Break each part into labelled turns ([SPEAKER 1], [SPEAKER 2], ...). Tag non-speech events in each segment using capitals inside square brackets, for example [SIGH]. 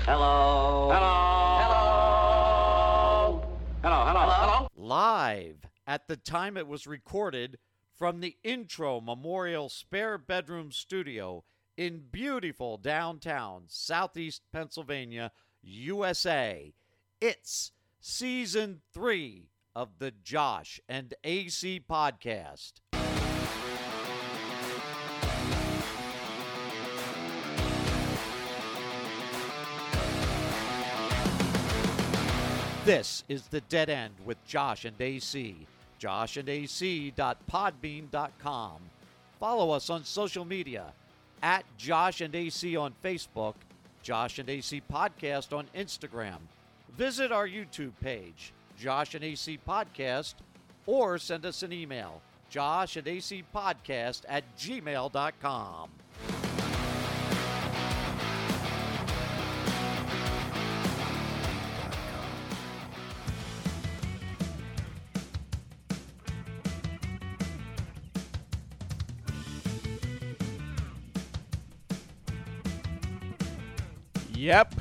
[SPEAKER 1] Hello. Hello.
[SPEAKER 2] Hello, hello, hello.
[SPEAKER 3] live at the time it was recorded from the Intro Memorial Spare Bedroom Studio in beautiful downtown Southeast Pennsylvania, USA. It's season three of the Josh and AC podcast. This is The Dead End with Josh and AC. joshandac.podbean.com. Follow us on social media at Josh and AC on Facebook, Josh and AC Podcast on Instagram. Visit our YouTube page, Josh and AC Podcast, or send us an email, Josh and AC Podcast at gmail.com.
[SPEAKER 4] Yep.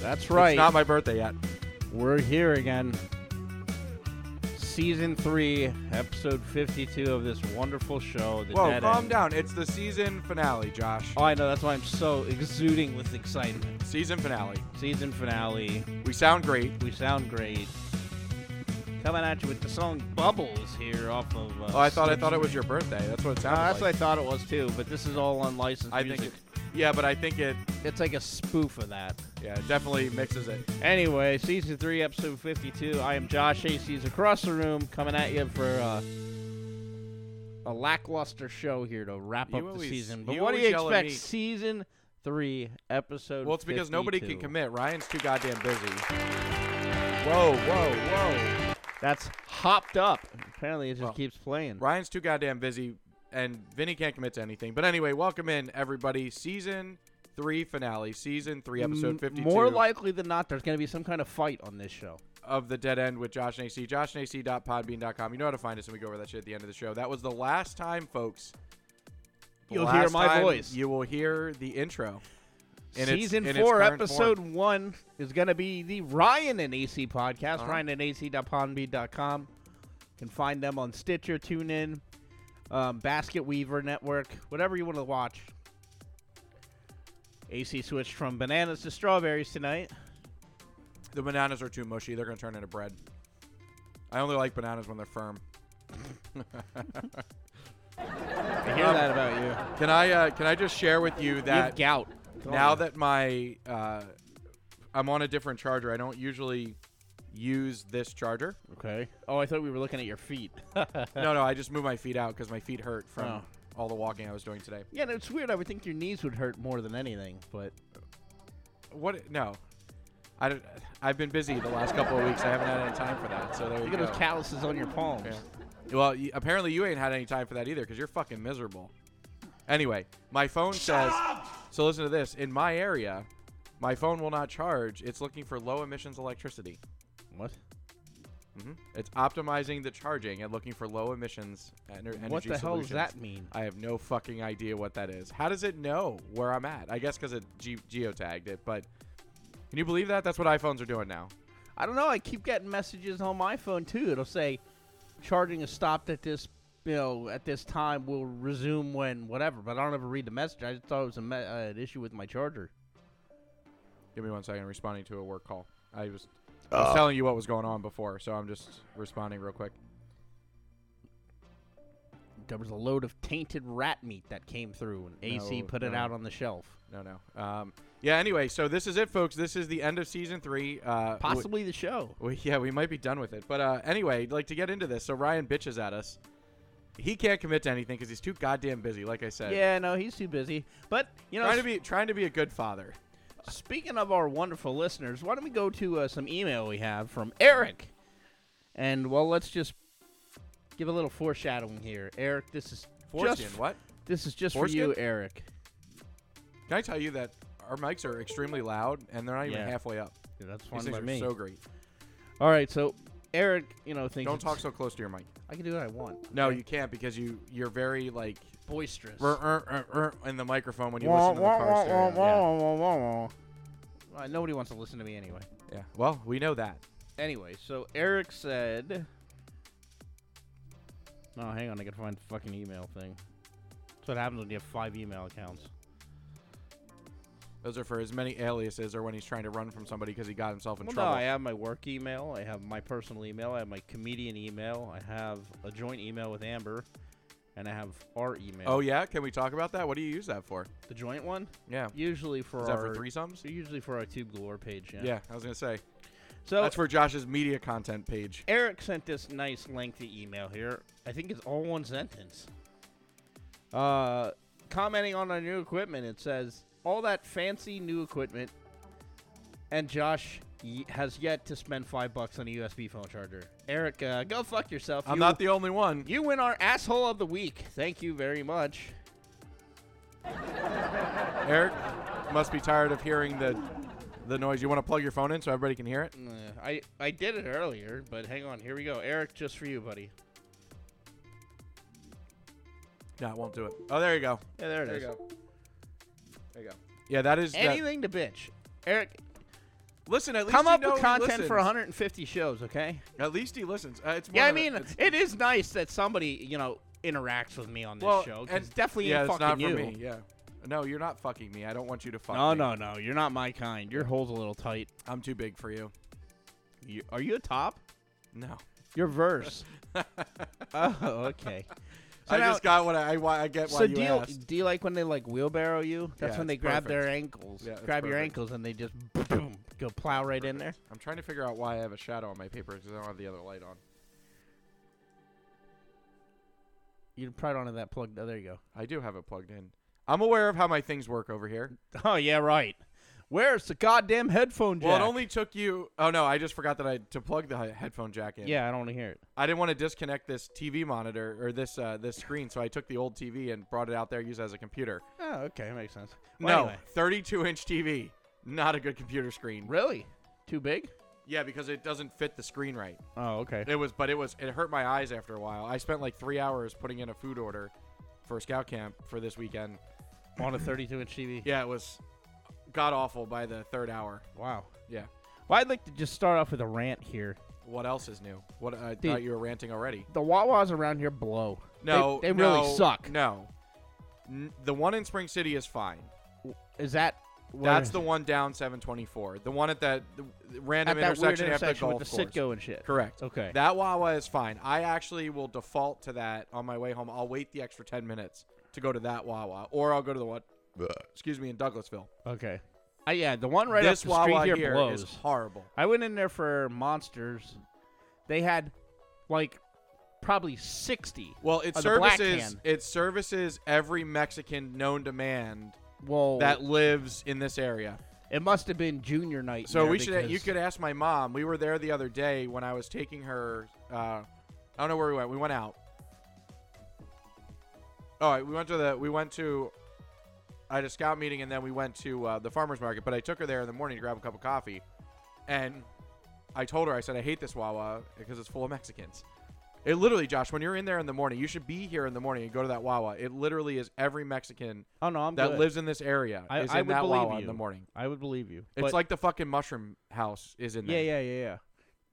[SPEAKER 4] That's right.
[SPEAKER 2] It's not my birthday yet.
[SPEAKER 4] We're here again. Season 3, episode 52 of this wonderful show. The
[SPEAKER 2] Whoa,
[SPEAKER 4] Dead
[SPEAKER 2] calm
[SPEAKER 4] End.
[SPEAKER 2] down. It's the season finale, Josh.
[SPEAKER 4] Oh, I know. That's why I'm so exuding with excitement.
[SPEAKER 2] Season finale.
[SPEAKER 4] Season finale.
[SPEAKER 2] We sound great.
[SPEAKER 4] We sound great. Coming at you with the song Bubbles here off of. Uh,
[SPEAKER 2] Oh, I thought I
[SPEAKER 4] Stitcher.
[SPEAKER 2] thought it was your birthday. That's what it
[SPEAKER 4] Uh,
[SPEAKER 2] sounded
[SPEAKER 4] that's what I
[SPEAKER 2] like.
[SPEAKER 4] thought it was too, but this is all unlicensed
[SPEAKER 2] I think
[SPEAKER 4] music.
[SPEAKER 2] it, Yeah, but I think it
[SPEAKER 4] it's like a spoof of that.
[SPEAKER 2] yeah, it definitely mixes it.
[SPEAKER 4] Anyway, season three, episode fifty-two. I am Josh Acey's across the room, coming at you for uh, a lackluster show here to wrap
[SPEAKER 2] You
[SPEAKER 4] up
[SPEAKER 2] always-
[SPEAKER 4] the season. But
[SPEAKER 2] you
[SPEAKER 4] what do
[SPEAKER 2] always
[SPEAKER 4] you
[SPEAKER 2] yell at
[SPEAKER 4] expect?
[SPEAKER 2] me.
[SPEAKER 4] Season three, episode.
[SPEAKER 2] Well, it's because nobody can
[SPEAKER 4] 52.
[SPEAKER 2] commit. Ryan's too goddamn busy. Whoa, whoa, whoa.
[SPEAKER 4] That's hopped up. Apparently, it just
[SPEAKER 2] Well,
[SPEAKER 4] keeps playing.
[SPEAKER 2] Ryan's too goddamn busy and Vinny can't commit to anything. But anyway, welcome in everybody. Season 3 finale, season 3 episode
[SPEAKER 4] M-
[SPEAKER 2] 52.
[SPEAKER 4] More likely than not, there's going to be some kind of fight on this show.
[SPEAKER 2] of the dead end with Josh and AC. JoshNac.podbean.com. You know how to find us, and we go over that shit at the end of the show. That was the last time, folks. The
[SPEAKER 4] You'll hear
[SPEAKER 2] last
[SPEAKER 4] my
[SPEAKER 2] time
[SPEAKER 4] voice.
[SPEAKER 2] You will hear the intro. in its-
[SPEAKER 4] Season
[SPEAKER 2] in its
[SPEAKER 4] four,
[SPEAKER 2] current
[SPEAKER 4] episode
[SPEAKER 2] form.
[SPEAKER 4] one is going to be the Ryan and AC podcast.
[SPEAKER 2] Uh-huh.
[SPEAKER 4] Ryan and AC.podbean.com. You can find them on Stitcher, TuneIn, um, Basket Weaver Network, whatever you want to watch. AC switched from bananas to strawberries tonight.
[SPEAKER 2] The bananas are too mushy. They're going to turn into bread. I only like bananas when they're firm.
[SPEAKER 4] I hear that about you.
[SPEAKER 2] Can I uh, can I just share with you
[SPEAKER 4] You have
[SPEAKER 2] that
[SPEAKER 4] gout.
[SPEAKER 2] now that my uh, I'm on a different charger, I don't usually use this charger.
[SPEAKER 4] okay. Oh, I thought we were looking at your feet. [LAUGHS]
[SPEAKER 2] no, no, I just move my feet out because my feet hurt from
[SPEAKER 4] Uh. Oh.
[SPEAKER 2] all the walking I was doing today.
[SPEAKER 4] yeah, no, it's weird. I would think your knees would hurt more than anything, but
[SPEAKER 2] What? No, I don't, I've been busy the last couple of weeks. I haven't had any time for that. So there you
[SPEAKER 4] look at
[SPEAKER 2] go.
[SPEAKER 4] those calluses on your palms.
[SPEAKER 2] Yeah. Well, y- apparently you ain't had any time for that either, because you're fucking miserable. Anyway, my phone says. So listen to this. In my area, my phone will not charge. It's looking for low emissions electricity.
[SPEAKER 4] What?
[SPEAKER 2] hmm It's optimizing the charging and looking for low emissions ener- energy
[SPEAKER 4] what the hell does
[SPEAKER 2] solutions.
[SPEAKER 4] that mean?
[SPEAKER 2] I have no fucking idea what that is. How does it know where I'm at? I guess because it ge- geotagged it, but can you believe that? That's what iPhones are doing now.
[SPEAKER 4] I don't know. I keep getting messages on my phone too. It'll say, "Charging is stopped at this, you know, at this time. Will resume when whatever." But I don't ever read the message. I just thought it was a me- uh, an issue with my charger.
[SPEAKER 2] Give me one second. Responding to a work call. I was, I was telling you what was going on before, so I'm just responding real quick.
[SPEAKER 4] There was a load of tainted rat meat that came through, and AC
[SPEAKER 2] No,
[SPEAKER 4] put it
[SPEAKER 2] no.
[SPEAKER 4] out on the shelf.
[SPEAKER 2] No, no. Um, yeah. Anyway, so this is it, folks. This is the end of season three. Uh, we-
[SPEAKER 4] Possibly the show.
[SPEAKER 2] we- yeah, we might be done with it. But uh, anyway, like to get into this. So Ryan bitches at us. He can't commit to anything because he's too goddamn busy. Like I said,
[SPEAKER 4] Yeah, no, he's too busy. But you know,
[SPEAKER 2] trying to be trying to be a good father.
[SPEAKER 4] Speaking of our wonderful listeners, why don't we go to uh, some email we have from Eric? And well, let's just give a little foreshadowing here, Eric. This is
[SPEAKER 2] Foreskin,
[SPEAKER 4] just
[SPEAKER 2] what?
[SPEAKER 4] this is just
[SPEAKER 2] Foreskin?
[SPEAKER 4] for you, Eric.
[SPEAKER 2] Can I tell you that our mics are extremely loud and they're not even
[SPEAKER 4] Yeah.
[SPEAKER 2] halfway up?
[SPEAKER 4] that's
[SPEAKER 2] These things are so great.
[SPEAKER 4] All right, so Eric, you know, thinks
[SPEAKER 2] Don't talk
[SPEAKER 4] it's-
[SPEAKER 2] so close to your mic.
[SPEAKER 4] I can do what I want.
[SPEAKER 2] No, you can't because you you're very like
[SPEAKER 4] boisterous.
[SPEAKER 2] "Er, er, er, er," in the microphone when you listen to the car stereo.
[SPEAKER 4] wah, wah, wah, wah. Uh, nobody wants to listen to me anyway.
[SPEAKER 2] Yeah. Well, we know that.
[SPEAKER 4] Anyway, so Eric said. No, hang on. I gotta find the fucking email thing. That's what happens when you have five email accounts.
[SPEAKER 2] Those are for as many aliases or when he's trying to run from somebody because he got himself in
[SPEAKER 4] Well, no,
[SPEAKER 2] trouble.
[SPEAKER 4] I have my work email. I have my personal email. I have my comedian email. I have a joint email with Amber, and I have our email.
[SPEAKER 2] Oh yeah, can we talk about that? What do you use that for?
[SPEAKER 4] the joint one.
[SPEAKER 2] Yeah.
[SPEAKER 4] Usually for
[SPEAKER 2] Is that
[SPEAKER 4] our
[SPEAKER 2] for threesomes?
[SPEAKER 4] usually for our Tube Galore page. Yeah.
[SPEAKER 2] Yeah. I was gonna say
[SPEAKER 4] So
[SPEAKER 2] that's for Josh's media content page.
[SPEAKER 4] Eric sent this nice lengthy email here. I think it's all one sentence. Uh, commenting on our new equipment, it says all that fancy new equipment, and Josh y- has yet to spend five bucks on a USB phone charger. Eric, uh, go fuck yourself.
[SPEAKER 2] I'm
[SPEAKER 4] you,
[SPEAKER 2] not the only one.
[SPEAKER 4] You win our asshole of the week. Thank you very much.
[SPEAKER 2] Eric must be tired of hearing the the noise. You want to plug your phone in so everybody can hear it?
[SPEAKER 4] Uh, I I did it earlier, but hang on. Here we go. Eric, just for you, buddy.
[SPEAKER 2] No, it won't do it. Oh, there you go.
[SPEAKER 4] Yeah, there it is.
[SPEAKER 2] There you go. Yeah, that is. That.
[SPEAKER 4] Anything to bitch. Eric,
[SPEAKER 2] Listen, at least
[SPEAKER 4] come
[SPEAKER 2] you
[SPEAKER 4] up
[SPEAKER 2] know
[SPEAKER 4] with
[SPEAKER 2] he
[SPEAKER 4] content for
[SPEAKER 2] listens.
[SPEAKER 4] 150 shows, okay?
[SPEAKER 2] At least he listens. Uh, it's
[SPEAKER 4] Yeah,
[SPEAKER 2] one
[SPEAKER 4] I
[SPEAKER 2] of the-
[SPEAKER 4] mean,
[SPEAKER 2] it's-
[SPEAKER 4] it is nice that somebody, you know, interacts with me on this
[SPEAKER 2] well,
[SPEAKER 4] show. 'cause
[SPEAKER 2] and-
[SPEAKER 4] it's definitely
[SPEAKER 2] yeah,
[SPEAKER 4] ain't
[SPEAKER 2] it's
[SPEAKER 4] fucking
[SPEAKER 2] not
[SPEAKER 4] you.
[SPEAKER 2] for me. Yeah. No, you're not fucking me. I don't want you to fuck
[SPEAKER 4] No,
[SPEAKER 2] me.
[SPEAKER 4] no, no. You're not my kind. Your hole's a little tight.
[SPEAKER 2] I'm too big for you.
[SPEAKER 4] You, are you a top?
[SPEAKER 2] No.
[SPEAKER 4] You're [LAUGHS] verse. oh, okay. So
[SPEAKER 2] I
[SPEAKER 4] now-
[SPEAKER 2] just got what I, I why- I get why
[SPEAKER 4] so
[SPEAKER 2] you
[SPEAKER 4] do you,
[SPEAKER 2] asked.
[SPEAKER 4] do you like when they like wheelbarrow you? That's
[SPEAKER 2] Yeah,
[SPEAKER 4] when they
[SPEAKER 2] it's
[SPEAKER 4] grab their ankles,
[SPEAKER 2] Yeah, it's
[SPEAKER 4] grab your
[SPEAKER 2] perfect.
[SPEAKER 4] ankles, and they just boom, go plow right in there.
[SPEAKER 2] I'm trying to figure out why I have a shadow on my paper because I don't have the other light on.
[SPEAKER 4] You probably don't have that plugged. Oh, there you go.
[SPEAKER 2] I do have it plugged in. I'm aware of how my things work over here.
[SPEAKER 4] [LAUGHS] Oh yeah, right. Where's the goddamn headphone jack?
[SPEAKER 2] Well, it only took you. Oh no, I just forgot that I to plug the he- headphone jack in.
[SPEAKER 4] yeah, I don't want to hear it.
[SPEAKER 2] I didn't want to disconnect this TV monitor or this uh, this screen, so I took the old TV and brought it out there, used it as a computer.
[SPEAKER 4] Oh, okay, makes sense.
[SPEAKER 2] no,
[SPEAKER 4] Well, anyway.
[SPEAKER 2] 32 inch TV, not a good computer screen.
[SPEAKER 4] Really? Too big?
[SPEAKER 2] Yeah, because it doesn't fit the screen right.
[SPEAKER 4] Oh,
[SPEAKER 2] [LAUGHS]
[SPEAKER 4] okay.
[SPEAKER 2] It was, but it was, it hurt my eyes after a while. I spent like three hours putting in a food order for a scout camp for this weekend.
[SPEAKER 4] On a 32 inch TV.
[SPEAKER 2] Yeah, it was god awful by the third hour.
[SPEAKER 4] Wow.
[SPEAKER 2] Yeah.
[SPEAKER 4] Well, I'd like to just start off with a rant here.
[SPEAKER 2] What else is new? What I
[SPEAKER 4] Dude.
[SPEAKER 2] thought you were ranting already.
[SPEAKER 4] The Wawas around here blow. They-
[SPEAKER 2] No,
[SPEAKER 4] they, really
[SPEAKER 2] no,
[SPEAKER 4] suck.
[SPEAKER 2] No, N- the one in Spring City is fine.
[SPEAKER 4] Is that? where-
[SPEAKER 2] That's the one down 724. The one at that the
[SPEAKER 4] [LAUGHS] at
[SPEAKER 2] random
[SPEAKER 4] that weird
[SPEAKER 2] intersection,
[SPEAKER 4] intersection
[SPEAKER 2] after golf
[SPEAKER 4] with the
[SPEAKER 2] course.
[SPEAKER 4] Sitco and shit.
[SPEAKER 2] Correct.
[SPEAKER 4] Okay.
[SPEAKER 2] That Wawa is fine. I actually will default to that on my way home. I'll wait the extra 10 minutes to go to that Wawa, or I'll go to the one, excuse me, in Douglasville.
[SPEAKER 4] okay. Uh, yeah, the one right
[SPEAKER 2] this
[SPEAKER 4] up the
[SPEAKER 2] Wawa
[SPEAKER 4] street here,
[SPEAKER 2] here
[SPEAKER 4] blows.
[SPEAKER 2] is horrible.
[SPEAKER 4] I went in there for monsters. They had like probably 60.
[SPEAKER 2] Well, it
[SPEAKER 4] Oh, the black
[SPEAKER 2] services
[SPEAKER 4] can.
[SPEAKER 2] it services every Mexican known to man
[SPEAKER 4] Well,
[SPEAKER 2] that lives in this area.
[SPEAKER 4] it must have been junior night.
[SPEAKER 2] So
[SPEAKER 4] there
[SPEAKER 2] we should
[SPEAKER 4] because-
[SPEAKER 2] you could ask my mom. We were there the other day when I was taking her. Uh, I don't know where we went. We went out. All right, we went to the we went to. I had a scout meeting and then we went to uh, the farmers market. But I took her there in the morning to grab a cup of coffee, and I told her I said I hate this Wawa because it's full of Mexicans. It literally, Josh, when you're in there in the morning, you should be here in the morning and go to that Wawa. It literally is every Mexican
[SPEAKER 4] Oh no, I'm
[SPEAKER 2] that
[SPEAKER 4] good.
[SPEAKER 2] lives in this area
[SPEAKER 4] I-
[SPEAKER 2] is
[SPEAKER 4] I
[SPEAKER 2] in
[SPEAKER 4] would
[SPEAKER 2] that
[SPEAKER 4] believe
[SPEAKER 2] Wawa
[SPEAKER 4] you.
[SPEAKER 2] in the morning.
[SPEAKER 4] I would believe you.
[SPEAKER 2] It's
[SPEAKER 4] but-
[SPEAKER 2] like the fucking mushroom house is in there.
[SPEAKER 4] yeah, yeah, yeah, yeah.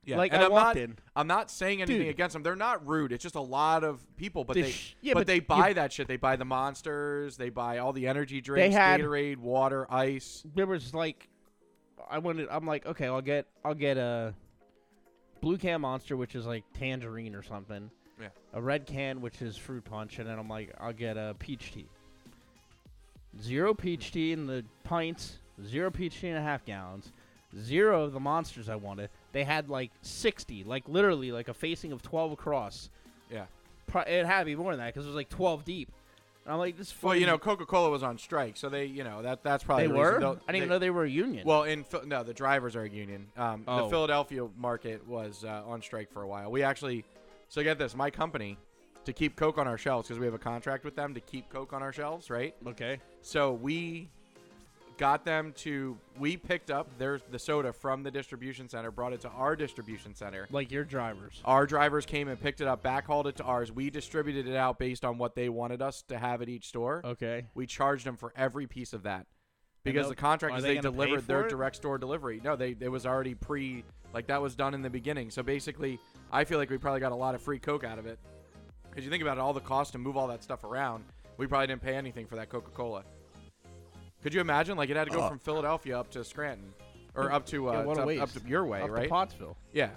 [SPEAKER 2] Yeah.
[SPEAKER 4] Like,
[SPEAKER 2] and
[SPEAKER 4] I
[SPEAKER 2] am
[SPEAKER 4] walked
[SPEAKER 2] not,
[SPEAKER 4] in.
[SPEAKER 2] I'm not saying anything
[SPEAKER 4] Dude.
[SPEAKER 2] against them. They're not rude. It's just a lot of people, but
[SPEAKER 4] The
[SPEAKER 2] they
[SPEAKER 4] sh- yeah,
[SPEAKER 2] but,
[SPEAKER 4] but
[SPEAKER 2] they
[SPEAKER 4] you-
[SPEAKER 2] buy that shit. They buy the monsters. They buy all the energy drinks,
[SPEAKER 4] had-
[SPEAKER 2] Gatorade, water, ice.
[SPEAKER 4] there was like I wanted I'm like, okay, I'll get I'll get a blue can monster which is like tangerine or something.
[SPEAKER 2] Yeah.
[SPEAKER 4] A red can which is fruit punch and then I'm like I'll get a peach tea. Zero peach tea in the pints, zero peach tea and a half gallons, zero of the monsters I wanted. They had like 60, like literally like a facing of 12 across.
[SPEAKER 2] Yeah.
[SPEAKER 4] Pro- it had to be more than that cuz it was like 12 deep. And I'm like this
[SPEAKER 2] Well, you
[SPEAKER 4] fucking-
[SPEAKER 2] know, Coca-Cola was on strike, so they, you know, that that's probably
[SPEAKER 4] they
[SPEAKER 2] the
[SPEAKER 4] were.
[SPEAKER 2] reason.
[SPEAKER 4] I
[SPEAKER 2] They'll-
[SPEAKER 4] didn't even know they were a union.
[SPEAKER 2] Well, in Phil- no, the drivers are a union. Um,
[SPEAKER 4] Oh.
[SPEAKER 2] The Philadelphia market was uh, on strike for a while. We actually, so get this, my company, to keep Coke on our shelves because we have a contract with them to keep Coke on our shelves, right?
[SPEAKER 4] okay.
[SPEAKER 2] So we got them to we picked up their the soda from the distribution center, brought it to our distribution center.
[SPEAKER 4] Like your drivers.
[SPEAKER 2] Our drivers came and picked it up, backhauled it to ours. We distributed it out based on what they wanted us to have at each store.
[SPEAKER 4] Okay.
[SPEAKER 2] We charged them for every piece of that. because
[SPEAKER 4] they'll-
[SPEAKER 2] the contract
[SPEAKER 4] are
[SPEAKER 2] is
[SPEAKER 4] they
[SPEAKER 2] they,
[SPEAKER 4] gonna pay
[SPEAKER 2] delivered their
[SPEAKER 4] for it?
[SPEAKER 2] direct store delivery. No, they it was already pre like that was done in the beginning. So basically, I feel like we probably got a lot of free coke out of it. Because you think about it, all the cost to move all that stuff around, we probably didn't pay anything for that Coca Cola. Could you imagine? Like it had to go from Philadelphia up to Scranton, or up to uh,
[SPEAKER 4] Yeah, what a
[SPEAKER 2] up,
[SPEAKER 4] waste.
[SPEAKER 2] up to your way,
[SPEAKER 4] Up to
[SPEAKER 2] right?
[SPEAKER 4] Pottsville.
[SPEAKER 2] yeah.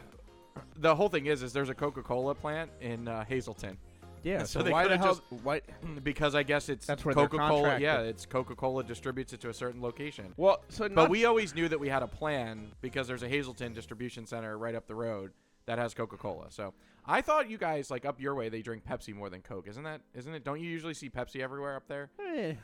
[SPEAKER 2] The whole thing is, is there's a Coca Cola plant in uh, Hazleton.
[SPEAKER 4] Yeah.
[SPEAKER 2] So
[SPEAKER 4] So,
[SPEAKER 2] they
[SPEAKER 4] why the
[SPEAKER 2] could've
[SPEAKER 4] hell?
[SPEAKER 2] just-
[SPEAKER 4] why?
[SPEAKER 2] because I guess it's
[SPEAKER 4] That's where they're
[SPEAKER 2] Coca Cola. Yeah,
[SPEAKER 4] contracted.
[SPEAKER 2] it's Coca Cola distributes it to a certain location.
[SPEAKER 4] Well, so
[SPEAKER 2] But
[SPEAKER 4] not,
[SPEAKER 2] we always knew that we had a plan because there's a Hazleton distribution center right up the road that has Coca Cola. So I thought you guys like up your way they drink Pepsi more than Coke, isn't that? Isn't it? Don't you usually see Pepsi everywhere up there?
[SPEAKER 4] Eh,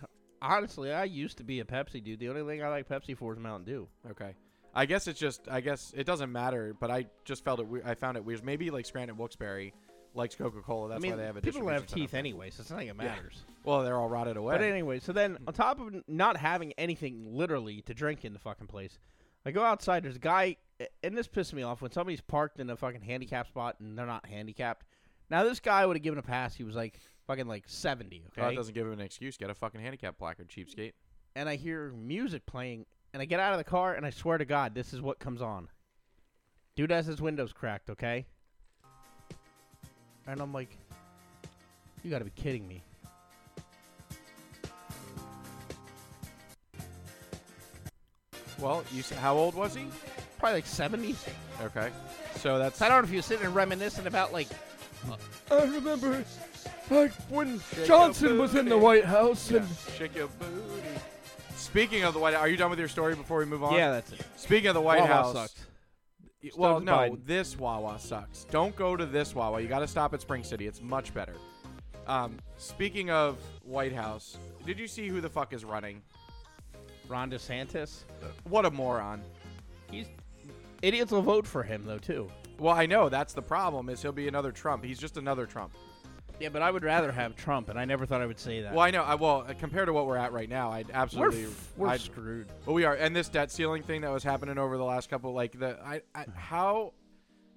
[SPEAKER 4] honestly, I used to be a Pepsi dude. The only thing I like Pepsi for is Mountain Dew.
[SPEAKER 2] Okay. I guess it's just I guess it doesn't matter, but I just felt it. We- I found it weird. Maybe like Scranton Wilkes-Barre likes Coca Cola.
[SPEAKER 4] I
[SPEAKER 2] That's
[SPEAKER 4] mean,
[SPEAKER 2] why they have a
[SPEAKER 4] people don't have
[SPEAKER 2] distribution
[SPEAKER 4] teeth
[SPEAKER 2] center.
[SPEAKER 4] anyway, so it's not like it matters.
[SPEAKER 2] Well, they're all rotted away.
[SPEAKER 4] But anyway, so then on top of n- not having anything literally to drink in the fucking place, I go outside. There's a guy, and this pissed me off when somebody's parked in a fucking handicap spot and they're not handicapped. Now this guy would have given a pass. He was like fucking like seventy.
[SPEAKER 2] Well,
[SPEAKER 4] Okay,
[SPEAKER 2] that Oh, doesn't give him an excuse. Get a fucking handicap placard, cheapskate.
[SPEAKER 4] and I hear music playing, and I get out of the car, and I swear to God, this is what comes on. Dude has his windows cracked, okay? And I'm like, you gotta be kidding me.
[SPEAKER 2] Well, you s how old was he?
[SPEAKER 4] Probably like 70.
[SPEAKER 2] Okay, so that's
[SPEAKER 4] So I don't know if you're sitting and reminiscing about like. uh, I remember like when
[SPEAKER 2] Shake Johnson your was in the booty.
[SPEAKER 4] White House
[SPEAKER 2] Yeah. Shake your booty. Speaking of the White House, are you done with your story before we move on?
[SPEAKER 4] yeah, that's it.
[SPEAKER 2] Speaking of the White
[SPEAKER 4] Wawa
[SPEAKER 2] House,
[SPEAKER 4] sucked.
[SPEAKER 2] y- well,
[SPEAKER 4] Stones
[SPEAKER 2] no,
[SPEAKER 4] Biden.
[SPEAKER 2] this Wawa sucks. Don't go to this Wawa. You got to stop at Spring City. It's much better. Um, speaking of White House, did you see who the fuck is running?
[SPEAKER 4] Ron DeSantis.
[SPEAKER 2] What a moron.
[SPEAKER 4] He's idiots will vote for him though too.
[SPEAKER 2] Well, I know that's the problem. Is he'll be another Trump? He's just another Trump.
[SPEAKER 4] Yeah, but I would rather have Trump, and I never thought I would say that.
[SPEAKER 2] Well, I know. I, well, compared to what we're at right now, I'd
[SPEAKER 4] we're
[SPEAKER 2] absolutely.
[SPEAKER 4] f- we're
[SPEAKER 2] I'd-
[SPEAKER 4] screwed.
[SPEAKER 2] But we are, and this debt ceiling thing that was happening over the last couple, like the, I, I, how,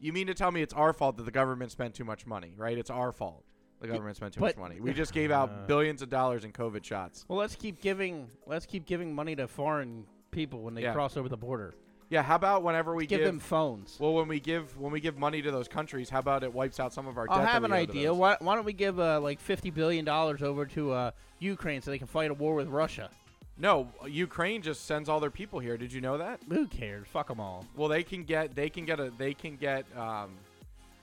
[SPEAKER 2] you mean to tell me it's our fault that the government spent too much money, right? It's our fault the government spent too much
[SPEAKER 4] but-
[SPEAKER 2] money. We just gave
[SPEAKER 4] [LAUGHS]
[SPEAKER 2] out
[SPEAKER 4] Uh.
[SPEAKER 2] billions of dollars in COVID shots.
[SPEAKER 4] Well, let's keep giving let's keep giving money to foreign people when they
[SPEAKER 2] Yeah.
[SPEAKER 4] cross over the border.
[SPEAKER 2] Yeah, how about whenever we
[SPEAKER 4] Give, them phones.
[SPEAKER 2] well, when we give when we give money to those countries, how about it wipes out some of our?
[SPEAKER 4] I'll
[SPEAKER 2] debt that
[SPEAKER 4] have
[SPEAKER 2] we
[SPEAKER 4] an
[SPEAKER 2] owe to
[SPEAKER 4] idea.
[SPEAKER 2] those?
[SPEAKER 4] Why, why don't we give uh, like fifty billion dollars over to uh, Ukraine so they can fight a war with Russia?
[SPEAKER 2] No, Ukraine just sends all their people here. Did you know that?
[SPEAKER 4] Who cares? Fuck them all.
[SPEAKER 2] Well, they can get they can get a they can get um,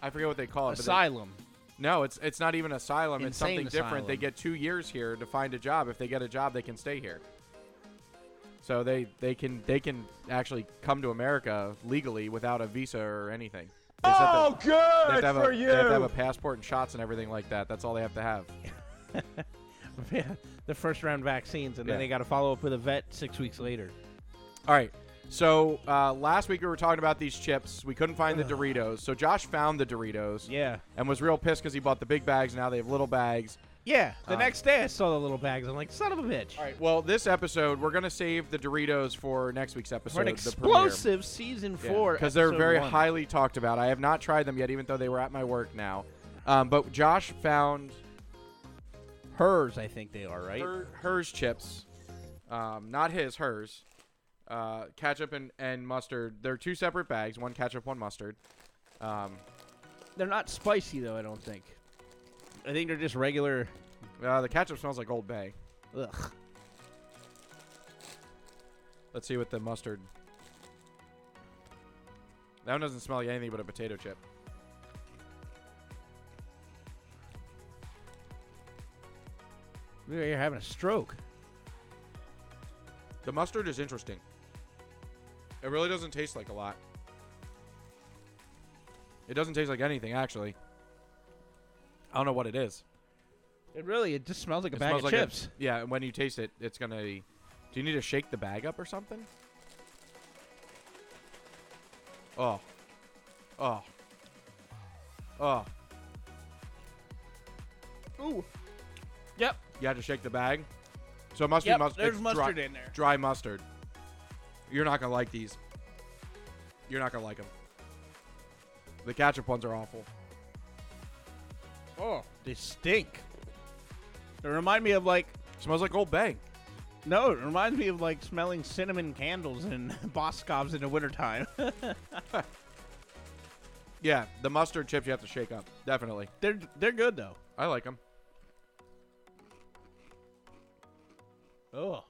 [SPEAKER 2] I forget what they
[SPEAKER 4] Oh,
[SPEAKER 2] call it. but they-
[SPEAKER 4] Asylum. [LAUGHS]
[SPEAKER 2] No, it's it's not even asylum. it's something
[SPEAKER 4] Insane
[SPEAKER 2] different. They
[SPEAKER 4] asylum.
[SPEAKER 2] get two years here to find a job. If they get a job, they can stay here. So they they can they can actually come to America legally without a visa or anything. They just have to-
[SPEAKER 5] Oh,
[SPEAKER 2] they have
[SPEAKER 1] good
[SPEAKER 2] to have a, They have to have a passport and shots and everything like that. That's all they have to have.
[SPEAKER 4] the first round vaccines, and
[SPEAKER 2] Yeah.
[SPEAKER 4] then they got to follow up with a vet six weeks later.
[SPEAKER 2] All right. So uh, last week we were talking about these chips. We couldn't find the Doritos. So Josh found the Doritos
[SPEAKER 4] Yeah.
[SPEAKER 2] and was real pissed because he bought the big bags. Now they have little bags.
[SPEAKER 4] Yeah. The
[SPEAKER 2] Um,
[SPEAKER 4] next day I saw the little bags. I'm like, son of a bitch.
[SPEAKER 2] All right. Well, this episode we're gonna save the Doritos for next week's episode.
[SPEAKER 4] For an
[SPEAKER 2] the premiere.
[SPEAKER 4] explosive season four.
[SPEAKER 2] because they're
[SPEAKER 4] episode
[SPEAKER 2] very
[SPEAKER 4] one.
[SPEAKER 2] highly talked about. I have not tried them yet, even though they were at my work now. Um, but Josh found
[SPEAKER 4] Hers, I think they are, right?
[SPEAKER 2] her, hers chips, um, not his, hers. Uh, ketchup and, and mustard. They're two separate bags. One ketchup, one mustard. Um,
[SPEAKER 4] They're not spicy, though, I don't think. I think they're just regular.
[SPEAKER 2] uh, the ketchup smells like Old Bay.
[SPEAKER 4] Ugh.
[SPEAKER 2] Let's see what the mustard. That one doesn't smell like anything but a potato chip.
[SPEAKER 4] You're having a stroke.
[SPEAKER 2] The mustard is interesting. It really doesn't taste like a lot. It doesn't taste like anything, actually. I don't know what it is.
[SPEAKER 4] It really, it just smells like a
[SPEAKER 2] It
[SPEAKER 4] bag
[SPEAKER 2] smells
[SPEAKER 4] of
[SPEAKER 2] like a-
[SPEAKER 4] chips.
[SPEAKER 2] yeah, and when you taste it, it's gonna. be- Do you need to shake the bag up or something? Oh, oh, oh!
[SPEAKER 4] Ooh. Yep.
[SPEAKER 2] You had to shake the bag. So mustard,
[SPEAKER 4] Yep,
[SPEAKER 2] mustard.
[SPEAKER 4] there's
[SPEAKER 2] it's
[SPEAKER 4] mustard
[SPEAKER 2] dry,
[SPEAKER 4] in there.
[SPEAKER 2] Dry mustard. You're not gonna like these. You're not gonna like them. The ketchup ones are awful.
[SPEAKER 4] Oh, they stink. They remind me of like
[SPEAKER 2] Smells like Old Bay.
[SPEAKER 4] No, it reminds me of like smelling cinnamon candles and [LAUGHS] Boscovs in the wintertime. [LAUGHS]
[SPEAKER 2] Yeah, the mustard chips you have to shake up. Definitely.
[SPEAKER 4] they're they're good though.
[SPEAKER 2] I like them.
[SPEAKER 4] Oh,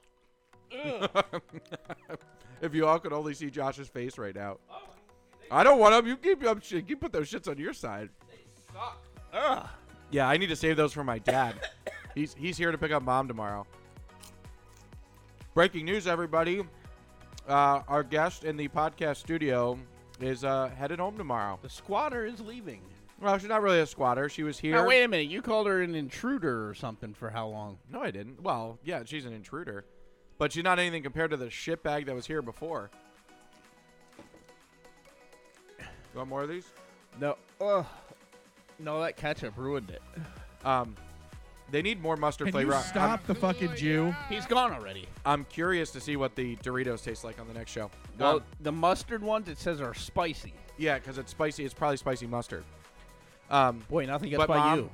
[SPEAKER 2] If you all could only see Josh's face right now. I don't want them. You keep up shit. You put those shits on your side.
[SPEAKER 4] Ugh.
[SPEAKER 2] Yeah, I need to save those for my dad. he's he's here to pick up mom tomorrow. Breaking news, everybody. Uh, our guest in the podcast studio is uh, headed home tomorrow.
[SPEAKER 4] the squatter is leaving.
[SPEAKER 2] Well, she's not really a squatter. She was here.
[SPEAKER 4] Now Oh, wait a minute. You called her an intruder or something for how long?
[SPEAKER 2] No, I didn't. Well, yeah, she's an intruder, but she's not anything compared to the shitbag that was here before. You want more of these?
[SPEAKER 4] No. Ugh. No, that ketchup ruined it.
[SPEAKER 2] Um, they need more mustard
[SPEAKER 1] Can you
[SPEAKER 2] flavor. I'm-
[SPEAKER 1] stop the fucking Jew?
[SPEAKER 4] He's gone already.
[SPEAKER 2] I'm, curious to see what the Doritos taste like on the next show.
[SPEAKER 4] Well,
[SPEAKER 2] Um,
[SPEAKER 4] the mustard ones it says are spicy.
[SPEAKER 2] yeah, because it's spicy. It's probably spicy mustard. Um,
[SPEAKER 4] Boy, nothing gets
[SPEAKER 2] But
[SPEAKER 4] by
[SPEAKER 2] Mom-
[SPEAKER 4] you.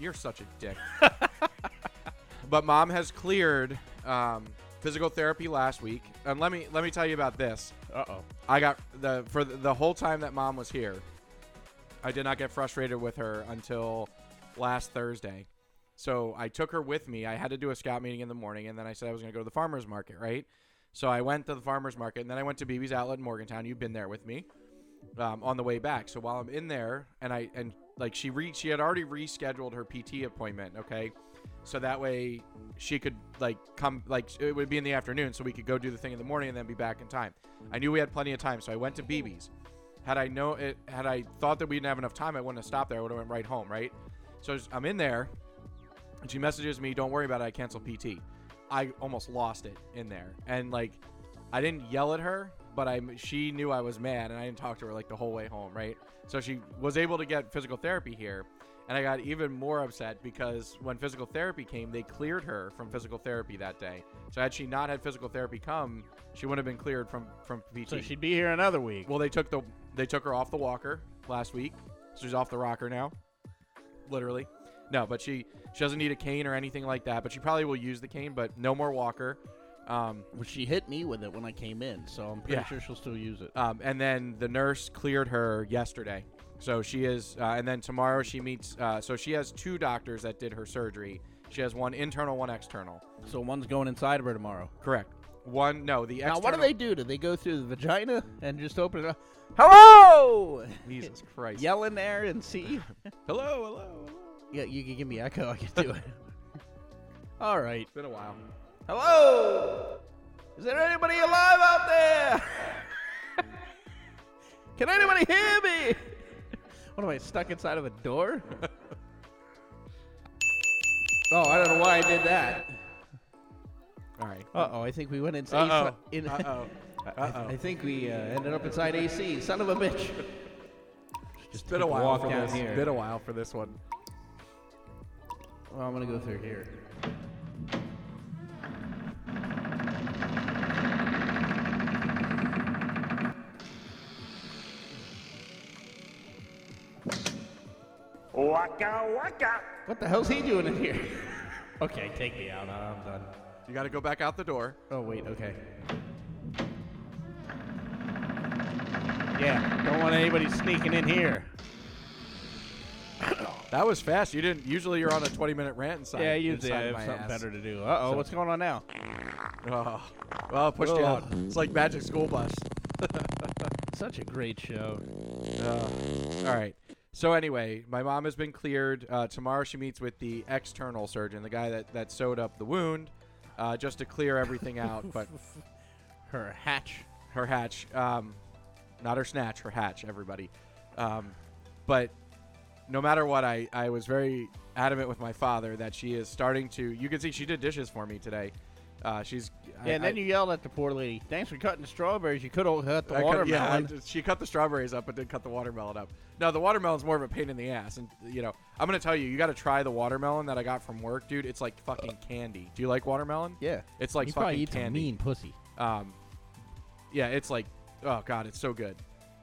[SPEAKER 2] You're such a dick. [LAUGHS] but mom has cleared um, physical therapy last week, and let me let me tell you about this.
[SPEAKER 4] Uh oh.
[SPEAKER 2] I got the for the, the whole time that mom was here. I did not get frustrated with her until last Thursday. So I took her with me. I had to do a scout meeting in the morning, and then I said I was going to go to the farmers market, right? So I went to the farmers market, and then I went to BB's Outlet in Morgantown. You've been there with me um, on the way back. So while I'm in there, and I and like she re- she had already rescheduled her PT appointment, okay? So that way she could like come like it would be in the afternoon, so we could go do the thing in the morning and then be back in time. I knew we had plenty of time, so I went to BB's. Had I know it, had I thought that we didn't have enough time, I wouldn't have stopped there. I would have went right home, right? So I'm in there, and she messages me, "Don't worry about it. I cancel PT." I almost lost it in there, and like, I didn't yell at her, but I she knew I was mad, and I didn't talk to her like the whole way home, right? So she was able to get physical therapy here, and I got even more upset because when physical therapy came, they cleared her from physical therapy that day. So had she not had physical therapy come, she wouldn't have been cleared from from PT.
[SPEAKER 4] So she'd be here another week.
[SPEAKER 2] Well, they took the they took her off the walker last week. So she's off the rocker now. Literally. No, but she she doesn't need a cane or anything like that, but she probably will use the cane, but no more walker. Um,
[SPEAKER 4] Well, she hit me with it when I came in, so I'm pretty
[SPEAKER 2] Yeah.
[SPEAKER 4] sure she'll still use it.
[SPEAKER 2] um, and then the nurse cleared her yesterday. So she is, uh, and then tomorrow she meets. Uh, so she has two doctors that did her surgery. She has one internal, one external.
[SPEAKER 4] So one's going inside of her tomorrow.
[SPEAKER 2] Correct. One, no, the external.
[SPEAKER 4] Now, what do they do? Do they go through the vagina and just open it up? Hello! [LAUGHS]
[SPEAKER 2] [LAUGHS] Jesus Christ.
[SPEAKER 4] Yell in there and see. [LAUGHS]
[SPEAKER 2] Hello, hello. hello.
[SPEAKER 4] yeah, you can give me echo. I can do it. [LAUGHS] All right.
[SPEAKER 2] It's been a while.
[SPEAKER 4] Hello! Is there anybody alive out there? [LAUGHS] Can anybody hear me? What am I stuck inside of a door? [LAUGHS] oh, I don't know why I did that.
[SPEAKER 2] All right.
[SPEAKER 4] Uh oh, I think we went inside.
[SPEAKER 2] Uh oh.
[SPEAKER 4] in-
[SPEAKER 2] Uh
[SPEAKER 4] [LAUGHS]
[SPEAKER 2] oh.
[SPEAKER 4] I- I, I think we uh, ended up inside AC. Son of a bitch. Just
[SPEAKER 2] Been a
[SPEAKER 4] take
[SPEAKER 2] while
[SPEAKER 4] walk
[SPEAKER 2] for
[SPEAKER 4] down
[SPEAKER 2] this.
[SPEAKER 4] here.
[SPEAKER 2] Been a while for this one.
[SPEAKER 4] Well, I'm gonna go through here.
[SPEAKER 6] Waka waka.
[SPEAKER 4] What the hell's he doing in here? [LAUGHS] okay, take me out. I'm done.
[SPEAKER 2] You got to go back out the door.
[SPEAKER 4] Oh wait, okay. Yeah, don't want anybody sneaking in here.
[SPEAKER 2] That was fast. You didn't. Usually, you're on a 20 minute rant inside.
[SPEAKER 4] Yeah, usually I
[SPEAKER 2] inside
[SPEAKER 4] have
[SPEAKER 2] my
[SPEAKER 4] something
[SPEAKER 2] ass.
[SPEAKER 4] better to do. Uh oh, what's going on now?
[SPEAKER 2] Oh, well, it pushed you out. It's like Magic School Bus.
[SPEAKER 4] Such a great show.
[SPEAKER 2] All right. So anyway, my mom has been cleared. Uh, tomorrow she meets with the external surgeon, the guy that that sewed up the wound, uh, just to clear
[SPEAKER 4] [LAUGHS]
[SPEAKER 2] everything out. But
[SPEAKER 4] Her hatch.
[SPEAKER 2] her hatch, um, not her snatch, her hatch. Everybody. Um, but no matter what, I I was very adamant with my father that she is starting to. You can see she did dishes for me today. Uh, she's I-
[SPEAKER 4] Yeah, and then
[SPEAKER 2] I-
[SPEAKER 4] you yelled at the poor lady. Thanks for cutting the strawberries. You could have cut the
[SPEAKER 2] I cut-
[SPEAKER 4] watermelon.
[SPEAKER 2] yeah, I just- she cut the strawberries up, but did cut the watermelon up. No, the watermelon's more of a pain in the ass, and you know, I'm gonna tell you, you got to try the watermelon that I got from work, dude. It's like fucking candy. Do you like watermelon?
[SPEAKER 4] yeah.
[SPEAKER 2] it's like
[SPEAKER 4] you probably
[SPEAKER 2] fucking
[SPEAKER 4] eat some
[SPEAKER 2] candy.
[SPEAKER 4] mean pussy.
[SPEAKER 2] Um, yeah, it's like, oh god, it's so good.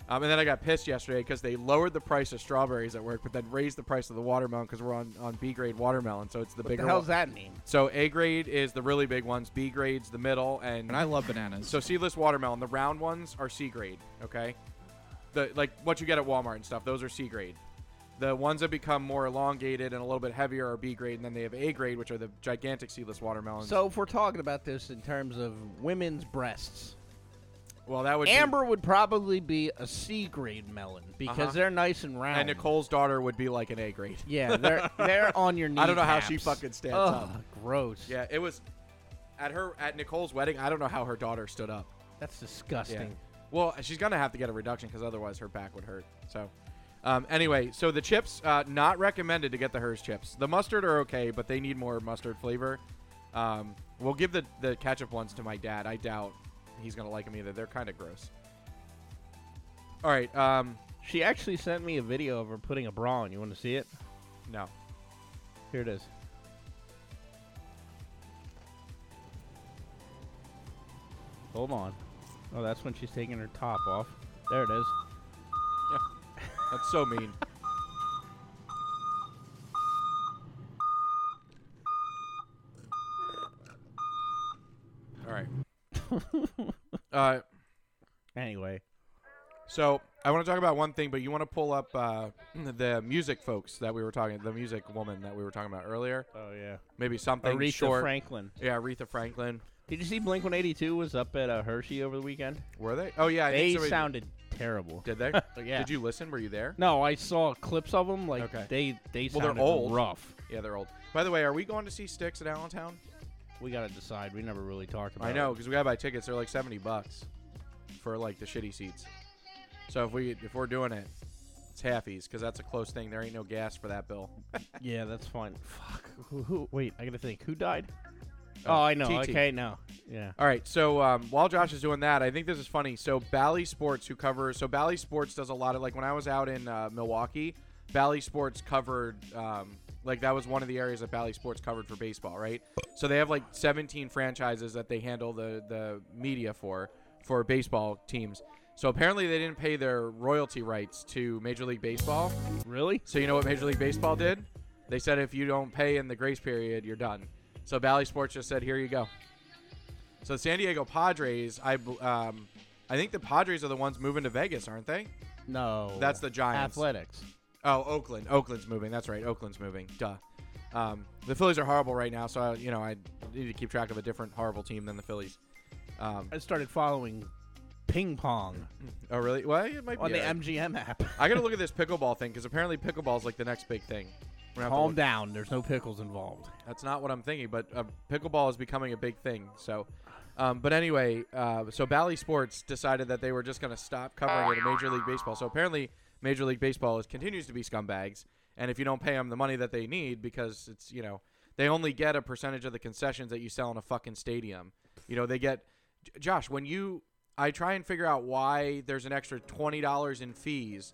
[SPEAKER 2] Um, and then I got pissed yesterday because they lowered the price of strawberries at work, but then raised the price of the watermelon because we're on, on B grade watermelon, so it's the
[SPEAKER 4] What
[SPEAKER 2] bigger.
[SPEAKER 4] the hell's
[SPEAKER 2] one.
[SPEAKER 4] that mean?
[SPEAKER 2] So A grade is the really big ones, B grade's the middle, and
[SPEAKER 1] And I love bananas.
[SPEAKER 2] so seedless watermelon, the round ones are C grade, okay? The like what you get at Walmart and stuff, those are C grade. The ones that become more elongated and a little bit heavier are B grade, and then they have A grade, which are the gigantic seedless watermelons.
[SPEAKER 4] So if we're talking about this in terms of women's breasts,
[SPEAKER 2] well, that would be-
[SPEAKER 4] Amber would probably be a C grade melon because
[SPEAKER 2] Uh-huh.
[SPEAKER 4] they're nice and round.
[SPEAKER 2] and Nicole's daughter would be like an A grade.
[SPEAKER 4] Yeah,
[SPEAKER 2] [LAUGHS]
[SPEAKER 4] they're they're on your knees.
[SPEAKER 2] I don't know how she fucking stands
[SPEAKER 4] Ugh,
[SPEAKER 2] up.
[SPEAKER 4] gross.
[SPEAKER 2] Yeah, it was at her at Nicole's wedding. I don't know how her daughter stood up.
[SPEAKER 4] That's disgusting.
[SPEAKER 2] Well, she's gonna have to get a reduction because otherwise her back would hurt. So, um, anyway, so the chips uh, not recommended to get the hers chips. The mustard are okay, but they need more mustard flavor. Um, we'll give the the ketchup ones to my dad. I doubt he's gonna like them either. They're kind of gross. All right. Um,
[SPEAKER 4] She actually sent me a video of her putting a bra on. You want to see it?
[SPEAKER 2] no.
[SPEAKER 4] Here it is. Hold on. Oh, that's when she's taking her top off. There it is.
[SPEAKER 2] That's so mean. All right. Uh,
[SPEAKER 4] Anyway,
[SPEAKER 2] so I want to talk about one thing, but you want to pull up uh, the music folks that we were talking, the music woman that we were talking about earlier.
[SPEAKER 4] oh yeah,
[SPEAKER 2] Maybe something
[SPEAKER 4] Aretha
[SPEAKER 2] short.
[SPEAKER 4] Franklin.
[SPEAKER 2] yeah, Aretha Franklin.
[SPEAKER 4] Did you see Blink One Eighty Two was up at uh, Hershey over the weekend?
[SPEAKER 2] Were they? Oh yeah, I think
[SPEAKER 4] they
[SPEAKER 2] somebody-
[SPEAKER 4] sounded terrible.
[SPEAKER 2] Did they?
[SPEAKER 4] [LAUGHS] Yeah.
[SPEAKER 2] Did you listen? Were you there?
[SPEAKER 4] No, I saw clips of them. Like
[SPEAKER 2] Okay.
[SPEAKER 4] they they
[SPEAKER 2] Well, they're
[SPEAKER 4] sounded
[SPEAKER 2] old.
[SPEAKER 4] rough.
[SPEAKER 2] Yeah, they're old. By the way, are we going to see Sticks at Allentown?
[SPEAKER 4] We gotta decide. We never really talked about.
[SPEAKER 2] I know
[SPEAKER 4] it.
[SPEAKER 2] because we gotta buy tickets. They're like seventy bucks for like the shitty seats. So if we if we're doing it, it's halfies because that's a close thing. There ain't no gas for that bill.
[SPEAKER 4] Yeah, that's fine. Fuck. Who, who? Wait, I gotta think. Who died?
[SPEAKER 2] Oh,
[SPEAKER 4] Oh, I know.
[SPEAKER 2] TT.
[SPEAKER 4] Okay, no. Yeah.
[SPEAKER 2] All right, so um, while Josh is doing that, I think this is funny. So Bally Sports, who covers, so Bally Sports does a lot of like when I was out in uh, Milwaukee, Bally Sports covered um, like that was one of the areas that Bally Sports covered for baseball, right? So they have like 17 franchises that they handle the the media for for baseball teams. So apparently they didn't pay their royalty rights to Major League Baseball.
[SPEAKER 4] Really?
[SPEAKER 2] So you know what Major League Baseball did? They said if you don't pay in the grace period, you're done. So Valley Sports just said, here you go. So San Diego Padres, I bl- um, I think the Padres are the ones moving to Vegas, aren't they?
[SPEAKER 4] No.
[SPEAKER 2] That's the Giants.
[SPEAKER 4] Athletics.
[SPEAKER 2] Oh, Oakland. Oakland's moving. That's right. Oakland's moving. Duh. Um, the Phillies are horrible right now, so I, you know I need to keep track of a different horrible team than the Phillies. Um,
[SPEAKER 4] I started following ping pong
[SPEAKER 2] oh really? Well, it might be.
[SPEAKER 4] on
[SPEAKER 2] all right.
[SPEAKER 4] the MGM app. [LAUGHS]
[SPEAKER 2] I gotta look at this pickleball thing because apparently pickleball's like the next big thing. We're gonna have to
[SPEAKER 4] Calm
[SPEAKER 2] look-
[SPEAKER 4] down. There's no pickles involved.
[SPEAKER 2] That's not what I'm thinking, but uh, pickleball is becoming a big thing. So, um, but anyway, uh, so Bally Sports decided that they were just going to stop covering it in Major League Baseball. So apparently, Major League Baseball is continues to be scumbags, and if you don't pay them the money that they need, because it's you know they only get a percentage of the concessions that you sell in a fucking stadium. You know they get, J- Josh, when you I try and figure out why there's an extra twenty dollars in fees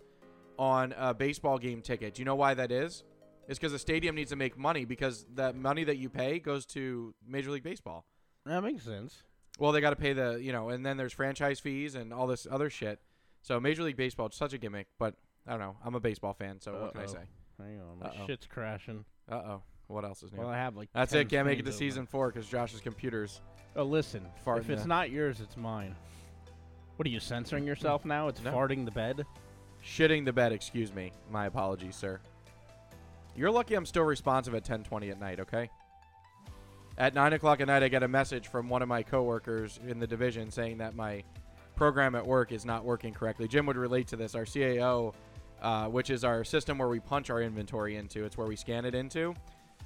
[SPEAKER 2] on a baseball game ticket. Do you know why that is? It's because the stadium needs to make money because that money that you pay goes to Major League Baseball.
[SPEAKER 4] That makes sense.
[SPEAKER 2] Well, they got to pay the you know, and then there's franchise fees and all this other shit. So Major League Baseball is such a gimmick, but I don't know. I'm a baseball fan, so what can I
[SPEAKER 4] Uh-oh.
[SPEAKER 2] say?
[SPEAKER 4] Hang on. My
[SPEAKER 2] Uh-oh.
[SPEAKER 4] shit's crashing.
[SPEAKER 2] Uh oh, what else is new?
[SPEAKER 4] Well, I have like.
[SPEAKER 2] That's
[SPEAKER 4] 10
[SPEAKER 2] it. Can't make it to
[SPEAKER 4] things over.
[SPEAKER 2] season four because Josh's computer's.
[SPEAKER 4] Oh, listen.
[SPEAKER 2] Farting
[SPEAKER 4] if it's
[SPEAKER 2] the-
[SPEAKER 4] not yours, it's mine. What are you censoring yourself now? It's
[SPEAKER 2] No.
[SPEAKER 4] farting the bed.
[SPEAKER 2] Shitting the bed, excuse me. My apologies, sir. You're lucky I'm still responsive at 10:20 at night. Okay. At nine o'clock at night, I get a message from one of my coworkers in the division saying that my program at work is not working correctly. Jim would relate to this. Our CAO, uh, which is our system where we punch our inventory into, it's where we scan it into,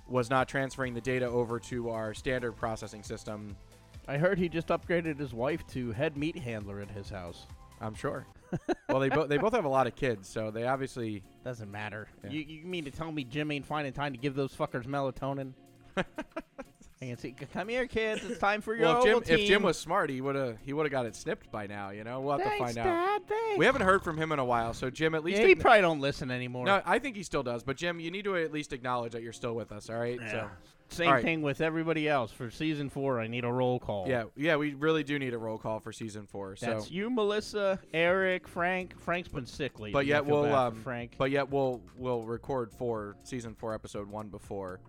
[SPEAKER 2] was not transferring the data over to our standard processing system.
[SPEAKER 4] I heard he just upgraded his wife to head meat handler at his house.
[SPEAKER 2] I'm sure. well, they both they both have a lot of kids, so they obviously
[SPEAKER 4] Doesn't matter.
[SPEAKER 2] Yeah.
[SPEAKER 4] You, you mean to tell me Jim ain't finding time to give those fuckers
[SPEAKER 2] [LAUGHS]
[SPEAKER 4] melatonin? I can see. Come here, kids. It's time for your
[SPEAKER 2] well, if Jim,
[SPEAKER 4] Ovaltine."
[SPEAKER 2] if Jim was smart, he would have he would have got it snipped by now. You know, we'll have
[SPEAKER 4] Thanks,
[SPEAKER 2] to find out.
[SPEAKER 4] Dad. Thanks.
[SPEAKER 2] We haven't heard from him in a while, so Jim, at least
[SPEAKER 4] yeah, he
[SPEAKER 2] acknow-
[SPEAKER 4] probably don't listen anymore.
[SPEAKER 2] no, I think he still does. But Jim, you need to at least acknowledge that you're still with us. All right, so
[SPEAKER 4] Yeah. Same
[SPEAKER 2] All right.
[SPEAKER 4] thing with everybody else. For season four, I need a roll call.
[SPEAKER 2] Yeah, yeah, we really do need a roll call for season four. So,
[SPEAKER 4] That's you, Melissa, Eric, Frank. Frank's been sick lately.
[SPEAKER 2] but yet
[SPEAKER 4] I feel
[SPEAKER 2] we'll
[SPEAKER 4] bad
[SPEAKER 2] um,
[SPEAKER 4] for Frank.
[SPEAKER 2] but yet we'll we'll record for season four episode one before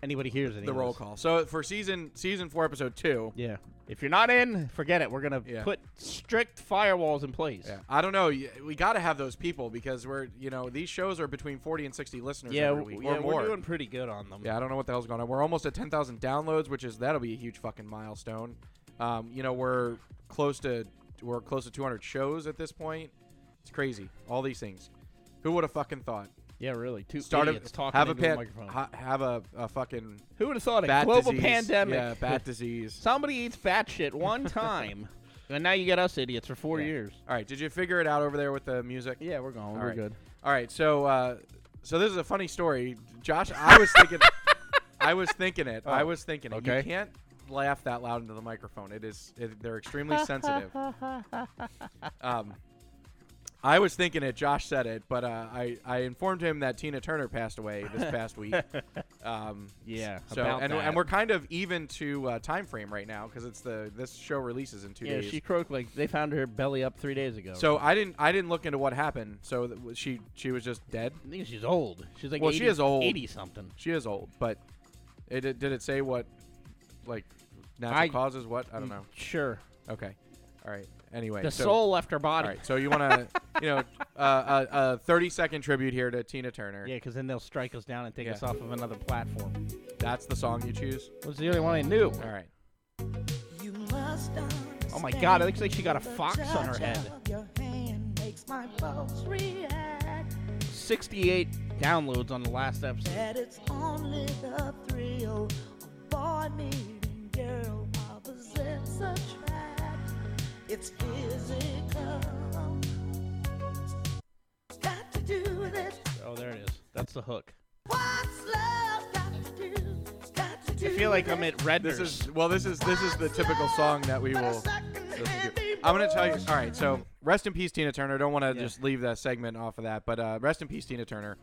[SPEAKER 4] anybody hears any
[SPEAKER 2] the
[SPEAKER 4] of
[SPEAKER 2] roll
[SPEAKER 4] this.
[SPEAKER 2] call. So for season season four episode two,
[SPEAKER 4] Yeah. If you're not in, forget it. We're gonna
[SPEAKER 2] Yeah.
[SPEAKER 4] put strict firewalls in place.
[SPEAKER 2] yeah, I don't know. y- We got to have those people because we're you know these shows are between forty and sixty listeners
[SPEAKER 4] Yeah,
[SPEAKER 2] every
[SPEAKER 4] w-
[SPEAKER 2] week
[SPEAKER 4] yeah,
[SPEAKER 2] or more.
[SPEAKER 4] we're doing pretty good on them.
[SPEAKER 2] Yeah, I don't know what the hell's going on. We're almost at 10,000 downloads, which is that'll be a huge fucking milestone. Um, you know, we're close to we're close to 200 shows at this point. It's crazy. All these things. Who would have fucking thought?
[SPEAKER 4] Yeah, really. Two
[SPEAKER 2] Start a,
[SPEAKER 4] idiots talking
[SPEAKER 2] have a
[SPEAKER 4] into the
[SPEAKER 2] pan-
[SPEAKER 4] microphone.
[SPEAKER 2] ha- have a, a fucking
[SPEAKER 4] Who would have thought a
[SPEAKER 2] bat
[SPEAKER 4] global
[SPEAKER 2] disease.
[SPEAKER 4] pandemic?
[SPEAKER 2] Yeah, bat
[SPEAKER 4] [LAUGHS]
[SPEAKER 2] disease.
[SPEAKER 4] Somebody eats bat shit
[SPEAKER 2] [LAUGHS]
[SPEAKER 4] one time, and now you get us idiots for four
[SPEAKER 2] Yeah.
[SPEAKER 4] years.
[SPEAKER 2] All right, did you figure it out over there with the music?
[SPEAKER 4] Yeah, we're going.
[SPEAKER 2] All right. All right, so uh, so this is a funny story, Josh. I was
[SPEAKER 4] [LAUGHS]
[SPEAKER 2] thinking, I was thinking it. I
[SPEAKER 4] Oh,
[SPEAKER 2] was thinking it. You
[SPEAKER 4] okay.
[SPEAKER 2] can't laugh that loud into the microphone. It is it, they're extremely sensitive.
[SPEAKER 4] [LAUGHS]
[SPEAKER 2] Um, I was thinking it. Josh said it, but uh, I I informed him that Tina Turner passed away this
[SPEAKER 4] [LAUGHS]
[SPEAKER 2] past week. Um,
[SPEAKER 4] Yeah.
[SPEAKER 2] so
[SPEAKER 4] about
[SPEAKER 2] and,
[SPEAKER 4] that.
[SPEAKER 2] and we're kind of even to uh, time frame right now because it's the this show releases in two
[SPEAKER 4] yeah,
[SPEAKER 2] days.
[SPEAKER 4] she croaked like they found her belly up three days ago.
[SPEAKER 2] so I didn't I didn't look into what happened. So th- she she was just dead.
[SPEAKER 4] I think she's old. She's like
[SPEAKER 2] Well,
[SPEAKER 4] 80,
[SPEAKER 2] she is old.
[SPEAKER 4] eighty something.
[SPEAKER 2] She is old, but it, it- did it say what, like, natural
[SPEAKER 4] I-
[SPEAKER 2] causes? What I don't know.
[SPEAKER 4] Sure.
[SPEAKER 2] Okay, all right. Anyway,
[SPEAKER 4] The
[SPEAKER 2] so,
[SPEAKER 4] soul left her body.
[SPEAKER 2] All right, so you want to,
[SPEAKER 4] [LAUGHS]
[SPEAKER 2] you know, uh, a, a thirty-second tribute here to Tina Turner.
[SPEAKER 4] Yeah, because then they'll strike us down and take
[SPEAKER 2] Yeah.
[SPEAKER 4] us off of another platform.
[SPEAKER 2] That's the song you choose.
[SPEAKER 4] Was the only one I knew.
[SPEAKER 2] All right.
[SPEAKER 1] You must
[SPEAKER 4] Oh my god, it looks like she got a fox on her head.
[SPEAKER 1] Your hand makes my pulse react.
[SPEAKER 4] 68 downloads on the last episode.
[SPEAKER 1] That it's only the thrill of boy meeting girl opposites attract. It's physical. Got to do with it.
[SPEAKER 4] Oh, there it is. That's the hook.
[SPEAKER 1] What's love got to do? Got to do
[SPEAKER 4] I feel like I'm
[SPEAKER 1] with
[SPEAKER 4] at Redner's.
[SPEAKER 2] This is well. This is this is the typical song that we
[SPEAKER 1] But a
[SPEAKER 2] will. listen to.
[SPEAKER 1] second-hand
[SPEAKER 2] I'm gonna tell you. All right, so rest in peace, Tina Turner. Don't want to
[SPEAKER 4] Yeah.
[SPEAKER 2] just leave that segment off of that, but uh, rest in peace, Tina Turner.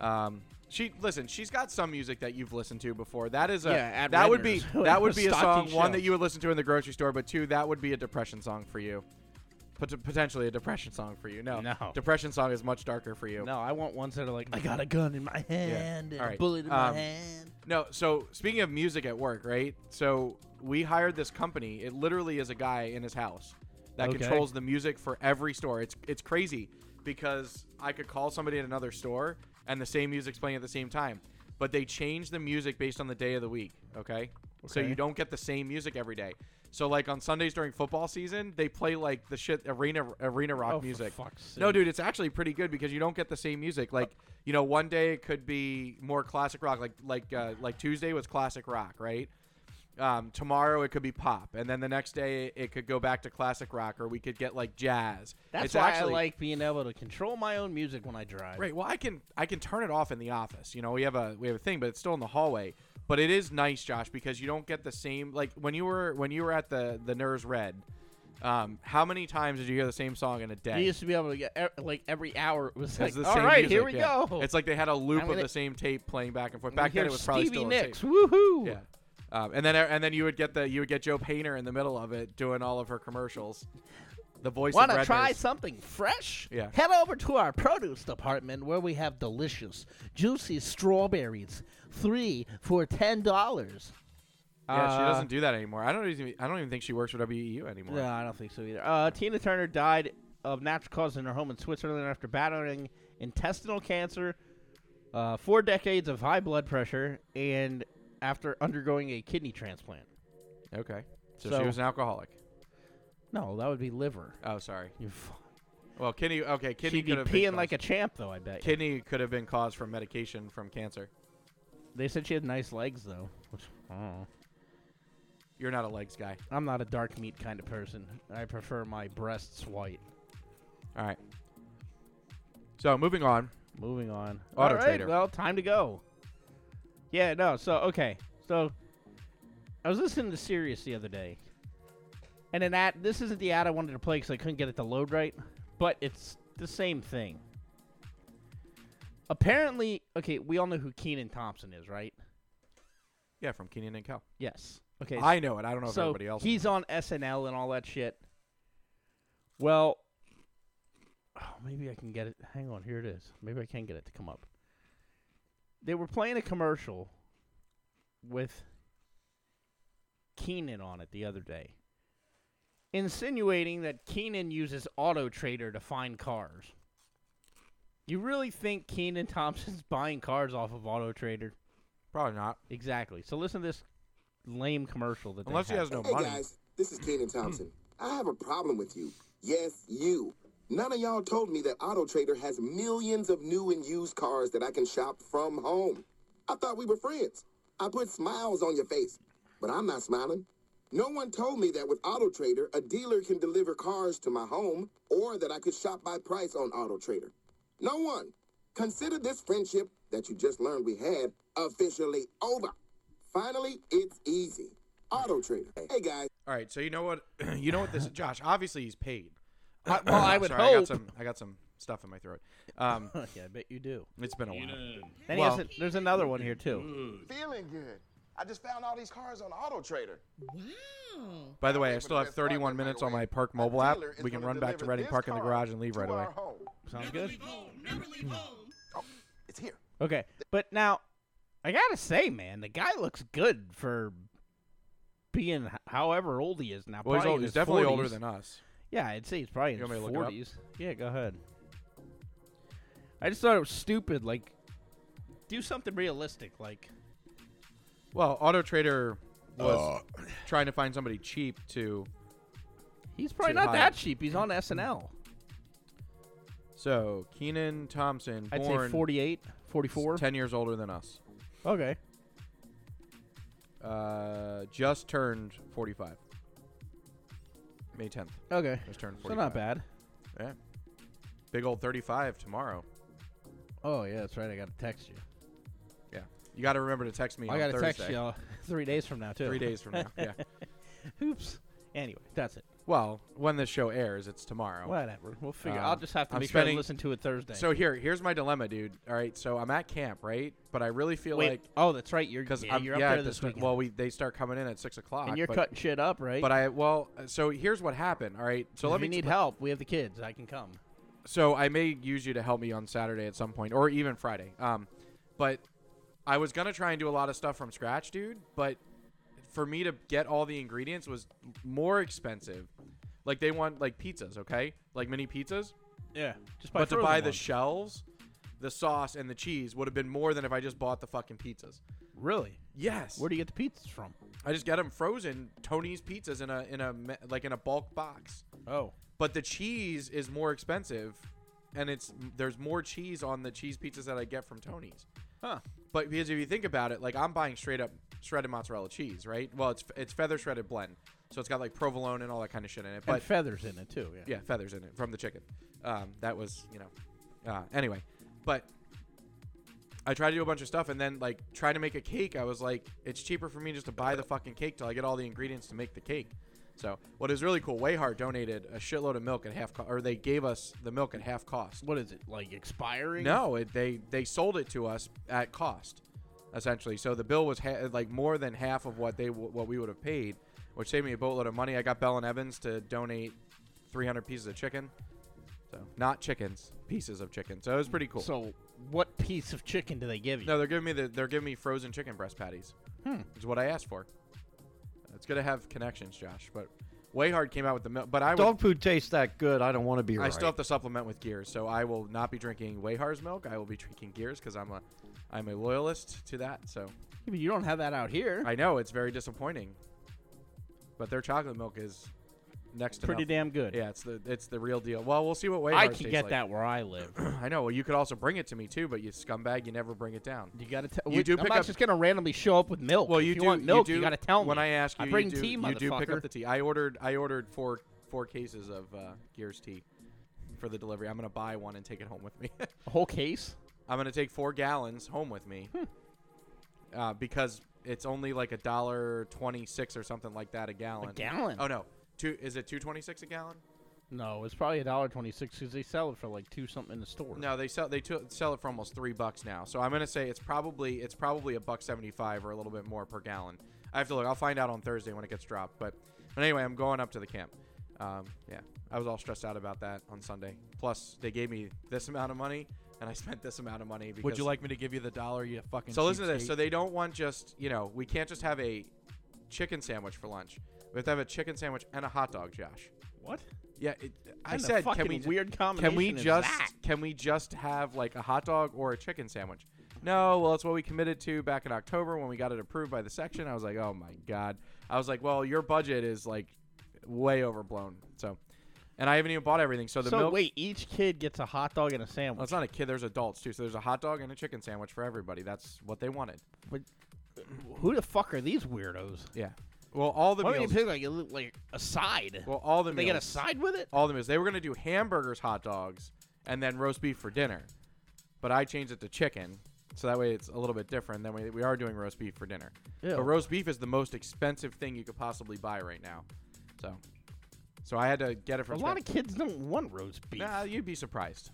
[SPEAKER 2] Um, she listen. She's got some music that you've listened to before. That is a
[SPEAKER 4] Yeah, at
[SPEAKER 2] that would be
[SPEAKER 4] Redner's. [LAUGHS]
[SPEAKER 2] that would be a
[SPEAKER 4] Stocking
[SPEAKER 2] song one that
[SPEAKER 4] shelves.
[SPEAKER 2] you would listen to in the grocery store, but two that would be a depression song for you. Pot- potentially a depression song for you. No,
[SPEAKER 4] No.
[SPEAKER 2] depression song is much darker for you.
[SPEAKER 4] No, I want ones that are like, I got a gun in my hand and
[SPEAKER 2] All
[SPEAKER 4] a
[SPEAKER 2] right.
[SPEAKER 4] bullet in
[SPEAKER 2] Um,
[SPEAKER 4] my hand.
[SPEAKER 2] No, so speaking of music at work, right? So we hired this company. It literally is a guy in his house that
[SPEAKER 4] Okay.
[SPEAKER 2] controls the music for every store. It's it's crazy because I could call somebody at another store and the same music's playing at the same time. But they change the music based on the day of the week, okay? So
[SPEAKER 4] Okay.
[SPEAKER 2] you don't get the same music every day. So like on Sundays during football season, they play like the shit arena arena rock
[SPEAKER 4] Oh, for
[SPEAKER 2] music.
[SPEAKER 4] fuck's
[SPEAKER 2] No,
[SPEAKER 4] sake.
[SPEAKER 2] dude, it's actually pretty good because you don't get the same music. Like, you know, one day it could be more classic rock, like like uh, like Tuesday was classic rock, right? Um, tomorrow it could be pop, and then the next day it could go back to classic rock, or we could get like jazz.
[SPEAKER 4] That's
[SPEAKER 2] it's
[SPEAKER 4] why
[SPEAKER 2] actually,
[SPEAKER 4] I like being able to control my own music when I drive.
[SPEAKER 2] Right. Well, I can I can turn it off in the office. You know, we have a we have a thing, but it's still in the hallway. But it is nice, Josh, because you don't get the same like when you were when you were at the the NERS Red. Um, how many times did you hear the same song in a day?
[SPEAKER 4] You used to be able to get e- like every hour. It was
[SPEAKER 2] It's
[SPEAKER 4] like,
[SPEAKER 2] the
[SPEAKER 4] all
[SPEAKER 2] same
[SPEAKER 4] right,
[SPEAKER 2] music,
[SPEAKER 4] here we
[SPEAKER 2] yeah.
[SPEAKER 4] go.
[SPEAKER 2] It's like they had a loop
[SPEAKER 4] I'm
[SPEAKER 2] of
[SPEAKER 4] gonna-
[SPEAKER 2] the same tape playing back and forth.
[SPEAKER 4] I'm
[SPEAKER 2] Back then,
[SPEAKER 4] gonna
[SPEAKER 2] it was
[SPEAKER 4] hear
[SPEAKER 2] probably
[SPEAKER 4] Stevie
[SPEAKER 2] still
[SPEAKER 4] Nicks.
[SPEAKER 2] A tape.
[SPEAKER 4] Woohoo!
[SPEAKER 2] Yeah. Um, and then and then you would get the you would get Joe Painter in the middle of it doing all of her commercials. The voice.
[SPEAKER 4] Want
[SPEAKER 2] of
[SPEAKER 4] to
[SPEAKER 2] Red
[SPEAKER 4] try
[SPEAKER 2] Nose.
[SPEAKER 4] something fresh?
[SPEAKER 2] Yeah.
[SPEAKER 4] Head over to our produce department where we have delicious, juicy strawberries, three for ten dollars.
[SPEAKER 2] Yeah, she doesn't do that anymore. I don't even I don't even think she works for WEU anymore.
[SPEAKER 4] No, I don't think so either. Uh, Tina Turner died of natural causes in her home in Switzerland after battling intestinal cancer, uh, four decades of high blood pressure, and after undergoing a kidney transplant.
[SPEAKER 2] Okay. So,
[SPEAKER 4] So-
[SPEAKER 2] she was an alcoholic.
[SPEAKER 4] No, that would be liver.
[SPEAKER 2] Oh, sorry.
[SPEAKER 4] You f-
[SPEAKER 2] Well, kidney. Okay, kidney
[SPEAKER 4] She'd be
[SPEAKER 2] could have been
[SPEAKER 4] peeing like a
[SPEAKER 2] caused-
[SPEAKER 4] champ, though. I bet.
[SPEAKER 2] kidney could have been caused from medication from cancer.
[SPEAKER 4] They said she had nice legs, though. Which, I don't know.
[SPEAKER 2] You're not a legs guy.
[SPEAKER 4] I'm not a dark meat kind of person. I prefer my breasts white.
[SPEAKER 2] All right. So moving on.
[SPEAKER 4] Moving on.
[SPEAKER 2] Auto
[SPEAKER 4] All right,
[SPEAKER 2] Trader.
[SPEAKER 4] Well, time to go. Yeah, no. So okay. So I was listening to Sirius the other day, and an ad. This isn't the ad I wanted to play because I couldn't get it to load right, but it's the same thing. Apparently, okay, we all know who Keenan Thompson is, right?
[SPEAKER 2] Yeah, from Keenan and Kel.
[SPEAKER 4] Yes. Okay.
[SPEAKER 2] I know it. I don't know if
[SPEAKER 4] so
[SPEAKER 2] everybody else.
[SPEAKER 4] he's on SNL and all that shit. Well, oh, maybe I can get it. Hang on, here it is. Maybe I can get it to come up. They were playing a commercial with Keenan on it the other day, insinuating that Keenan uses Auto Trader to find cars. You really think Keenan [LAUGHS] Thompson's buying cars off of Auto Trader?
[SPEAKER 2] probably not.
[SPEAKER 4] Exactly. So listen to this lame commercial that they
[SPEAKER 2] Unless he
[SPEAKER 4] had.
[SPEAKER 2] has no
[SPEAKER 6] Hey
[SPEAKER 2] money. Hmm.
[SPEAKER 6] guys, this is Kanan Thompson. I have a problem with you. Yes, you. None of y'all told me that Auto Trader has millions of new and used cars that I can shop from home. I thought we were friends. I put smiles on your face, but I'm not smiling. No one told me that with Auto Trader, a dealer can deliver cars to my home or that I could shop by price on Auto Trader. No one. Consider this friendship that you just learned we had officially over. Finally, it's easy. Auto Trader. Hey guys,
[SPEAKER 2] All right, so you know what? [CLEARS THROAT] you know what [LAUGHS] this Josh? Obviously, he's paid. I, [CLEARS THROAT]
[SPEAKER 4] well, I would
[SPEAKER 2] sorry, I
[SPEAKER 4] hope.
[SPEAKER 2] got some. I got some stuff in my throat.
[SPEAKER 4] [LAUGHS]
[SPEAKER 2] Um,
[SPEAKER 4] yeah, I bet you do.
[SPEAKER 2] it's been a while.
[SPEAKER 4] Then he
[SPEAKER 2] Well-
[SPEAKER 4] has a- there's another one here too.
[SPEAKER 6] feeling good. I just found all these cars on Auto Trader.
[SPEAKER 2] By the way, I still have 31 minutes on my Park Mobile app. We can run back to Reading Park in the garage and leave right away. mm.
[SPEAKER 4] Sounds good.
[SPEAKER 6] It's here.
[SPEAKER 4] Okay, but now I gotta say, man, the guy looks good for being h- however old he is now.
[SPEAKER 2] Well, he's,
[SPEAKER 4] probably
[SPEAKER 2] old,
[SPEAKER 4] in
[SPEAKER 2] he's
[SPEAKER 4] his
[SPEAKER 2] definitely
[SPEAKER 4] 40s.
[SPEAKER 2] older than us.
[SPEAKER 4] Yeah, I'd say he's probably in
[SPEAKER 2] You
[SPEAKER 4] his
[SPEAKER 2] want me to look it up?
[SPEAKER 4] forties. Yeah, go ahead. I just thought it was stupid. Like, do something realistic. Like,
[SPEAKER 2] Well, Auto Trader was
[SPEAKER 4] Uh.
[SPEAKER 2] trying to find somebody cheap to.
[SPEAKER 4] he's probably
[SPEAKER 2] Too
[SPEAKER 4] not
[SPEAKER 2] high.
[SPEAKER 4] that cheap. He's on SNL.
[SPEAKER 2] So Keenan Thompson,
[SPEAKER 4] I'd
[SPEAKER 2] born
[SPEAKER 4] say 48, 44.
[SPEAKER 2] 10 years older than us,
[SPEAKER 4] Okay.
[SPEAKER 2] uh, just turned 45. May 10th,
[SPEAKER 4] Okay.
[SPEAKER 2] just turned 45.
[SPEAKER 4] So not bad.
[SPEAKER 2] Yeah. Big old 35 tomorrow.
[SPEAKER 4] Oh yeah, that's right. I gotta text you.
[SPEAKER 2] Yeah. You got to remember to text me.
[SPEAKER 4] I
[SPEAKER 2] on
[SPEAKER 4] gotta
[SPEAKER 2] Thursday.
[SPEAKER 4] text you uh, [LAUGHS] three days from now too.
[SPEAKER 2] Three days
[SPEAKER 4] [LAUGHS]
[SPEAKER 2] from now. Yeah.
[SPEAKER 4] Oops. Anyway, that's it.
[SPEAKER 2] Well, when this show airs, it's tomorrow.
[SPEAKER 4] Whatever. We'll figure.
[SPEAKER 2] Um,
[SPEAKER 4] I'll just have to
[SPEAKER 2] I'm
[SPEAKER 4] make sure
[SPEAKER 2] spending-
[SPEAKER 4] I listen to it Thursday.
[SPEAKER 2] So here, here's my dilemma, dude. All right, so I'm at camp, right? But I really feel
[SPEAKER 4] wait.
[SPEAKER 2] like
[SPEAKER 4] oh, that's right. You're
[SPEAKER 2] because
[SPEAKER 4] yeah,
[SPEAKER 2] I'm
[SPEAKER 4] you're up
[SPEAKER 2] yeah,
[SPEAKER 4] there
[SPEAKER 2] at
[SPEAKER 4] this
[SPEAKER 2] the-
[SPEAKER 4] weekend.
[SPEAKER 2] Well, we they start coming in at six o'clock.
[SPEAKER 4] and you're
[SPEAKER 2] but,
[SPEAKER 4] cutting shit up, right?
[SPEAKER 2] But I well, so here's what happened. All right, so
[SPEAKER 4] if
[SPEAKER 2] let me
[SPEAKER 4] you need
[SPEAKER 2] expl-
[SPEAKER 4] help, we have the kids. I can come.
[SPEAKER 2] so I may use you to help me on Saturday at some point, or even Friday. Um, but I was gonna try and do a lot of stuff from scratch, dude. But for me to get all the ingredients was more expensive. Like they want like pizzas, okay? Like mini pizzas,
[SPEAKER 4] Yeah. Just
[SPEAKER 2] but to buy the shells, the sauce, and the cheese would have been more than if I just bought the fucking pizzas.
[SPEAKER 4] really?
[SPEAKER 2] Yes,
[SPEAKER 4] Where do you get the pizzas from?
[SPEAKER 2] I just get them frozen. Tony's pizzas in a in a me- like in a bulk box.
[SPEAKER 4] Oh.
[SPEAKER 2] but the cheese is more expensive and it's there's more cheese on the cheese pizzas that I get from Tony's.
[SPEAKER 4] Huh.
[SPEAKER 2] But because if you think about it, like I'm buying straight up shredded mozzarella cheese, right? Well, it's it's feather shredded blend. So it's got like provolone and all that kind of shit in it. But
[SPEAKER 4] and feathers in it too. Yeah.
[SPEAKER 2] yeah, feathers in it from the chicken. Um, that was, you know. Uh, anyway, but I tried to do a bunch of stuff and then like trying to make a cake. I was like, it's cheaper for me just to buy the fucking cake till I get all the ingredients to make the cake. So what is really cool? Wayhart donated a shitload of milk at half, co- or they gave us the milk at half cost.
[SPEAKER 4] What is it like expiring?
[SPEAKER 2] No, it, they they sold it to us at cost, essentially. So the bill was ha- like more than half of what they w- what we would have paid, which saved me a boatload of money. I got Bell and Evans to donate 300 pieces of chicken, so not chickens, pieces of chicken. So it was pretty cool.
[SPEAKER 4] So what piece of chicken do they give you?
[SPEAKER 2] no, they're giving me the, they're giving me frozen chicken breast patties.
[SPEAKER 4] Hmm.
[SPEAKER 2] Is what I asked for. It's good to have connections, Josh. But Wayhard came out with the milk, but I would,
[SPEAKER 3] Dog food tastes that good. I don't want to be
[SPEAKER 2] I
[SPEAKER 3] right.
[SPEAKER 2] still have to supplement with Gears, so I will not be drinking Wayhar's milk. I will be drinking Gears because I'm a, I'm a loyalist to that. So
[SPEAKER 4] Yeah, but you don't have that out here.
[SPEAKER 2] I know it's very disappointing, but their chocolate milk is next to
[SPEAKER 4] Pretty
[SPEAKER 2] nothing.
[SPEAKER 4] damn good.
[SPEAKER 2] Yeah, it's the it's the real deal. Well, we'll see what Wayhar's
[SPEAKER 4] I can
[SPEAKER 2] tastes
[SPEAKER 4] get
[SPEAKER 2] like.
[SPEAKER 4] that where I live.
[SPEAKER 2] [CLEARS THROAT] I know. Well, you could also bring it to me too, but you scumbag, you never bring it down.
[SPEAKER 4] You gotta tell.
[SPEAKER 2] You
[SPEAKER 4] You
[SPEAKER 2] do
[SPEAKER 4] I'm
[SPEAKER 2] pick
[SPEAKER 4] not
[SPEAKER 2] up-
[SPEAKER 4] just gonna randomly show up with milk.
[SPEAKER 2] Well,
[SPEAKER 4] if
[SPEAKER 2] you, do.
[SPEAKER 4] want milk.
[SPEAKER 2] you
[SPEAKER 4] You,
[SPEAKER 2] do.
[SPEAKER 4] gotta tell me
[SPEAKER 2] when I ask you.
[SPEAKER 4] I bring
[SPEAKER 2] you do,
[SPEAKER 4] tea,
[SPEAKER 2] You do pick
[SPEAKER 4] motherfucker.
[SPEAKER 2] up the tea. I ordered. I ordered four four cases of uh, Gears tea for the delivery. I'm gonna buy one and take it home with me. [LAUGHS]
[SPEAKER 4] a whole case.
[SPEAKER 2] I'm gonna take four gallons home with me, uh, because it's only like a dollar twenty six or something like that a gallon.
[SPEAKER 4] gallon?
[SPEAKER 2] Oh no, two is it two twenty six a gallon?
[SPEAKER 4] No, it's probably a dollar twenty six because they sell it for like two something in the store.
[SPEAKER 2] No, they sell they took sell it for almost three bucks now. So I'm gonna say it's probably it's probably a buck seventy five or a little bit more per gallon. I have to look. I'll find out on Thursday when it gets dropped. But but anyway, I'm going up to the camp. Um, yeah, I was all stressed out about that on Sunday. Plus, they gave me this amount of money, and I [LAUGHS] spent this amount of money. Because
[SPEAKER 7] Would you like me to give you the dollar? You fucking.
[SPEAKER 2] So listen to this.
[SPEAKER 7] cheapskate?
[SPEAKER 2] So they don't want just you know we can't just have a chicken sandwich for lunch. We have to have a chicken sandwich and a hot dog, Josh.
[SPEAKER 4] What?
[SPEAKER 2] Yeah, it, I
[SPEAKER 4] Kinda
[SPEAKER 2] said can
[SPEAKER 4] fucking
[SPEAKER 2] we
[SPEAKER 4] weird combination
[SPEAKER 2] Can we
[SPEAKER 4] is
[SPEAKER 2] just
[SPEAKER 4] that?
[SPEAKER 2] can we just have like a hot dog or a chicken sandwich? No, well, it's what we committed to back in October when we got it approved by the section. I was like, oh my god. I was like, well, your budget is like way overblown. So, and I haven't even bought everything. So the
[SPEAKER 4] so
[SPEAKER 2] milk.
[SPEAKER 4] wait, each kid gets a hot dog and a
[SPEAKER 2] Well,
[SPEAKER 4] sandwich.
[SPEAKER 2] it's not a kid. There's adults too. So there's a hot dog and a chicken sandwich for everybody. That's what they wanted.
[SPEAKER 4] Who the fuck are these weirdos?
[SPEAKER 2] Yeah. Well, all the
[SPEAKER 4] Why don't you
[SPEAKER 2] meals.
[SPEAKER 4] pick like a, li- like a side?
[SPEAKER 2] well, all the
[SPEAKER 4] they get a
[SPEAKER 2] meals-
[SPEAKER 4] side with it.
[SPEAKER 2] all the meals. They were gonna do hamburgers, hot dogs, and then roast beef for dinner, but I changed it to chicken, so that way it's a little bit different. Then we, we are doing roast beef for dinner.
[SPEAKER 4] Ew.
[SPEAKER 2] But roast beef is the most expensive thing you could possibly buy right now, so so I had to get it
[SPEAKER 4] A
[SPEAKER 2] from.
[SPEAKER 4] lot of
[SPEAKER 2] Spec-
[SPEAKER 4] kids don't want roast beef.
[SPEAKER 2] Nah, you'd be surprised.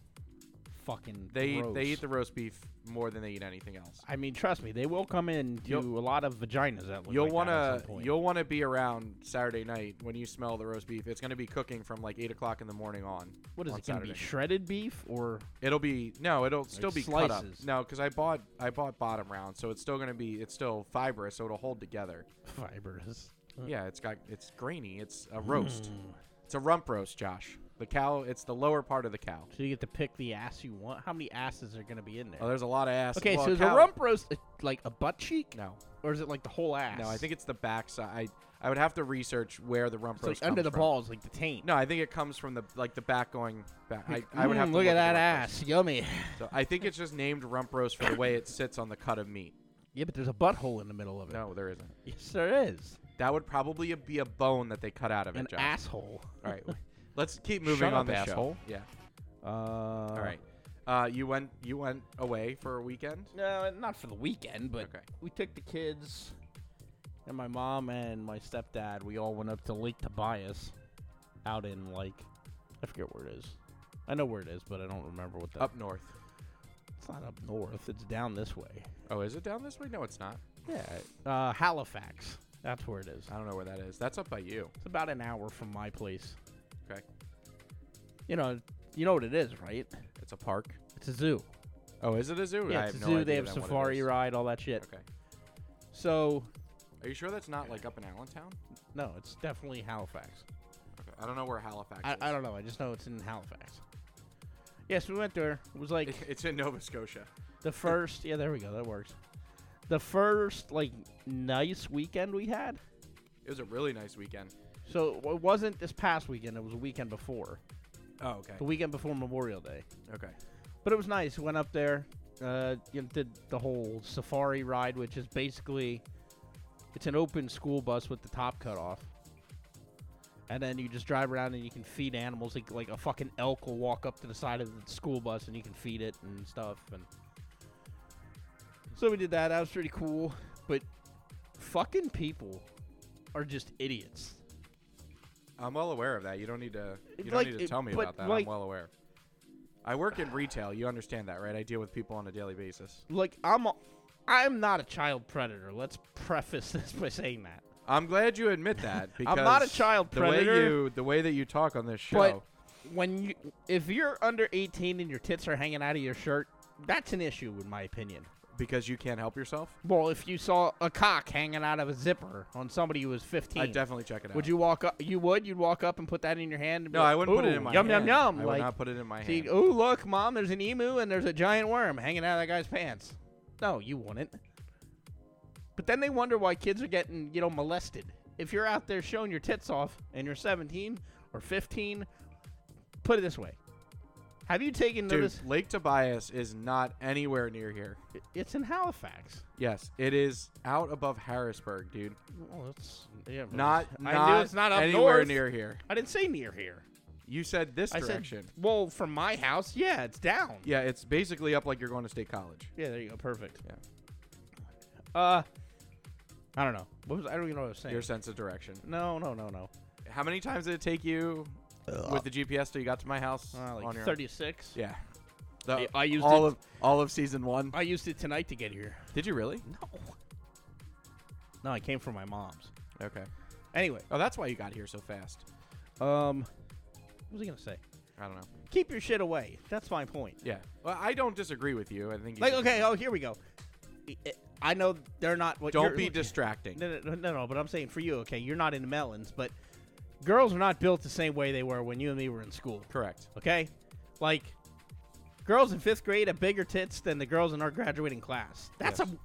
[SPEAKER 4] fucking.
[SPEAKER 2] They eat,
[SPEAKER 4] gross.
[SPEAKER 2] they eat the roast beef more than they eat anything else.
[SPEAKER 4] I mean, trust me, they will come in do
[SPEAKER 2] You'll-
[SPEAKER 4] a lot of vaginas that look
[SPEAKER 2] You'll
[SPEAKER 4] like that at
[SPEAKER 2] wanna
[SPEAKER 4] some point.
[SPEAKER 2] you'll wanna be around Saturday night when you smell the roast beef. It's gonna be cooking from like eight o'clock in the morning on.
[SPEAKER 4] What is
[SPEAKER 2] on
[SPEAKER 4] it going to be
[SPEAKER 2] Saturday.
[SPEAKER 4] shredded beef or
[SPEAKER 2] It'll be no, it'll still be cut up.
[SPEAKER 4] slices.
[SPEAKER 2] No, because I bought I bought bottom round, so it's still gonna be it's still fibrous, so it'll hold together.
[SPEAKER 4] fibrous?
[SPEAKER 2] Yeah, it's got it's grainy. It's
[SPEAKER 4] Hmm.
[SPEAKER 2] a roast. It's a rump roast, Josh. The cow. It's the lower part of the cow.
[SPEAKER 4] So you get to pick the ass you want. How many asses are going to be in there?
[SPEAKER 2] Oh, there's a lot of ass.
[SPEAKER 4] okay,
[SPEAKER 2] well,
[SPEAKER 4] so is
[SPEAKER 2] cow,
[SPEAKER 4] a rump roast uh, like a butt cheek,
[SPEAKER 2] No,
[SPEAKER 4] or is it like the whole ass?
[SPEAKER 2] no, I think it's the backside. I I would have to research where the rump
[SPEAKER 4] it's like
[SPEAKER 2] roast
[SPEAKER 4] under
[SPEAKER 2] comes
[SPEAKER 4] the
[SPEAKER 2] from.
[SPEAKER 4] balls, like the taint.
[SPEAKER 2] No, I think it comes from the like the back going back. I, I would
[SPEAKER 4] Mm,
[SPEAKER 2] have to
[SPEAKER 4] look, at that
[SPEAKER 2] the rump roast.
[SPEAKER 4] ass, yummy.
[SPEAKER 2] So I think it's just named rump roast for the way it sits on the cut of meat.
[SPEAKER 4] Yeah, but there's a butthole in the middle of it.
[SPEAKER 2] No, there isn't.
[SPEAKER 4] Yes, there is
[SPEAKER 2] That would probably be a bone that they cut out of it,
[SPEAKER 4] an
[SPEAKER 2] Josh.
[SPEAKER 4] asshole.
[SPEAKER 2] All right, [LAUGHS] let's keep moving
[SPEAKER 7] Shut
[SPEAKER 2] on
[SPEAKER 7] up,
[SPEAKER 2] the
[SPEAKER 7] asshole.
[SPEAKER 2] show. Yeah.
[SPEAKER 4] Uh,
[SPEAKER 2] All right. Uh, you went you went away for a weekend.
[SPEAKER 4] No, Uh, not for the weekend, but
[SPEAKER 2] Okay.
[SPEAKER 4] we took the kids and my mom and my stepdad. We all went up to Lake Tobias, out in like I forget where it is. I know where it is, but I don't remember what that.
[SPEAKER 2] Up north.
[SPEAKER 4] It's not up north. It's down this way.
[SPEAKER 2] Oh, is it down this way? No, it's not.
[SPEAKER 4] Yeah, uh, Halifax. That's where it is.
[SPEAKER 2] I don't know where that is. That's up by you.
[SPEAKER 4] It's about an hour from my place.
[SPEAKER 2] Okay.
[SPEAKER 4] You know, you know what it is, right?
[SPEAKER 2] It's a park.
[SPEAKER 4] It's a zoo.
[SPEAKER 2] Oh, is it a zoo? I
[SPEAKER 4] yeah,
[SPEAKER 2] have
[SPEAKER 4] it's a
[SPEAKER 2] no
[SPEAKER 4] zoo.
[SPEAKER 2] idea
[SPEAKER 4] they have
[SPEAKER 2] then what it
[SPEAKER 4] safari
[SPEAKER 2] is.
[SPEAKER 4] ride, all that shit.
[SPEAKER 2] Okay.
[SPEAKER 4] So
[SPEAKER 2] Are you sure that's not like up in Allentown?
[SPEAKER 4] no, it's definitely Halifax.
[SPEAKER 2] Okay. I don't know where Halifax
[SPEAKER 4] I,
[SPEAKER 2] is.
[SPEAKER 4] I don't know. I just know it's in Halifax. Yes, we went there. It was like
[SPEAKER 2] [LAUGHS] It's in Nova Scotia.
[SPEAKER 4] the first. Yeah, there we go. That works. The first like nice weekend we had.
[SPEAKER 2] It was a really nice weekend.
[SPEAKER 4] So it wasn't this past weekend. It was a weekend before.
[SPEAKER 2] Oh, okay.
[SPEAKER 4] The weekend before Memorial Day.
[SPEAKER 2] Okay.
[SPEAKER 4] But it was nice. Went up there. Uh, you know, did the whole safari ride, which is basically it's an open school bus with the top cut off. And then you just drive around and you can feed animals. Like, like a fucking elk will walk up to the side of the school bus and you can feed it and stuff. And so we did that. That was pretty cool. But fucking people are just idiots.
[SPEAKER 2] I'm well aware of that. You don't need to. You
[SPEAKER 4] It's
[SPEAKER 2] don't
[SPEAKER 4] like-
[SPEAKER 2] need to
[SPEAKER 4] it-
[SPEAKER 2] tell me
[SPEAKER 4] but
[SPEAKER 2] about that.
[SPEAKER 4] like-
[SPEAKER 2] I'm well aware. I work in retail. You understand that, right? I deal with people on a daily basis.
[SPEAKER 4] Like I'm, a, I'm not a child predator. Let's preface [LAUGHS] this by saying that.
[SPEAKER 2] I'm glad you
[SPEAKER 4] [LAUGHS]
[SPEAKER 2] admit that because
[SPEAKER 4] I'm not a child
[SPEAKER 2] The way
[SPEAKER 4] predator.
[SPEAKER 2] you the way that you talk on this show.
[SPEAKER 4] But when you, if you're under 18 and your tits are hanging out of your shirt, that's an issue, in my opinion.
[SPEAKER 2] because you can't help yourself,
[SPEAKER 4] Well, if you saw a cock hanging out of a zipper on somebody who was 15,
[SPEAKER 2] I'd definitely check it out.
[SPEAKER 4] would you walk up? You would. You'd walk up and put that in your hand. and be
[SPEAKER 2] No,
[SPEAKER 4] like,
[SPEAKER 2] I wouldn't put it in
[SPEAKER 4] "Ooh,
[SPEAKER 2] my
[SPEAKER 4] yum,
[SPEAKER 2] hand.
[SPEAKER 4] Yum yum
[SPEAKER 2] I would
[SPEAKER 4] Like,
[SPEAKER 2] not put it in my hand.
[SPEAKER 4] see, oh look, mom, there's an emu and there's a giant worm hanging out of that guy's pants. No, you wouldn't. But then they wonder why kids are getting, you know, molested. If you're out there showing your tits off and you're 17 or 15, put it this way: Have you taken
[SPEAKER 2] Dude,
[SPEAKER 4] notice?
[SPEAKER 2] Lake Tobias is not anywhere near here.
[SPEAKER 4] It's in Halifax.
[SPEAKER 2] Yes, it is out above Harrisburg, dude.
[SPEAKER 4] Well, it's yeah, but
[SPEAKER 2] Not,
[SPEAKER 4] it's-
[SPEAKER 2] not
[SPEAKER 4] I knew it's not up
[SPEAKER 2] anywhere
[SPEAKER 4] north.
[SPEAKER 2] near here.
[SPEAKER 4] I didn't say near here.
[SPEAKER 2] You said this
[SPEAKER 4] I
[SPEAKER 2] direction.
[SPEAKER 4] said, well, from my house, yeah, it's down.
[SPEAKER 2] yeah, it's basically up like you're going to state college.
[SPEAKER 4] Yeah, there you go. Perfect.
[SPEAKER 2] Yeah.
[SPEAKER 4] Uh, I don't know. What was I don't even know what I was saying.
[SPEAKER 2] Your sense of direction.
[SPEAKER 4] no, no, no, no.
[SPEAKER 2] How many times did it take you with the GPS till you got to my house
[SPEAKER 4] Uh,
[SPEAKER 2] on your
[SPEAKER 4] like 36.
[SPEAKER 2] Yeah. The-
[SPEAKER 4] I- I used
[SPEAKER 2] all
[SPEAKER 4] it-
[SPEAKER 2] of all of season one.
[SPEAKER 4] I used it tonight to get here.
[SPEAKER 2] Did you really?
[SPEAKER 4] No. No, I came from my mom's.
[SPEAKER 2] Okay.
[SPEAKER 4] Anyway,
[SPEAKER 2] Oh, that's why you got here so fast.
[SPEAKER 4] um, what was I gonna say?
[SPEAKER 2] I don't know.
[SPEAKER 4] Keep your shit away. That's my point.
[SPEAKER 2] Yeah. Well, I don't disagree with you. I think you
[SPEAKER 4] Like,
[SPEAKER 2] should-
[SPEAKER 4] okay, oh, here we go. I- I- I know they're not what.
[SPEAKER 2] Don't
[SPEAKER 4] you're-
[SPEAKER 2] be distracting.
[SPEAKER 4] No, no, no, no. But I'm saying for you, okay, you're not into melons, but girls are not built the same way they were when you and me were in school.
[SPEAKER 2] Correct.
[SPEAKER 4] Okay, like girls in fifth grade have bigger tits than the girls in our graduating class. That's
[SPEAKER 2] Yes.
[SPEAKER 4] a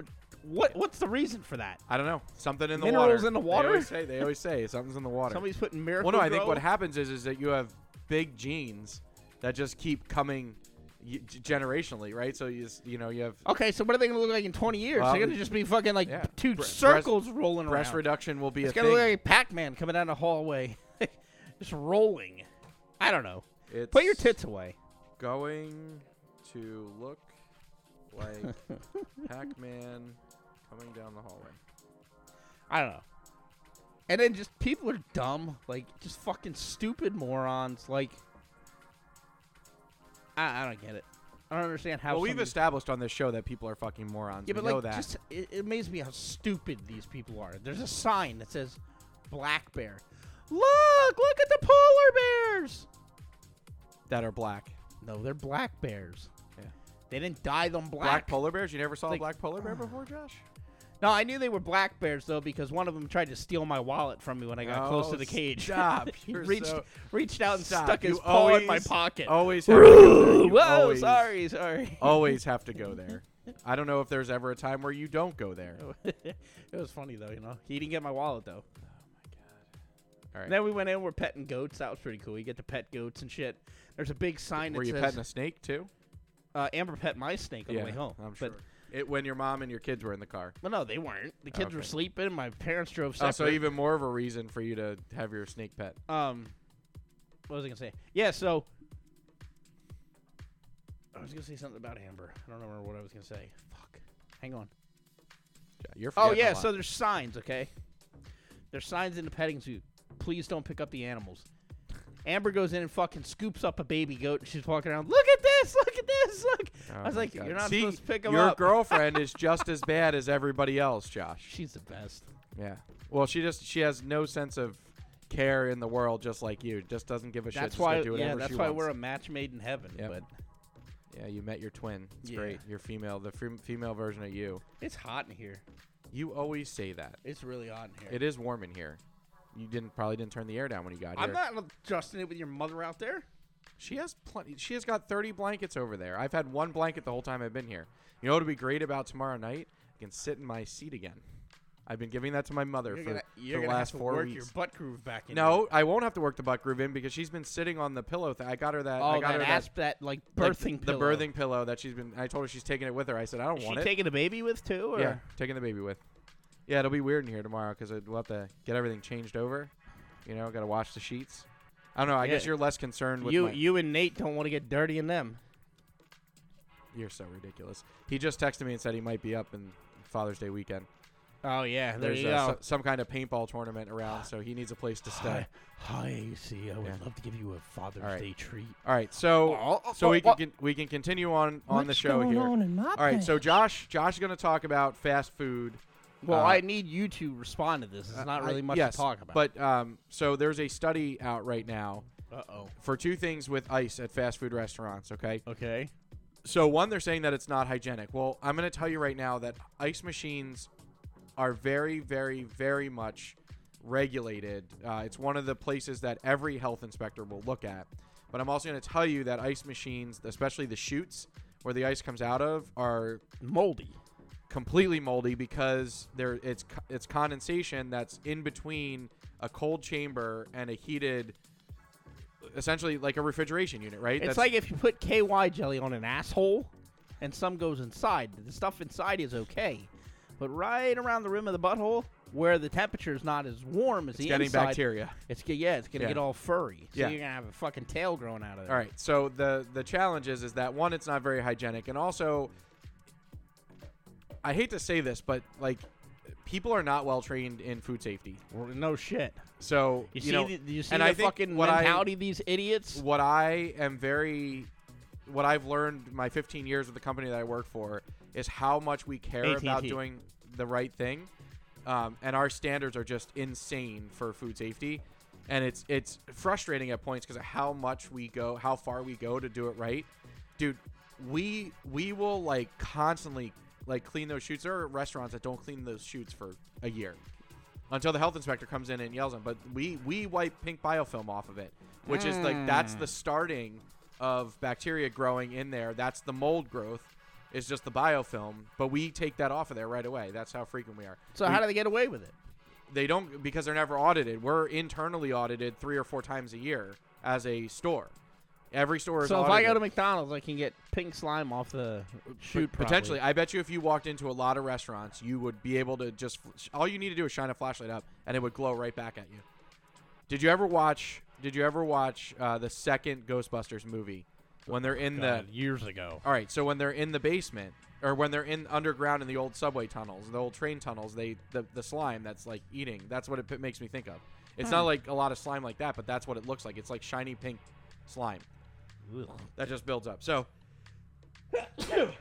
[SPEAKER 4] what? What's the reason for that?
[SPEAKER 2] I don't know. Something in the water.
[SPEAKER 4] Minerals in the water?
[SPEAKER 2] They always say, they always say something's in the water.
[SPEAKER 4] Somebody's putting [LAUGHS] miracle.
[SPEAKER 2] well, no, I think
[SPEAKER 4] Grow?
[SPEAKER 2] what happens is is that you have big genes that just keep coming y- g- generationally, right? So you s- you know you have
[SPEAKER 4] Okay, so what are they going to look like in 20 years?
[SPEAKER 2] Well,
[SPEAKER 4] They're going to just be fucking like
[SPEAKER 2] yeah.
[SPEAKER 4] two
[SPEAKER 2] Bre-
[SPEAKER 4] circles rolling
[SPEAKER 2] breast
[SPEAKER 4] around.
[SPEAKER 2] reduction will be
[SPEAKER 4] it's
[SPEAKER 2] a
[SPEAKER 4] going to look
[SPEAKER 2] thing.
[SPEAKER 4] like Pac-Man coming down the hallway, [LAUGHS] just rolling. I don't know.
[SPEAKER 2] it's
[SPEAKER 4] Put your tits away.
[SPEAKER 2] going to look like
[SPEAKER 4] [LAUGHS]
[SPEAKER 2] Pac-Man coming down the hallway.
[SPEAKER 4] I don't know. And then just people are dumb, like just fucking stupid morons. Like I, I don't get it. I don't understand how.
[SPEAKER 2] Well, we've
[SPEAKER 4] somebody-
[SPEAKER 2] established on this show that people are fucking morons.
[SPEAKER 4] yeah,
[SPEAKER 2] we
[SPEAKER 4] but
[SPEAKER 2] know
[SPEAKER 4] like
[SPEAKER 2] that.
[SPEAKER 4] just it, it amazes me how stupid these people are. There's a sign that says "Black Bear." Look! Look at the polar bears.
[SPEAKER 2] that are black.
[SPEAKER 4] No, they're black bears.
[SPEAKER 2] Yeah.
[SPEAKER 4] They didn't dye them
[SPEAKER 2] Black
[SPEAKER 4] black.
[SPEAKER 2] polar bears? You never saw
[SPEAKER 4] Like- uh,
[SPEAKER 2] a black polar bear before, Josh?
[SPEAKER 4] no, I knew they were black bears though because one of them tried to steal my wallet from me when I got close
[SPEAKER 2] Oh,
[SPEAKER 4] to the cage.
[SPEAKER 2] stop.
[SPEAKER 4] [LAUGHS] he
[SPEAKER 2] You're
[SPEAKER 4] reached
[SPEAKER 2] so-
[SPEAKER 4] reached out and
[SPEAKER 2] Stop.
[SPEAKER 4] stuck his
[SPEAKER 2] You
[SPEAKER 4] paw in my
[SPEAKER 2] always-
[SPEAKER 4] pocket. [LAUGHS]
[SPEAKER 2] Always have to go there.
[SPEAKER 4] Whoa,
[SPEAKER 2] You always,
[SPEAKER 4] sorry, sorry.
[SPEAKER 2] [LAUGHS]
[SPEAKER 4] [LAUGHS]
[SPEAKER 2] Always have to go there. I don't know if there's ever a time where you don't go there.
[SPEAKER 4] it was funny though, you know. He didn't get my wallet though.
[SPEAKER 2] Oh, All right.
[SPEAKER 4] And then we went in, we're petting goats. That was pretty cool. You get to pet goats and shit. There's a big sign
[SPEAKER 2] Were
[SPEAKER 4] that
[SPEAKER 2] you
[SPEAKER 4] says
[SPEAKER 2] petting a snake too?
[SPEAKER 4] uh, Amber pet my snake on the way home.
[SPEAKER 2] I'm
[SPEAKER 4] but
[SPEAKER 2] sure. It when your mom and your kids were in the car.
[SPEAKER 4] well, no, they weren't. The kids were
[SPEAKER 2] Okay.
[SPEAKER 4] sleeping. My parents drove separate.
[SPEAKER 2] Oh, so even more of a reason for you to have your snake pet.
[SPEAKER 4] um what was I gonna say? Yeah, so I was gonna say something about Amber. I don't remember what I was gonna say. Fuck. Hang on.
[SPEAKER 2] Yeah, You're
[SPEAKER 4] Oh
[SPEAKER 2] forgetting a
[SPEAKER 4] yeah,
[SPEAKER 2] lot.
[SPEAKER 4] so there's signs, okay? There's signs in the petting zoo. Please don't pick up the animals. Amber goes in and fucking scoops up a baby goat, and she's walking around. Look at this! Look at this! Look!
[SPEAKER 2] Oh
[SPEAKER 4] I was
[SPEAKER 2] my
[SPEAKER 4] like,
[SPEAKER 2] God.
[SPEAKER 4] you're not
[SPEAKER 2] See,
[SPEAKER 4] supposed to pick them
[SPEAKER 2] your
[SPEAKER 4] up. [LAUGHS]
[SPEAKER 2] girlfriend is just as bad as everybody else, Josh.
[SPEAKER 4] She's the best.
[SPEAKER 2] Yeah. Well, she just she has no sense of care in the world, just like you. Just doesn't give a shit.
[SPEAKER 4] That's
[SPEAKER 2] Just
[SPEAKER 4] why.
[SPEAKER 2] gonna do
[SPEAKER 4] yeah,
[SPEAKER 2] whatever
[SPEAKER 4] that's
[SPEAKER 2] she
[SPEAKER 4] why
[SPEAKER 2] wants.
[SPEAKER 4] we're a match made in heaven.
[SPEAKER 2] Yep.
[SPEAKER 4] But
[SPEAKER 2] Yeah, you met your twin. It's
[SPEAKER 4] Yeah.
[SPEAKER 2] great. You're female, the fem- female version of you.
[SPEAKER 4] it's hot in here.
[SPEAKER 2] You always say that.
[SPEAKER 4] It's really hot in here.
[SPEAKER 2] It is warm in here. You didn't probably didn't turn the air down when you got
[SPEAKER 4] I'm
[SPEAKER 2] here.
[SPEAKER 4] not adjusting it with your mother out there.
[SPEAKER 2] she has plenty. She has got 30 blankets over there. I've had one blanket the whole time I've been here. You know what would be great about tomorrow night? I can sit in my seat again. I've been giving that to my mother
[SPEAKER 4] You're
[SPEAKER 2] for,
[SPEAKER 4] gonna,
[SPEAKER 2] for
[SPEAKER 4] you're
[SPEAKER 2] the
[SPEAKER 4] gonna
[SPEAKER 2] last
[SPEAKER 4] have to
[SPEAKER 2] four
[SPEAKER 4] work
[SPEAKER 2] weeks.
[SPEAKER 4] your butt groove back in.
[SPEAKER 2] no, I won't have to work the butt groove in because she's been sitting on the pillow. Th- I got her that.
[SPEAKER 4] Oh,
[SPEAKER 2] I got
[SPEAKER 4] that,
[SPEAKER 2] her
[SPEAKER 4] asp, that like birthing
[SPEAKER 2] like, the-
[SPEAKER 4] pillow.
[SPEAKER 2] The birthing pillow that she's been. I told her she's taking it with her. I said I don't
[SPEAKER 4] Is
[SPEAKER 2] want
[SPEAKER 4] she
[SPEAKER 2] it.
[SPEAKER 4] taking a baby with too? Or?
[SPEAKER 2] Yeah, taking the baby with. Yeah, it'll be weird in here tomorrow because we'll have to get everything changed over. You know, got to wash the sheets. I don't know. I guess
[SPEAKER 4] Yeah.
[SPEAKER 2] you're less concerned with
[SPEAKER 4] you
[SPEAKER 2] my-
[SPEAKER 4] you and Nate don't want to get dirty in them.
[SPEAKER 2] You're so ridiculous. He just texted me and said he might be up in Father's Day weekend.
[SPEAKER 4] Oh yeah, there
[SPEAKER 2] There's
[SPEAKER 4] you
[SPEAKER 2] uh,
[SPEAKER 4] go.
[SPEAKER 2] so- some kind of paintball tournament around, so he needs a place
[SPEAKER 4] [SIGHS]
[SPEAKER 2] to stay.
[SPEAKER 4] hi, AC. I would
[SPEAKER 2] Yeah.
[SPEAKER 4] love to give you a Father's
[SPEAKER 2] All right.
[SPEAKER 4] Day treat.
[SPEAKER 2] All right, so
[SPEAKER 4] Oh,
[SPEAKER 2] so
[SPEAKER 4] oh,
[SPEAKER 2] we can
[SPEAKER 4] oh.
[SPEAKER 2] con- we can continue on on the
[SPEAKER 1] What's
[SPEAKER 2] show
[SPEAKER 1] going
[SPEAKER 2] here.
[SPEAKER 1] on in my
[SPEAKER 2] All right, so
[SPEAKER 1] pants?
[SPEAKER 2] Josh Josh is going to talk about fast food.
[SPEAKER 4] Well,
[SPEAKER 2] Uh,
[SPEAKER 4] I need you to respond to this. It's not
[SPEAKER 2] I-
[SPEAKER 4] really much
[SPEAKER 2] yes,
[SPEAKER 4] to talk about.
[SPEAKER 2] But um, so there's a study out right now
[SPEAKER 4] uh oh.
[SPEAKER 2] for two things with ice at fast food restaurants. Okay,
[SPEAKER 4] Okay.
[SPEAKER 2] so one they're saying that it's not hygienic. Well, I'm going to tell you right now that ice machines are very, very, very much regulated. Uh, it's one of the places that every health inspector will look at. But I'm also going to tell you that ice machines, especially the chutes where the ice comes out of, are
[SPEAKER 4] Moldy.
[SPEAKER 2] completely moldy because there it's co- it's condensation that's in between a cold chamber and a heated essentially like a refrigeration unit right
[SPEAKER 4] It's
[SPEAKER 2] That's-
[SPEAKER 4] like if you put KY jelly on an asshole, and some goes inside. The stuff inside is okay, but right around the rim of the butthole, where the temperature is not as warm as
[SPEAKER 2] it's
[SPEAKER 4] the
[SPEAKER 2] getting
[SPEAKER 4] inside,
[SPEAKER 2] bacteria
[SPEAKER 4] It's ge- yeah, it's gonna
[SPEAKER 2] Yeah.
[SPEAKER 4] get all furry. So
[SPEAKER 2] Yeah.
[SPEAKER 4] you're gonna have a fucking tail growing out of it.
[SPEAKER 2] All right. So the the challenge is is that one, it's not very hygienic, and also, I hate to say this, but like, people are not well trained in food safety.
[SPEAKER 4] Well, no shit.
[SPEAKER 2] So
[SPEAKER 4] You,
[SPEAKER 2] you,
[SPEAKER 4] see,
[SPEAKER 2] know,
[SPEAKER 4] the, you see
[SPEAKER 2] and
[SPEAKER 4] the
[SPEAKER 2] I think
[SPEAKER 4] fucking
[SPEAKER 2] what I-
[SPEAKER 4] mentality these idiots.
[SPEAKER 2] what I am very, what I've learned my 15 years with the company that I work for is how much we care about
[SPEAKER 4] AT&T.
[SPEAKER 2] doing the right thing, um, and our standards are just insane for food safety, and it's it's frustrating at points because of how much we go, how far we go to do it right, dude. We we will like constantly like clean those shoots. There are restaurants that don't clean those shoots for a year until the health inspector comes in and yells them. But we we wipe pink biofilm off of it, which is like that's the starting of bacteria growing in there. That's the mold growth. It's just the biofilm, but we take that off of there right away. That's how frequent we are.
[SPEAKER 4] So how do they get away with it?
[SPEAKER 2] They don't because they're never audited. We're internally audited three or four times a year as a store. Every store is
[SPEAKER 4] So if I
[SPEAKER 2] audited.
[SPEAKER 4] go to McDonald's, I can get pink slime off the shoot.
[SPEAKER 2] Pot- Potentially, I bet you if you walked into a lot of restaurants, you would be able to just fl- all you need to do is shine a flashlight up, and it would glow right back at you. Did you ever watch? Did you ever watch uh, the second Ghostbusters movie when they're in the
[SPEAKER 4] years ago.
[SPEAKER 2] all right, so when they're in the basement or when they're in underground in the old subway tunnels, the old train tunnels, they the, the slime that's like eating. That's what it p- makes me think of. It's not like a lot of slime like that, but that's what it looks like. It's like shiny pink slime that just builds up. So,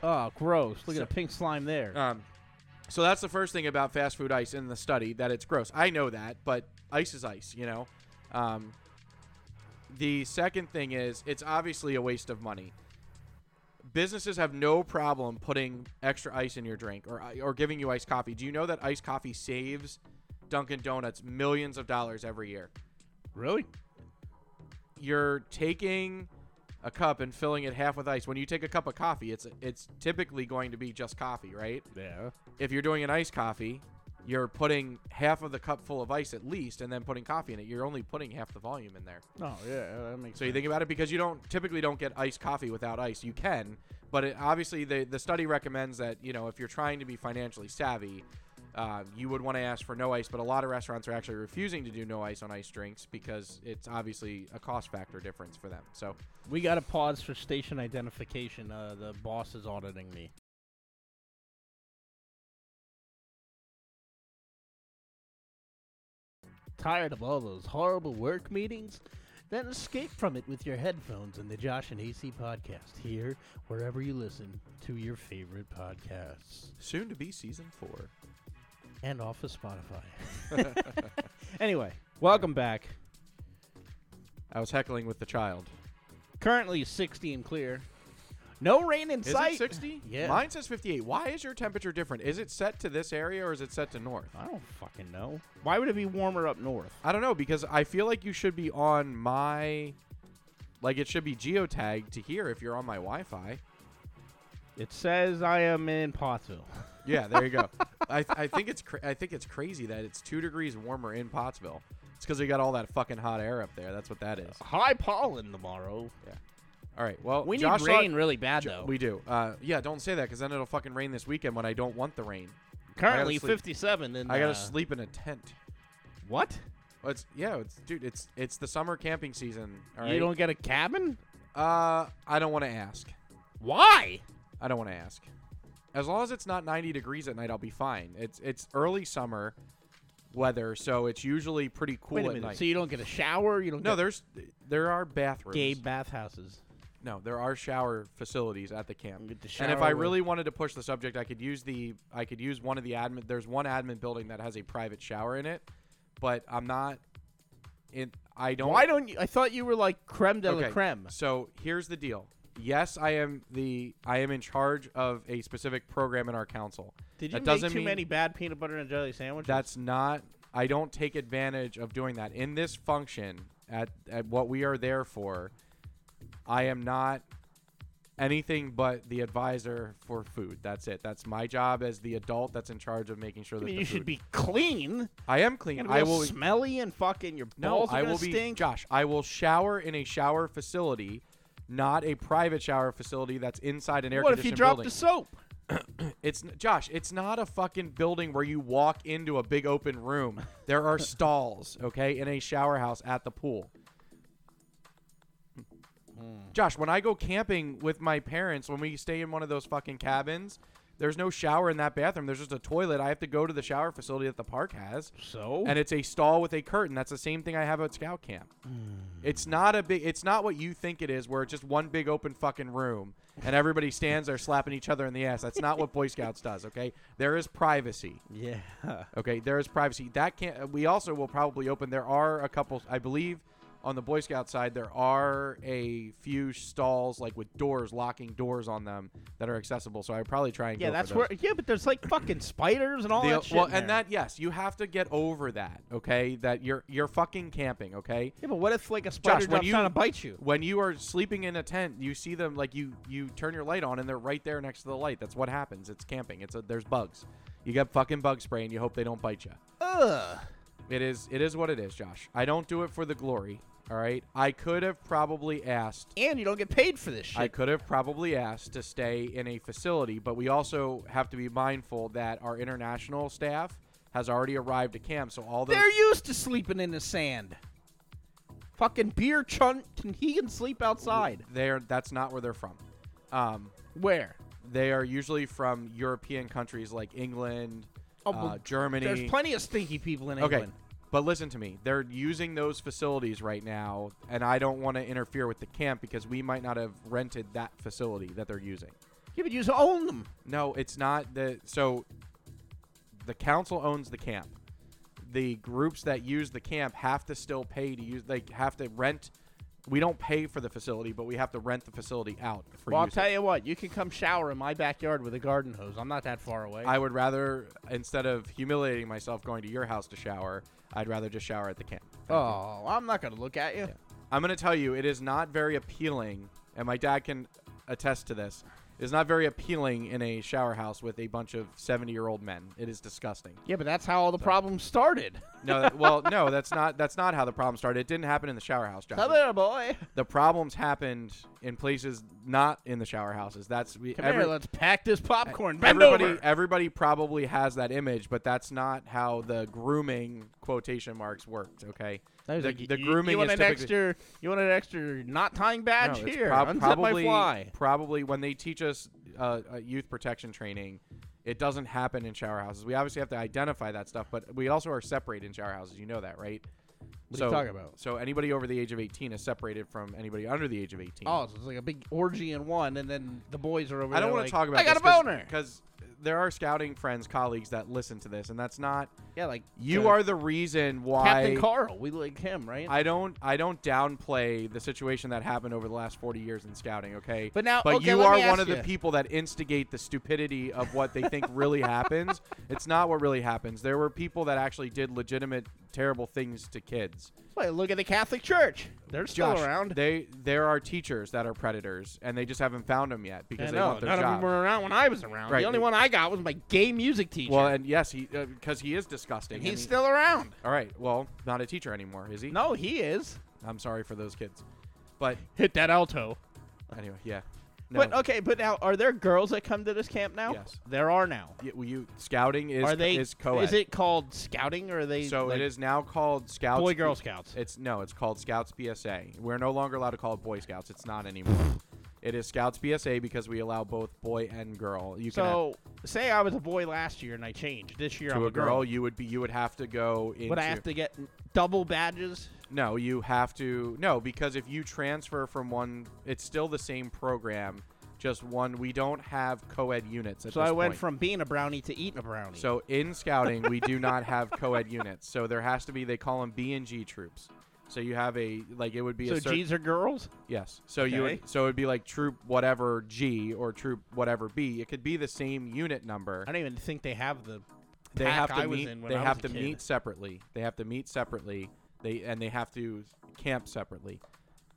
[SPEAKER 4] Oh, gross! Look at the pink slime there.
[SPEAKER 2] um, so that's the first thing about fast food ice in the study that it's gross. I know that, but ice is ice, you know. Um, the second thing is it's obviously a waste of money. Businesses have no problem putting extra ice in your drink or or giving you iced coffee. Do you know that iced coffee saves Dunkin' Donuts millions of dollars every year?
[SPEAKER 4] really?
[SPEAKER 2] you're taking a cup and filling it half with ice. When you take a cup of coffee, it's it's typically going to be just coffee, right?
[SPEAKER 4] Yeah.
[SPEAKER 2] If you're doing an iced coffee, you're putting half of the cup full of ice at least, and then putting coffee in it. You're only putting half the volume in there.
[SPEAKER 4] Oh yeah, that makes.
[SPEAKER 2] So you think about it because you don't typically don't get iced coffee without ice. You can, but it, obviously the the study recommends that you know if you're trying to be financially savvy, uh, you would want to ask for no ice. But a lot of restaurants are actually refusing to do no ice on ice drinks because it's obviously a cost factor difference for them. So
[SPEAKER 4] we got to pause for station identification. Uh, the boss is auditing me. Tired of all those horrible work meetings? Then escape from it with your headphones and the Josh and AC podcast here, wherever you listen to your favorite podcasts.
[SPEAKER 2] soon to be season four.
[SPEAKER 4] and off of Spotify. [LAUGHS] anyway, welcome back.
[SPEAKER 2] I was heckling with the child.
[SPEAKER 4] Currently 60 and clear. No rain in
[SPEAKER 2] Is
[SPEAKER 4] sight.
[SPEAKER 2] it 60?
[SPEAKER 4] Yeah.
[SPEAKER 2] Mine says 58. Why is your temperature different? Is it set to this area or is it set to north?
[SPEAKER 4] I don't fucking know. Why would it be warmer up north?
[SPEAKER 2] I don't know because I feel like you should be on my like it should be geotagged to here if you're on my Wi-Fi.
[SPEAKER 4] It says I am in Pottsville.
[SPEAKER 2] Yeah, there
[SPEAKER 4] [LAUGHS]
[SPEAKER 2] you go. I, I think it's cra- I think it's crazy that it's two degrees warmer in Pottsville. It's because we got all that fucking hot air up there. That's what that is.
[SPEAKER 4] High pollen tomorrow.
[SPEAKER 2] All right. Well,
[SPEAKER 4] We need
[SPEAKER 2] Josh Law-
[SPEAKER 4] rain really bad
[SPEAKER 2] Jo-
[SPEAKER 4] though.
[SPEAKER 2] we do. Uh, yeah, don't say that because then it'll fucking rain this weekend when I don't want the rain.
[SPEAKER 4] Currently
[SPEAKER 2] sleep.
[SPEAKER 4] 57 and
[SPEAKER 2] I gotta
[SPEAKER 4] uh,
[SPEAKER 2] sleep in a tent.
[SPEAKER 4] What?
[SPEAKER 2] Well, it's yeah, it's dude. It's it's the summer camping season. All right.
[SPEAKER 4] You don't get a cabin?
[SPEAKER 2] uh, I don't want to ask.
[SPEAKER 4] Why?
[SPEAKER 2] I don't want to ask. As long as it's not 90 degrees at night, I'll be fine. It's it's early summer weather, so it's usually pretty cool
[SPEAKER 4] Wait a
[SPEAKER 2] at
[SPEAKER 4] minute.
[SPEAKER 2] night.
[SPEAKER 4] So you don't get a shower? You don't
[SPEAKER 2] no,
[SPEAKER 4] get
[SPEAKER 2] there's there are bathrooms.
[SPEAKER 4] gay bathhouses.
[SPEAKER 2] No, there are shower facilities at the camp.
[SPEAKER 4] Get the
[SPEAKER 2] and if
[SPEAKER 4] shower
[SPEAKER 2] I
[SPEAKER 4] with-
[SPEAKER 2] really wanted to push the subject, I could use the I could use one of the admin. There's one admin building that has a private shower in it, but I'm not. in I don't.
[SPEAKER 4] Why don't you? I thought you were like creme de la
[SPEAKER 2] Okay,
[SPEAKER 4] creme.
[SPEAKER 2] So here's the deal. Yes, I am the I am in charge of a specific program in our council.
[SPEAKER 4] Did you
[SPEAKER 2] That
[SPEAKER 4] make
[SPEAKER 2] doesn't
[SPEAKER 4] too
[SPEAKER 2] mean-
[SPEAKER 4] many bad peanut butter and jelly sandwiches?
[SPEAKER 2] That's not. I don't take advantage of doing that in this function at at what we are there for. I am not anything but the advisor for food. That's it. That's my job as the adult that's in charge of making sure
[SPEAKER 4] I
[SPEAKER 2] that
[SPEAKER 4] mean,
[SPEAKER 2] the
[SPEAKER 4] you
[SPEAKER 2] food-
[SPEAKER 4] should be clean.
[SPEAKER 2] I am
[SPEAKER 4] You're
[SPEAKER 2] clean.
[SPEAKER 4] gonna be
[SPEAKER 2] I
[SPEAKER 4] all
[SPEAKER 2] will.
[SPEAKER 4] smelly and fucking your
[SPEAKER 2] No,
[SPEAKER 4] balls are
[SPEAKER 2] I
[SPEAKER 4] gonna
[SPEAKER 2] will be
[SPEAKER 4] stink.
[SPEAKER 2] Josh. I will shower in a shower facility, not a private shower facility that's inside an air
[SPEAKER 4] what if you
[SPEAKER 2] conditioned
[SPEAKER 4] drop
[SPEAKER 2] building.
[SPEAKER 4] the soap?
[SPEAKER 2] It's Josh. It's not a fucking building where you walk into a big open
[SPEAKER 4] [LAUGHS]
[SPEAKER 2] room. There are stalls, okay, in a shower house at the pool.
[SPEAKER 4] Hmm.
[SPEAKER 2] Josh, when I go camping with my parents, when we stay in one of those fucking cabins, There's no shower in that bathroom. There's just a toilet. I have to go to the shower facility that the park has.
[SPEAKER 4] So
[SPEAKER 2] And it's a stall with a curtain. That's the same thing I have at scout camp. It's not a big it's not what you think it is where it's just one big open fucking room and everybody stands there slapping each other in the ass. That's not what Boy Scouts does, okay? There is privacy.
[SPEAKER 4] yeah,
[SPEAKER 2] Okay, there is privacy. That can't. uh, We also will probably open. There are a couple, I believe, on the Boy Scout side. There are a few stalls like with doors, locking doors on them that are accessible. So I would probably try and
[SPEAKER 4] yeah,
[SPEAKER 2] Go
[SPEAKER 4] that's
[SPEAKER 2] for those.
[SPEAKER 4] where. Yeah, but there's like fucking spiders and all
[SPEAKER 2] The- uh,
[SPEAKER 4] that shit.
[SPEAKER 2] well,
[SPEAKER 4] in
[SPEAKER 2] and
[SPEAKER 4] there.
[SPEAKER 2] that yes, you have to get over that. Okay, that you're you're fucking camping. Okay,
[SPEAKER 4] Yeah, but what if like a spider
[SPEAKER 2] Josh, when
[SPEAKER 4] drops
[SPEAKER 2] you
[SPEAKER 4] down and bites you?
[SPEAKER 2] when you are sleeping in a tent, you see them like you you turn your light on and they're right there next to the light. That's what happens. It's camping. It's a, there's bugs. You get fucking bug spray and you hope they don't bite you.
[SPEAKER 4] Ugh.
[SPEAKER 2] It is it is what it is, Josh. I don't do it for the glory. All right. I could have probably asked
[SPEAKER 4] And you don't get paid for this shit.
[SPEAKER 2] I could have probably asked to stay in a facility, but we also have to be mindful that our international staff has already arrived to camp, so all those
[SPEAKER 4] They're used to sleeping in the sand. Fucking beer chunt can he can sleep outside.
[SPEAKER 2] they're that's not where they're from. Um,
[SPEAKER 4] Where?
[SPEAKER 2] they are usually from European countries like England,
[SPEAKER 4] Oh,
[SPEAKER 2] uh,
[SPEAKER 4] well,
[SPEAKER 2] Germany.
[SPEAKER 4] There's plenty of stinky people in
[SPEAKER 2] Okay.
[SPEAKER 4] England.
[SPEAKER 2] But listen to me. They're using those facilities right now, and I don't want to interfere with the camp because we might not have rented that facility that they're using.
[SPEAKER 4] You would use own them.
[SPEAKER 2] No, it's not the so the council owns the camp. The groups that use the camp have to still pay to use they have to rent we don't pay for the facility, but we have to rent the facility out for
[SPEAKER 4] Well, I'll
[SPEAKER 2] use.
[SPEAKER 4] tell you what. You can come shower in my backyard with a garden hose. I'm not that far away.
[SPEAKER 2] I would rather instead of humiliating myself going to your house to shower, I'd rather just shower at the camp.
[SPEAKER 4] oh, I'm not gonna look at you.
[SPEAKER 2] I'm going to tell you, it is not very appealing, and my dad can attest to this. It's not very appealing in a shower house with a bunch of 70 year old men. It is disgusting.
[SPEAKER 4] Yeah, but that's how all the problems started.
[SPEAKER 2] No,
[SPEAKER 4] [LAUGHS]
[SPEAKER 2] that- well, no, that's not that's not how the problem started. It didn't happen in the shower house,
[SPEAKER 4] Come
[SPEAKER 2] Josh.
[SPEAKER 4] here, boy.
[SPEAKER 2] The problems happened in places not in the shower houses. That's we,
[SPEAKER 4] Come
[SPEAKER 2] every-
[SPEAKER 4] here. Let's pack this popcorn. Bend
[SPEAKER 2] everybody
[SPEAKER 4] over.
[SPEAKER 2] everybody probably has that image, but that's not how the grooming quotation marks worked. Okay,
[SPEAKER 4] I was
[SPEAKER 2] the,
[SPEAKER 4] like,
[SPEAKER 2] the
[SPEAKER 4] "You-
[SPEAKER 2] grooming
[SPEAKER 4] you want
[SPEAKER 2] is
[SPEAKER 4] an
[SPEAKER 2] typically-
[SPEAKER 4] extra. You want an extra knot tying
[SPEAKER 2] No,
[SPEAKER 4] badge
[SPEAKER 2] it's
[SPEAKER 4] here.
[SPEAKER 2] prob-
[SPEAKER 4] Unzip
[SPEAKER 2] probably, Oh,
[SPEAKER 4] my fly.
[SPEAKER 2] Probably when they teach us uh, uh, youth protection training, it doesn't happen in shower houses. We obviously have to identify that stuff, but we also are separated in shower houses. You know that, right?
[SPEAKER 4] What are you talking about?
[SPEAKER 2] So anybody over the age of 18 is separated from anybody under the age of 18.
[SPEAKER 4] Oh, so it's like a big orgy in one, and then the boys are over.
[SPEAKER 2] I don't
[SPEAKER 4] want
[SPEAKER 2] want to talk about
[SPEAKER 4] I got a
[SPEAKER 2] this
[SPEAKER 4] boner.
[SPEAKER 2] because there are scouting friends, colleagues that listen to this, and that's not.
[SPEAKER 4] Yeah, like
[SPEAKER 2] You
[SPEAKER 4] uh,
[SPEAKER 2] are the reason why
[SPEAKER 4] Captain Carl. We like him, right?
[SPEAKER 2] I don't I don't downplay the situation that happened over the last 40 years in scouting, okay?
[SPEAKER 4] But now-
[SPEAKER 2] but
[SPEAKER 4] okay,
[SPEAKER 2] you
[SPEAKER 4] let
[SPEAKER 2] are
[SPEAKER 4] me
[SPEAKER 2] one
[SPEAKER 4] ask
[SPEAKER 2] of the
[SPEAKER 4] you.
[SPEAKER 2] people that instigate the stupidity of what they think
[SPEAKER 4] [LAUGHS]
[SPEAKER 2] really happens. It's not what really happens. There were people that actually did legitimate terrible things to kids.
[SPEAKER 4] Wait, look at the Catholic Church. They're still
[SPEAKER 2] Josh,
[SPEAKER 4] around.
[SPEAKER 2] They there are teachers that are predators and they just haven't found them yet because
[SPEAKER 4] I
[SPEAKER 2] they
[SPEAKER 4] know,
[SPEAKER 2] want their
[SPEAKER 4] none
[SPEAKER 2] job.
[SPEAKER 4] of them were around when I was around.
[SPEAKER 2] Right.
[SPEAKER 4] The only one I got was my gay music teacher.
[SPEAKER 2] well, and yes, he because he is disgusting.
[SPEAKER 4] and
[SPEAKER 2] and
[SPEAKER 4] he's
[SPEAKER 2] he-
[SPEAKER 4] still around.
[SPEAKER 2] all right. Well, not a teacher anymore, is he?
[SPEAKER 4] No, he is.
[SPEAKER 2] I'm sorry for those kids, but
[SPEAKER 4] Hit that alto.
[SPEAKER 2] anyway, yeah. No.
[SPEAKER 4] But okay, but now are there girls that come to this camp now?
[SPEAKER 2] Yes.
[SPEAKER 4] there are now.
[SPEAKER 2] Y- well, you scouting is
[SPEAKER 4] are they?
[SPEAKER 2] is co-ed.
[SPEAKER 4] Is it called scouting or are they?
[SPEAKER 2] So
[SPEAKER 4] like,
[SPEAKER 2] it is now called Scouts.
[SPEAKER 4] Boy Girl Scouts.
[SPEAKER 2] It's no, it's called Scouts BSA. We're no longer allowed to call it Boy Scouts. It's not anymore. it is Scouts BSA because we allow both boy and girl. You can have-
[SPEAKER 4] So say I was a boy last year and I changed. This year I'm
[SPEAKER 2] to a girl, you would be you would have to go into
[SPEAKER 4] Would I have to get double badges?
[SPEAKER 2] No, you have to no because if you transfer from one, it's still the same program, just one. We don't have co-ed units. At
[SPEAKER 4] So
[SPEAKER 2] this
[SPEAKER 4] I went
[SPEAKER 2] point.
[SPEAKER 4] from being a brownie to eating a brownie.
[SPEAKER 2] So in scouting, we do not have co-ed units. So there has to be they call them B and G troops. So you have a like it would be
[SPEAKER 4] so
[SPEAKER 2] a cer-
[SPEAKER 4] G's are girls.
[SPEAKER 2] Yes. So you
[SPEAKER 4] Okay.
[SPEAKER 2] would, so it would be like troop whatever G or troop whatever B. It could be the same unit number.
[SPEAKER 4] I don't even think they have the.
[SPEAKER 2] They
[SPEAKER 4] pack
[SPEAKER 2] have to
[SPEAKER 4] I was
[SPEAKER 2] meet.
[SPEAKER 4] in when
[SPEAKER 2] they
[SPEAKER 4] I was
[SPEAKER 2] have
[SPEAKER 4] a
[SPEAKER 2] to
[SPEAKER 4] kid.
[SPEAKER 2] meet separately. They have to meet separately. They and they have to camp separately.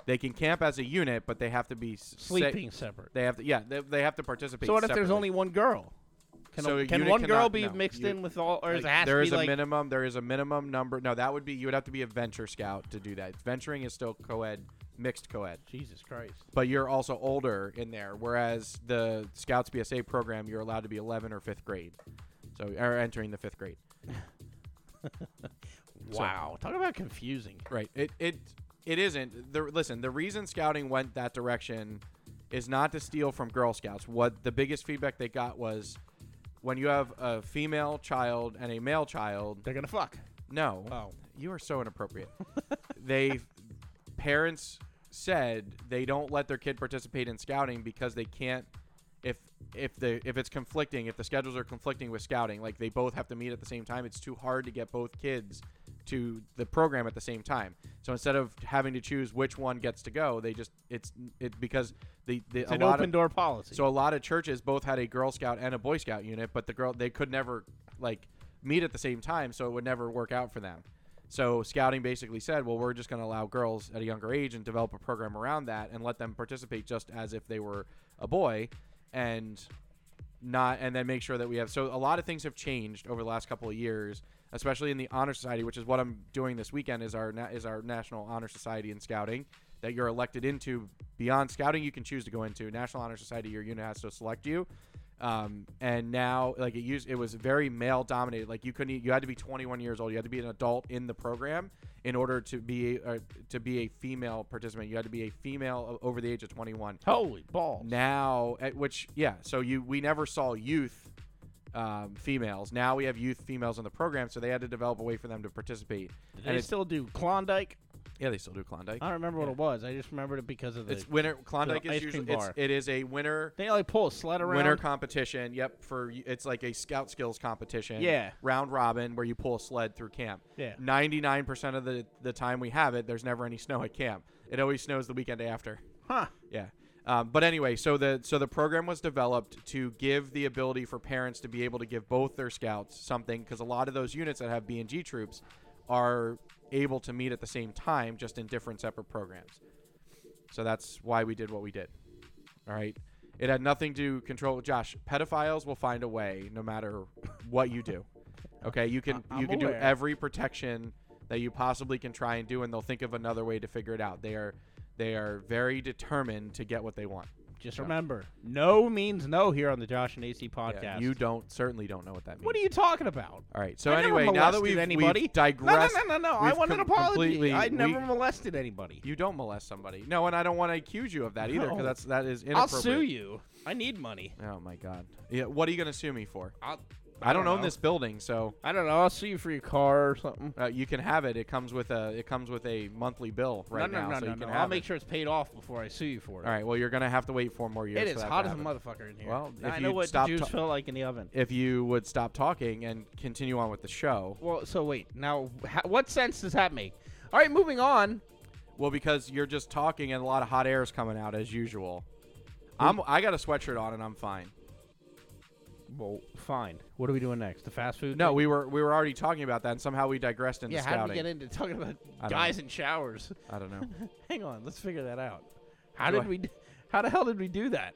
[SPEAKER 2] They can camp as a unit, but they have to be s-
[SPEAKER 4] Sleeping
[SPEAKER 2] se-
[SPEAKER 4] separate.
[SPEAKER 2] they have to yeah. They, they have to participate.
[SPEAKER 4] So what if there's
[SPEAKER 2] separately.
[SPEAKER 4] only one girl? Can, a-
[SPEAKER 2] So a
[SPEAKER 4] can
[SPEAKER 2] unit
[SPEAKER 4] one girl
[SPEAKER 2] cannot-
[SPEAKER 4] be
[SPEAKER 2] no,
[SPEAKER 4] mixed
[SPEAKER 2] you-
[SPEAKER 4] in with all, or is it
[SPEAKER 2] Like,
[SPEAKER 4] has
[SPEAKER 2] there
[SPEAKER 4] to
[SPEAKER 2] is
[SPEAKER 4] be
[SPEAKER 2] a
[SPEAKER 4] like?
[SPEAKER 2] minimum. There is a minimum number. No, that would be you would have to be a venture scout to do that. Venturing is still co-ed, mixed co-ed.
[SPEAKER 4] Jesus Christ!
[SPEAKER 2] but you're also older in there. Whereas the Scouts BSA program, you're allowed to be 11 or fifth grade, so or entering the fifth grade.
[SPEAKER 4] Wow, talk about confusing.
[SPEAKER 2] Right. It it it isn't. The, listen, the reason scouting went that direction is not to steal from Girl Scouts. What the biggest feedback they got was when you have a female child and a male child,
[SPEAKER 4] They're gonna fuck.
[SPEAKER 2] no.
[SPEAKER 4] Oh.
[SPEAKER 2] You are so inappropriate. [LAUGHS] they parents said they don't let their kid participate in scouting because they can't if if the if it's conflicting, if the schedules are conflicting with scouting, like they both have to meet at the same time, it's too hard to get both kids to the program at the same time. So instead of having to choose which one gets to go, they just it's it because the, the
[SPEAKER 4] It's
[SPEAKER 2] a
[SPEAKER 4] an
[SPEAKER 2] lot
[SPEAKER 4] open
[SPEAKER 2] of,
[SPEAKER 4] door policy.
[SPEAKER 2] so a lot of churches both had a Girl Scout and a Boy Scout unit, but the girl they could never like meet at the same time, so it would never work out for them. So scouting basically said, well, we're just going to allow girls at a younger age and develop a program around that and let them participate just as if they were a boy, and not and then make sure that we have so a lot of things have changed over the last couple of years especially in the honor society which is what i'm doing this weekend is our na- is our national honor society in scouting that you're elected into beyond scouting you can choose to go into national honor society your unit has to select you um, and now like it used it was very male dominated like you couldn't e, you had to be 21 years old you had to be an adult in the program in order to be uh, to be a female participant you had to be a female o- over the age of 21
[SPEAKER 4] Holy balls.
[SPEAKER 2] now at which yeah so you we never saw youth um, females now we have youth females in the program so they had to develop a way for them to participate
[SPEAKER 4] Do
[SPEAKER 2] and
[SPEAKER 4] they
[SPEAKER 2] it's,
[SPEAKER 4] still do Klondike.
[SPEAKER 2] yeah they still do klondike
[SPEAKER 4] I don't remember what it was. I just remembered it because of the.
[SPEAKER 2] it's winter klondike
[SPEAKER 4] ice
[SPEAKER 2] is
[SPEAKER 4] cream
[SPEAKER 2] usually it's,
[SPEAKER 4] bar.
[SPEAKER 2] it is a winter
[SPEAKER 4] they like pull a sled around.
[SPEAKER 2] winter competition yep for it's like a scout skills competition
[SPEAKER 4] Yeah.
[SPEAKER 2] round robin where you pull a sled through camp
[SPEAKER 4] Yeah.
[SPEAKER 2] 99% of the the time we have it there's never any snow at camp it always snows the weekend after
[SPEAKER 4] huh?
[SPEAKER 2] Yeah. Um, but anyway, so the so the program was developed to give the ability for parents to be able to give both their scouts something because a lot of those units that have B and G troops are able to meet at the same time, just in different separate programs. So that's why we did what we did. All right. It had nothing to control. Josh, pedophiles will find a way no matter what you do. Okay, you can
[SPEAKER 4] I-
[SPEAKER 2] you
[SPEAKER 4] I'm
[SPEAKER 2] can do
[SPEAKER 4] aware.
[SPEAKER 2] every protection that you possibly can try and do, and they'll think of another way to figure it out. They are they are very determined to get what they want.
[SPEAKER 4] Just remember, no means no here on the Josh and AC podcast.
[SPEAKER 2] Yeah, you don't certainly don't know what that means.
[SPEAKER 4] What are you talking about?
[SPEAKER 2] All right. So
[SPEAKER 4] I never
[SPEAKER 2] anyway, now that
[SPEAKER 4] molested
[SPEAKER 2] we've,
[SPEAKER 4] anybody,
[SPEAKER 2] we've digressed,
[SPEAKER 4] No, no, no, no, no. I
[SPEAKER 2] we've
[SPEAKER 4] want an
[SPEAKER 2] com-
[SPEAKER 4] apology.
[SPEAKER 2] completely-
[SPEAKER 4] I
[SPEAKER 2] we-
[SPEAKER 4] never molested anybody.
[SPEAKER 2] you don't molest somebody. No, and I don't want to accuse you of that either
[SPEAKER 4] No.
[SPEAKER 2] because that's that is
[SPEAKER 4] I'll
[SPEAKER 2] inappropriate.
[SPEAKER 4] sue you. I need money.
[SPEAKER 2] Oh my god. Yeah. What are you gonna sue me for?
[SPEAKER 4] I'll,
[SPEAKER 2] I don't,
[SPEAKER 4] know.
[SPEAKER 2] own this building, so
[SPEAKER 4] I don't know. I'll sue you for your car or something.
[SPEAKER 2] uh, you can have it. It comes with a it comes with a monthly bill right
[SPEAKER 4] no, no,
[SPEAKER 2] now,
[SPEAKER 4] no,
[SPEAKER 2] so
[SPEAKER 4] no,
[SPEAKER 2] you can
[SPEAKER 4] no.
[SPEAKER 2] have
[SPEAKER 4] I'll make
[SPEAKER 2] it.
[SPEAKER 4] sure it's paid off before I sue you for it.
[SPEAKER 2] All right. Well, you're gonna have to wait four more years.
[SPEAKER 4] It
[SPEAKER 2] for
[SPEAKER 4] is
[SPEAKER 2] that to
[SPEAKER 4] hot as a
[SPEAKER 2] happen.
[SPEAKER 4] motherfucker in here.
[SPEAKER 2] Well,
[SPEAKER 4] I
[SPEAKER 2] if
[SPEAKER 4] know
[SPEAKER 2] you'd
[SPEAKER 4] what
[SPEAKER 2] stop
[SPEAKER 4] Jews
[SPEAKER 2] ta-
[SPEAKER 4] feel like in the oven.
[SPEAKER 2] If you would stop talking and continue on with the show,
[SPEAKER 4] Well, so wait. Now, ha- what sense does that make? All right, moving on.
[SPEAKER 2] well, because you're just talking and a lot of hot air is coming out as usual. I'm I got a sweatshirt on and I'm fine.
[SPEAKER 4] Well, fine. What are we doing next? The fast food?
[SPEAKER 2] No,
[SPEAKER 4] thing?
[SPEAKER 2] we were we were already talking about that, and somehow we digressed into
[SPEAKER 4] Yeah,
[SPEAKER 2] scouting.
[SPEAKER 4] how did we get into talking about
[SPEAKER 2] I don't
[SPEAKER 4] guys in showers? [LAUGHS]
[SPEAKER 2] I don't know.
[SPEAKER 4] Hang on, let's figure that out. How
[SPEAKER 2] Do
[SPEAKER 4] did
[SPEAKER 2] I-
[SPEAKER 4] we? d- How the hell did we do that?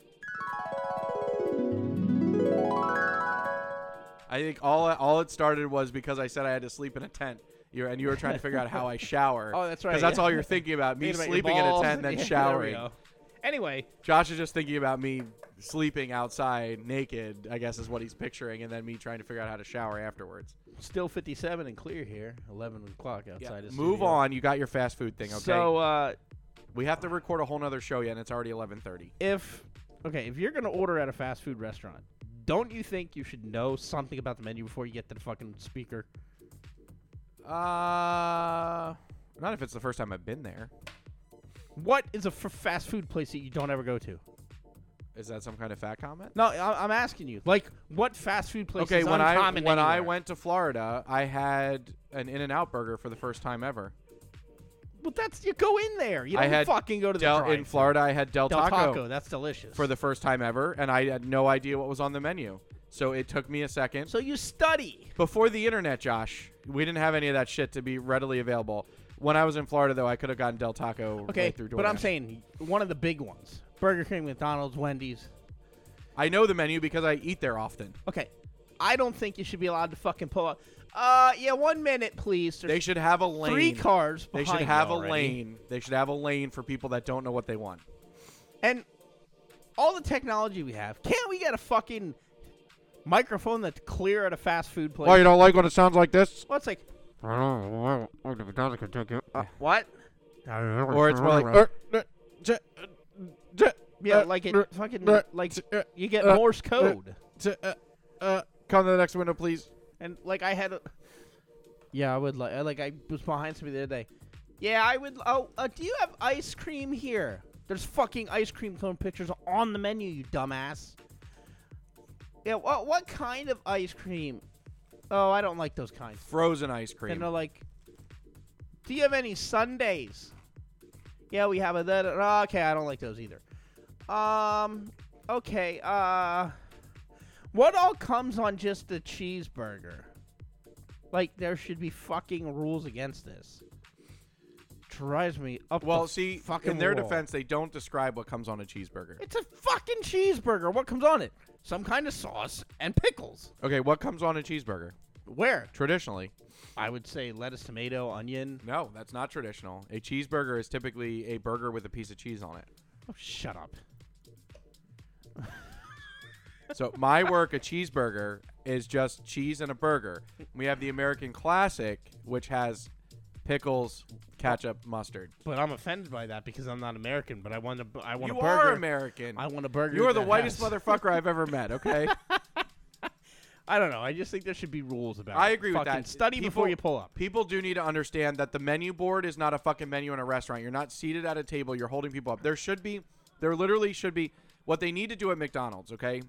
[SPEAKER 2] I think all all it started was because I said I had to sleep in a tent. You and you were trying to figure out
[SPEAKER 4] [LAUGHS]
[SPEAKER 2] how I shower.
[SPEAKER 4] Oh, that's right,
[SPEAKER 2] Because that's
[SPEAKER 4] yeah.
[SPEAKER 2] all you're thinking about me
[SPEAKER 4] Thinking about your
[SPEAKER 2] sleeping in a
[SPEAKER 4] balls
[SPEAKER 2] tent and then
[SPEAKER 4] [LAUGHS] yeah, there we
[SPEAKER 2] showering.
[SPEAKER 4] go. Anyway,
[SPEAKER 2] Josh is just thinking about me sleeping outside naked. I guess is what he's picturing, and then me trying to figure out how to shower afterwards.
[SPEAKER 4] still 57 and clear here. 11 o'clock
[SPEAKER 2] Yeah.
[SPEAKER 4] outside. the
[SPEAKER 2] Move
[SPEAKER 4] studio.
[SPEAKER 2] on. You got your fast food thing, okay?
[SPEAKER 4] So uh,
[SPEAKER 2] we have to record a whole nother show yet, and it's already 11:30.
[SPEAKER 4] if okay, if you're gonna order at a fast food restaurant, don't you think you should know something about the menu before you get to the fucking speaker?
[SPEAKER 2] Uh, not if it's the first time I've been there.
[SPEAKER 4] What is a f- fast food place that you don't ever go to?
[SPEAKER 2] Is that some kind of fat comment?
[SPEAKER 4] No, I- I'm asking you. Like, what fast food place?
[SPEAKER 2] Okay,
[SPEAKER 4] is
[SPEAKER 2] when I
[SPEAKER 4] uncommon
[SPEAKER 2] when I
[SPEAKER 4] anywhere?
[SPEAKER 2] went to Florida, I had an In and Out burger for the first time ever.
[SPEAKER 4] well, that's you go in there. You don't
[SPEAKER 2] I had
[SPEAKER 4] fucking go to the
[SPEAKER 2] Del,
[SPEAKER 4] drive
[SPEAKER 2] in Florida. I had Del,
[SPEAKER 4] Del
[SPEAKER 2] Taco,
[SPEAKER 4] Taco. That's delicious.
[SPEAKER 2] for the first time ever, and I had no idea what was on the menu. So it took me a second.
[SPEAKER 4] so you study.
[SPEAKER 2] Before the internet, Josh, we didn't have any of that shit to be readily available. When I was in Florida, though, I could have gotten Del Taco right
[SPEAKER 4] Okay,
[SPEAKER 2] through DoorDash.
[SPEAKER 4] but I'm saying one of the big ones: Burger King, McDonald's, Wendy's.
[SPEAKER 2] I know the menu because I eat there often.
[SPEAKER 4] Okay, I don't think you should be allowed to fucking pull up. Uh, yeah, one minute, please. There's
[SPEAKER 2] They should have a lane.
[SPEAKER 4] three cars.
[SPEAKER 2] They should
[SPEAKER 4] behind you
[SPEAKER 2] have a
[SPEAKER 4] already.
[SPEAKER 2] lane. They should have a lane for people that don't know what they want.
[SPEAKER 4] And all the technology we have, can't we get a fucking microphone that's clear at a fast food place?
[SPEAKER 2] don't like when it sounds like this?
[SPEAKER 4] Well, it's like
[SPEAKER 7] Uh,
[SPEAKER 4] what?
[SPEAKER 2] Or it's more
[SPEAKER 4] uh,
[SPEAKER 2] like. uh,
[SPEAKER 4] Yeah, like it fucking like you get Morse code.
[SPEAKER 7] uh,
[SPEAKER 2] Come to the next window, please.
[SPEAKER 4] And like I had, a, yeah, I would like. Like I was behind somebody the other day. Yeah, I would. Oh, uh, do you have ice cream here? There's fucking ice cream cone pictures on the menu, you dumbass. Yeah, what what kind of ice cream? Oh, I don't like those kinds.
[SPEAKER 2] Frozen ice
[SPEAKER 4] And
[SPEAKER 2] cream.
[SPEAKER 4] they're like, "Do you have any Sundays?" Yeah, we have a that. uh, Okay, I don't like those either. Um, okay. Uh, what all comes on just a cheeseburger? Like there should be fucking rules against this. Drives me up. the
[SPEAKER 2] well, see,
[SPEAKER 4] fucking
[SPEAKER 2] in their
[SPEAKER 4] wall.
[SPEAKER 2] defense, they don't describe what comes on a cheeseburger.
[SPEAKER 4] it's a fucking cheeseburger. What comes on it? Some kind of sauce and pickles.
[SPEAKER 2] Okay, what comes on a cheeseburger?
[SPEAKER 4] Where?
[SPEAKER 2] Traditionally,
[SPEAKER 4] I would say lettuce, tomato, onion.
[SPEAKER 2] no, that's not traditional. A cheeseburger is typically a burger with a piece of cheese on it.
[SPEAKER 4] Oh, shut up.
[SPEAKER 2] [LAUGHS] So my work, a cheeseburger is just cheese and a burger. We have the American classic, which has pickles, ketchup, mustard.
[SPEAKER 4] But I'm offended by that because I'm not American. But I want a, I want
[SPEAKER 2] You
[SPEAKER 4] a burger.
[SPEAKER 2] are American.
[SPEAKER 4] I want a burger.
[SPEAKER 2] You are the
[SPEAKER 4] that
[SPEAKER 2] whitest
[SPEAKER 4] has-
[SPEAKER 2] motherfucker I've ever
[SPEAKER 4] [LAUGHS]
[SPEAKER 2] met. Okay,
[SPEAKER 4] I don't know. I just think there should be rules about.
[SPEAKER 2] I
[SPEAKER 4] it.
[SPEAKER 2] agree with
[SPEAKER 4] Fucking
[SPEAKER 2] that.
[SPEAKER 4] Study before
[SPEAKER 2] People-
[SPEAKER 4] you pull up.
[SPEAKER 2] people do need to understand that the menu board is not a fucking menu in a restaurant. You're not seated at a table. You're holding people up. There should be, there literally should be, what they need to do at McDonald's. Okay,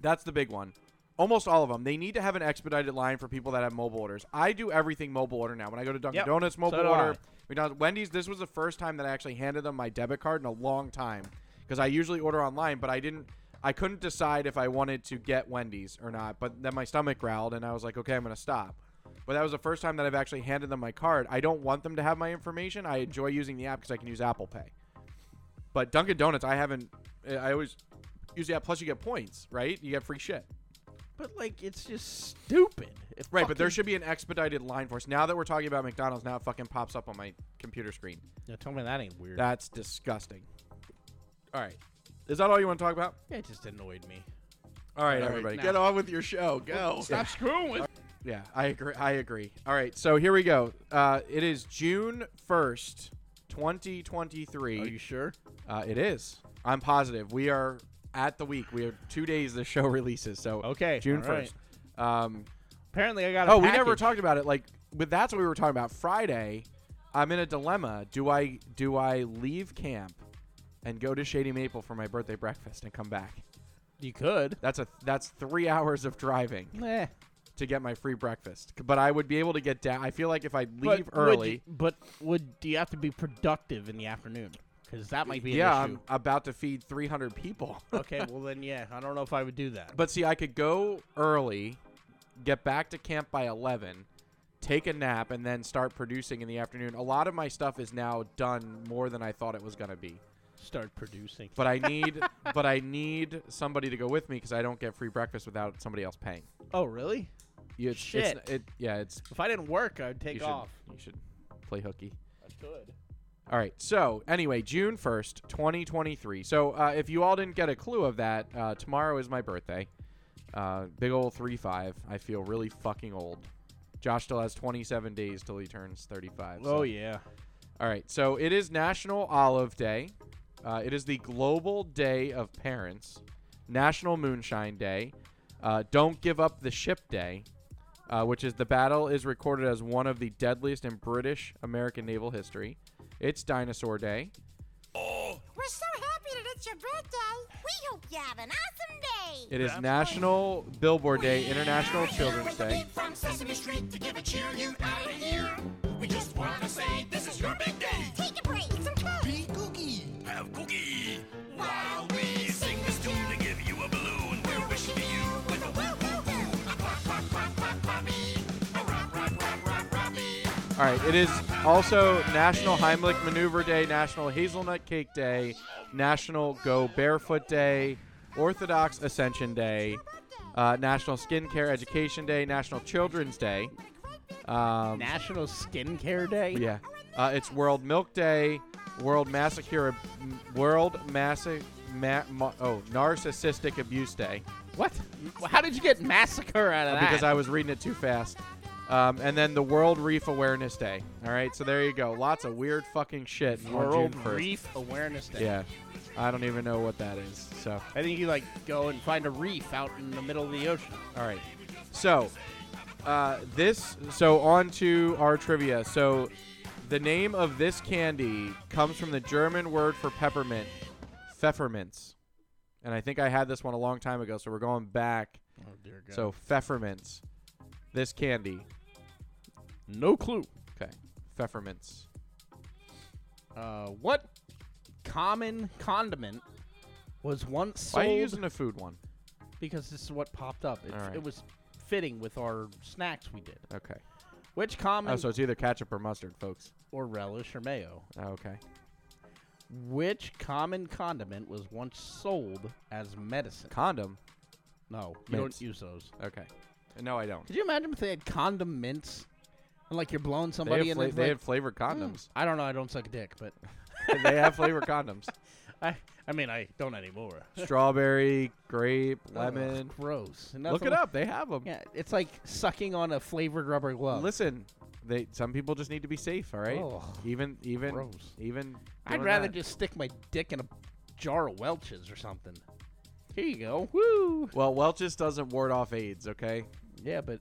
[SPEAKER 2] that's the big one. Almost all of them. They need to have an expedited line for people that have mobile orders. I do everything mobile order now. When I go to Dunkin'
[SPEAKER 4] Yep.
[SPEAKER 2] Donuts, mobile
[SPEAKER 4] So do
[SPEAKER 2] order.
[SPEAKER 4] I.
[SPEAKER 2] McDonald's, Wendy's. This was the first time that I actually handed them my debit card in a long time because I usually order online, but I didn't. I couldn't decide if I wanted to get Wendy's or not. But then my stomach growled, and I was like, okay, I'm gonna stop. But that was the first time that I've actually handed them my card. I don't want them to have my information. I enjoy using the app because I can use Apple Pay. But Dunkin' Donuts, I haven't. I always use the app. Plus, you get points, right? You get free shit.
[SPEAKER 4] But like, it's just stupid. It
[SPEAKER 2] Right, but there
[SPEAKER 4] fucking-
[SPEAKER 2] should be an expedited line for us. Now that we're talking about McDonald's, now it fucking pops up on my computer screen.
[SPEAKER 4] Yeah, tell me that ain't weird.
[SPEAKER 2] That's disgusting. All right. Is that all you want to talk about?
[SPEAKER 4] it just annoyed me.
[SPEAKER 2] All right,
[SPEAKER 7] All right,
[SPEAKER 2] everybody.
[SPEAKER 7] get on with your show. Go.
[SPEAKER 4] Stop screwing with.
[SPEAKER 2] Yeah, I agree. I agree. All right, so here we go. Uh, it is June 1st, 2023.
[SPEAKER 4] Are you sure?
[SPEAKER 2] uh, it is. I'm positive. We are at the week. We have two days the show [LAUGHS] releases. So
[SPEAKER 4] Okay,
[SPEAKER 2] June
[SPEAKER 4] all right.
[SPEAKER 2] 1st. Um,
[SPEAKER 4] Apparently, I got. A
[SPEAKER 2] oh, we never
[SPEAKER 4] package.
[SPEAKER 2] talked about it. Like, but that's what we were talking about. Friday, I'm in a dilemma. Do I do I leave camp and go to Shady Maple for my birthday breakfast and come back?
[SPEAKER 4] You could.
[SPEAKER 2] That's a that's three [LAUGHS] hours of driving
[SPEAKER 4] Eh.
[SPEAKER 2] to get my free breakfast. But I would be able to get down. I feel like if I
[SPEAKER 4] but
[SPEAKER 2] leave
[SPEAKER 4] would you-
[SPEAKER 2] early,
[SPEAKER 4] but would do you have to be productive in the afternoon? Because that might be an
[SPEAKER 2] yeah,
[SPEAKER 4] issue.
[SPEAKER 2] I'm about to feed 300 people. [LAUGHS]
[SPEAKER 4] okay, well then, yeah, I don't know if I would do that.
[SPEAKER 2] But see, I could go early, get back to camp by 11, take a nap, and then start producing in the afternoon. A lot of my stuff is now done more than I thought it was gonna be.
[SPEAKER 4] Start producing.
[SPEAKER 2] But I need, but I need somebody to go with me because I don't get free breakfast without somebody else paying.
[SPEAKER 4] Oh, really?
[SPEAKER 2] You- it's-
[SPEAKER 4] Shit.
[SPEAKER 2] It's, it, yeah, it's.
[SPEAKER 4] If I didn't work, I'd
[SPEAKER 2] you
[SPEAKER 4] take
[SPEAKER 2] should-
[SPEAKER 4] off.
[SPEAKER 2] You should play hooky.
[SPEAKER 4] I could.
[SPEAKER 2] All right. So anyway, June first, twenty twenty three. So uh, if you all didn't get a clue of that, uh, tomorrow is my birthday. Uh, big old three five. I feel really fucking old. Josh still has twenty seven days till he turns thirty five.
[SPEAKER 4] Oh yeah.
[SPEAKER 2] All right. So it is National Olive Day. Uh, it is the Global Day of Parents. National Moonshine Day. Uh, Don't Give Up the Ship Day. Uh, which is the battle is recorded as one of the deadliest in British American naval history. It's Dinosaur Day.
[SPEAKER 8] We're so happy that it's your birthday. We hope you have an awesome day.
[SPEAKER 2] It is National Billboard Day, International Children's Day.
[SPEAKER 8] From Sesame Street to give a cheer you out of here. We just want to say this is your big day. Take a break, some cake. Be cookie.
[SPEAKER 9] Have cookie while we sing this tune to give you a balloon. We're wishing to you with a
[SPEAKER 8] Woo, woo, woo.
[SPEAKER 9] a pop, pop, pop, pop, poppy. A rock, rock, rock, rock, poppy.
[SPEAKER 2] All right, it is also National Heimlich Maneuver Day, National Hazelnut Cake Day, National Go Barefoot Day, Orthodox Ascension Day, uh, National Skincare Education Day, National Children's Day. Um,
[SPEAKER 4] National Skincare Day.
[SPEAKER 2] yeah, uh, it's World Milk Day, World Massacre, World Massa, ma- ma- oh, Narcissistic Abuse Day.
[SPEAKER 4] What? M- How did you get massacre out of that?
[SPEAKER 2] Uh, because I was reading it too fast. Um, and then the World Reef Awareness Day. All right, so there you go. Lots of weird fucking shit. on
[SPEAKER 4] World
[SPEAKER 2] June 1st.
[SPEAKER 4] Reef Awareness Day.
[SPEAKER 2] Yeah, I don't even know what that is. So,
[SPEAKER 4] I think you like go and find a reef out in the middle of the ocean.
[SPEAKER 2] all right. So, uh, this. So on to our trivia. So, the name of this candy comes from the German word for peppermint, pfefferminz. And I think I had this one a long time ago, so we're going back.
[SPEAKER 4] Oh dear God.
[SPEAKER 2] So pfefferminz, this candy.
[SPEAKER 4] no clue.
[SPEAKER 2] Okay, pfefferminz.
[SPEAKER 4] Uh, what common condiment was once
[SPEAKER 2] Why
[SPEAKER 4] sold?
[SPEAKER 2] are you using a food one?
[SPEAKER 4] because this is what popped up. It,
[SPEAKER 2] All right.
[SPEAKER 4] it was fitting with our snacks we did.
[SPEAKER 2] Okay.
[SPEAKER 4] Which common
[SPEAKER 2] Oh, so it's either ketchup or mustard, folks.
[SPEAKER 4] or relish or mayo?
[SPEAKER 2] Oh, okay.
[SPEAKER 4] Which common condiment was once sold as medicine?
[SPEAKER 2] Condom.
[SPEAKER 4] No, you
[SPEAKER 2] Mints.
[SPEAKER 4] don't use those.
[SPEAKER 2] Okay. No, I don't.
[SPEAKER 4] Could you imagine if they had condom mints? And like you're blowing
[SPEAKER 2] They
[SPEAKER 4] somebody and
[SPEAKER 2] have, fla-
[SPEAKER 4] it's
[SPEAKER 2] they
[SPEAKER 4] like,
[SPEAKER 2] have flavored condoms.
[SPEAKER 4] I don't know. I don't suck dick, but
[SPEAKER 2] [LAUGHS] they have flavored condoms.
[SPEAKER 4] I I mean I don't anymore.
[SPEAKER 2] Strawberry, grape,
[SPEAKER 4] Ugh,
[SPEAKER 2] lemon.
[SPEAKER 4] gross. And that's
[SPEAKER 2] Look
[SPEAKER 4] the
[SPEAKER 2] it
[SPEAKER 4] one-
[SPEAKER 2] up. They have them.
[SPEAKER 4] Yeah, it's like sucking on a flavored rubber glove.
[SPEAKER 2] Listen, they some people just need to be safe. All right.
[SPEAKER 4] Ugh,
[SPEAKER 2] even even
[SPEAKER 4] Oh, gross.
[SPEAKER 2] even.
[SPEAKER 4] I'd
[SPEAKER 2] doing
[SPEAKER 4] rather
[SPEAKER 2] that.
[SPEAKER 4] just stick my dick in a jar of Welch's or something. Here you go. Woo.
[SPEAKER 2] Well, Welch's doesn't ward off AIDS. Okay.
[SPEAKER 4] Yeah, but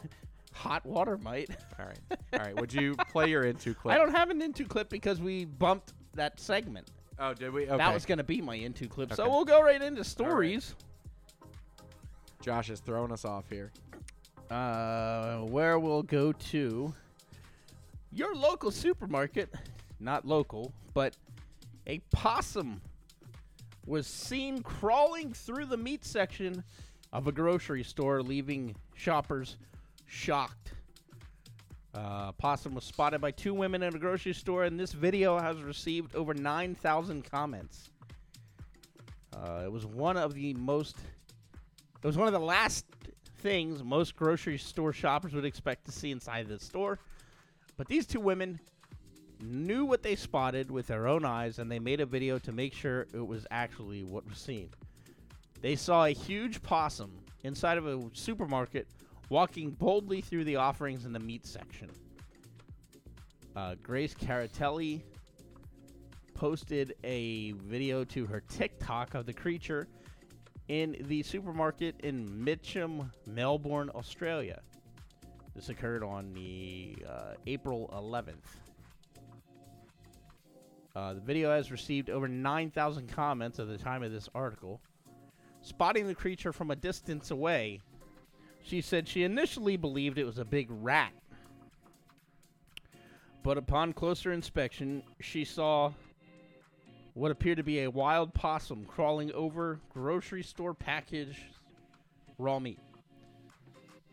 [SPEAKER 4] [LAUGHS] hot water
[SPEAKER 2] [LAUGHS]
[SPEAKER 4] might.
[SPEAKER 2] All right. All right.
[SPEAKER 4] [LAUGHS]
[SPEAKER 2] Would you play your into clip?
[SPEAKER 4] I don't have an into clip because we bumped that segment.
[SPEAKER 2] Oh, did we? Okay.
[SPEAKER 4] That was going to be my into clip. So
[SPEAKER 2] Okay.
[SPEAKER 4] we'll go right into stories.
[SPEAKER 2] Josh is throwing us off here.
[SPEAKER 4] Uh, where we'll go to your local supermarket, not local, but a possum was seen crawling through the meat section of a grocery store, leaving shoppers shocked. Uh, possum was spotted by two women in a grocery store, and this video has received over 9,000 comments. Uh, it was one of the most it was one of the last things most grocery store shoppers would expect to see inside the store. But these two women knew what they spotted with their own eyes and they made a video to make sure it was actually what was seen. They saw a huge possum inside of a supermarket walking boldly through the offerings in the meat section. Uh, Grace Caratelli posted a video to her TikTok of the creature in the supermarket in Mitcham, Melbourne, Australia. This occurred on the uh, April 11th. Uh, the video has received over 9,000 comments at the time of this article. Spotting the creature from a distance away, she said she initially believed it was a big rat. But upon closer inspection, she saw what appeared to be a wild possum crawling over grocery store packaged raw meat.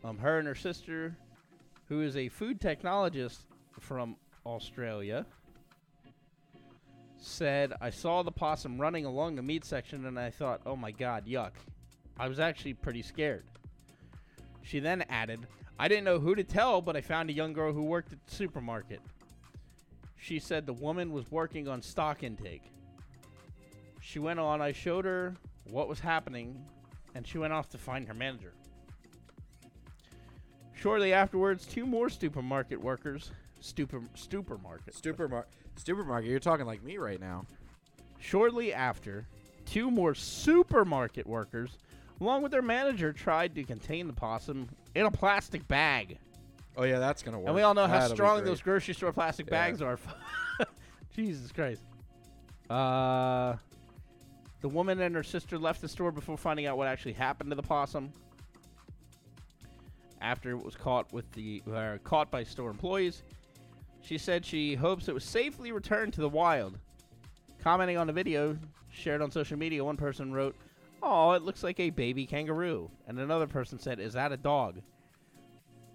[SPEAKER 4] Um, her and her sister, who is a food technologist from Australia, said, I saw the possum running along the meat section and I thought, oh my god, yuck. I was actually pretty scared. She then added, I didn't know who to tell, but I found a young girl who worked at the supermarket. She said the woman was working on stock intake. She went on, I showed her what was happening, and she went off to find her manager. Shortly afterwards, two more supermarket workers, super, supermarket,
[SPEAKER 2] Supermarket. Supermarket. You're talking like me right now.
[SPEAKER 4] Shortly after, two more supermarket workers, along with their manager, tried to contain the possum in a plastic bag.
[SPEAKER 2] Oh yeah, that's gonna work.
[SPEAKER 4] And we all know how
[SPEAKER 2] That'll be
[SPEAKER 4] strong
[SPEAKER 2] great.
[SPEAKER 4] those grocery store plastic
[SPEAKER 2] Yeah.
[SPEAKER 4] bags are. [LAUGHS] Jesus Christ. Uh, the woman and her sister left the store before finding out what actually happened to the possum. After it was caught with the uh, caught by store employees, she said she hopes it was safely returned to the wild. Commenting on the video shared on social media, one person wrote, "Oh, it looks like a baby kangaroo," and another person said, "Is that a dog?"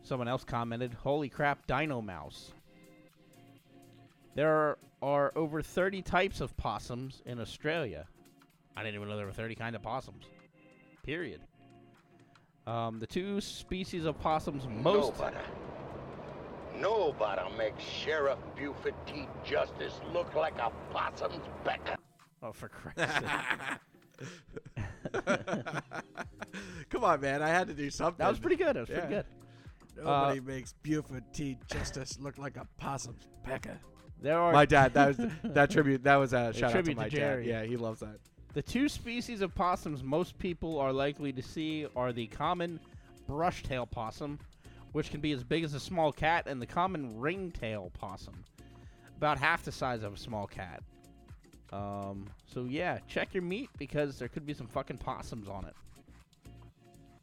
[SPEAKER 4] Someone else commented, "Holy crap, Dino Mouse." There are, are over 30 types of possums in Australia. I didn't even know there were 30 kind of possums. Period. Um, the two species of possums most
[SPEAKER 10] Nobody. Nobody makes Sheriff Buford T. Justice look like a possum's becker.
[SPEAKER 4] oh for Christ's sake.
[SPEAKER 2] [LAUGHS] Come on, man. I had to do something.
[SPEAKER 4] That was pretty good. That was pretty
[SPEAKER 2] Yeah.
[SPEAKER 4] good.
[SPEAKER 2] Uh,
[SPEAKER 7] Nobody makes Buford T. Justice look like a possum's pecker.
[SPEAKER 4] There are
[SPEAKER 2] My dad. That [LAUGHS] was that tribute. That was a shout
[SPEAKER 4] tribute
[SPEAKER 2] out
[SPEAKER 4] to
[SPEAKER 2] to my
[SPEAKER 4] Jerry.
[SPEAKER 2] dad. Yeah, he loves that.
[SPEAKER 4] The two species of possums most people are likely to see are the common brushtail possum, which can be as big as a small cat, and the common ringtail possum, about half the size of a small cat. Um, so yeah, check your meat because there could be some fucking possums on it.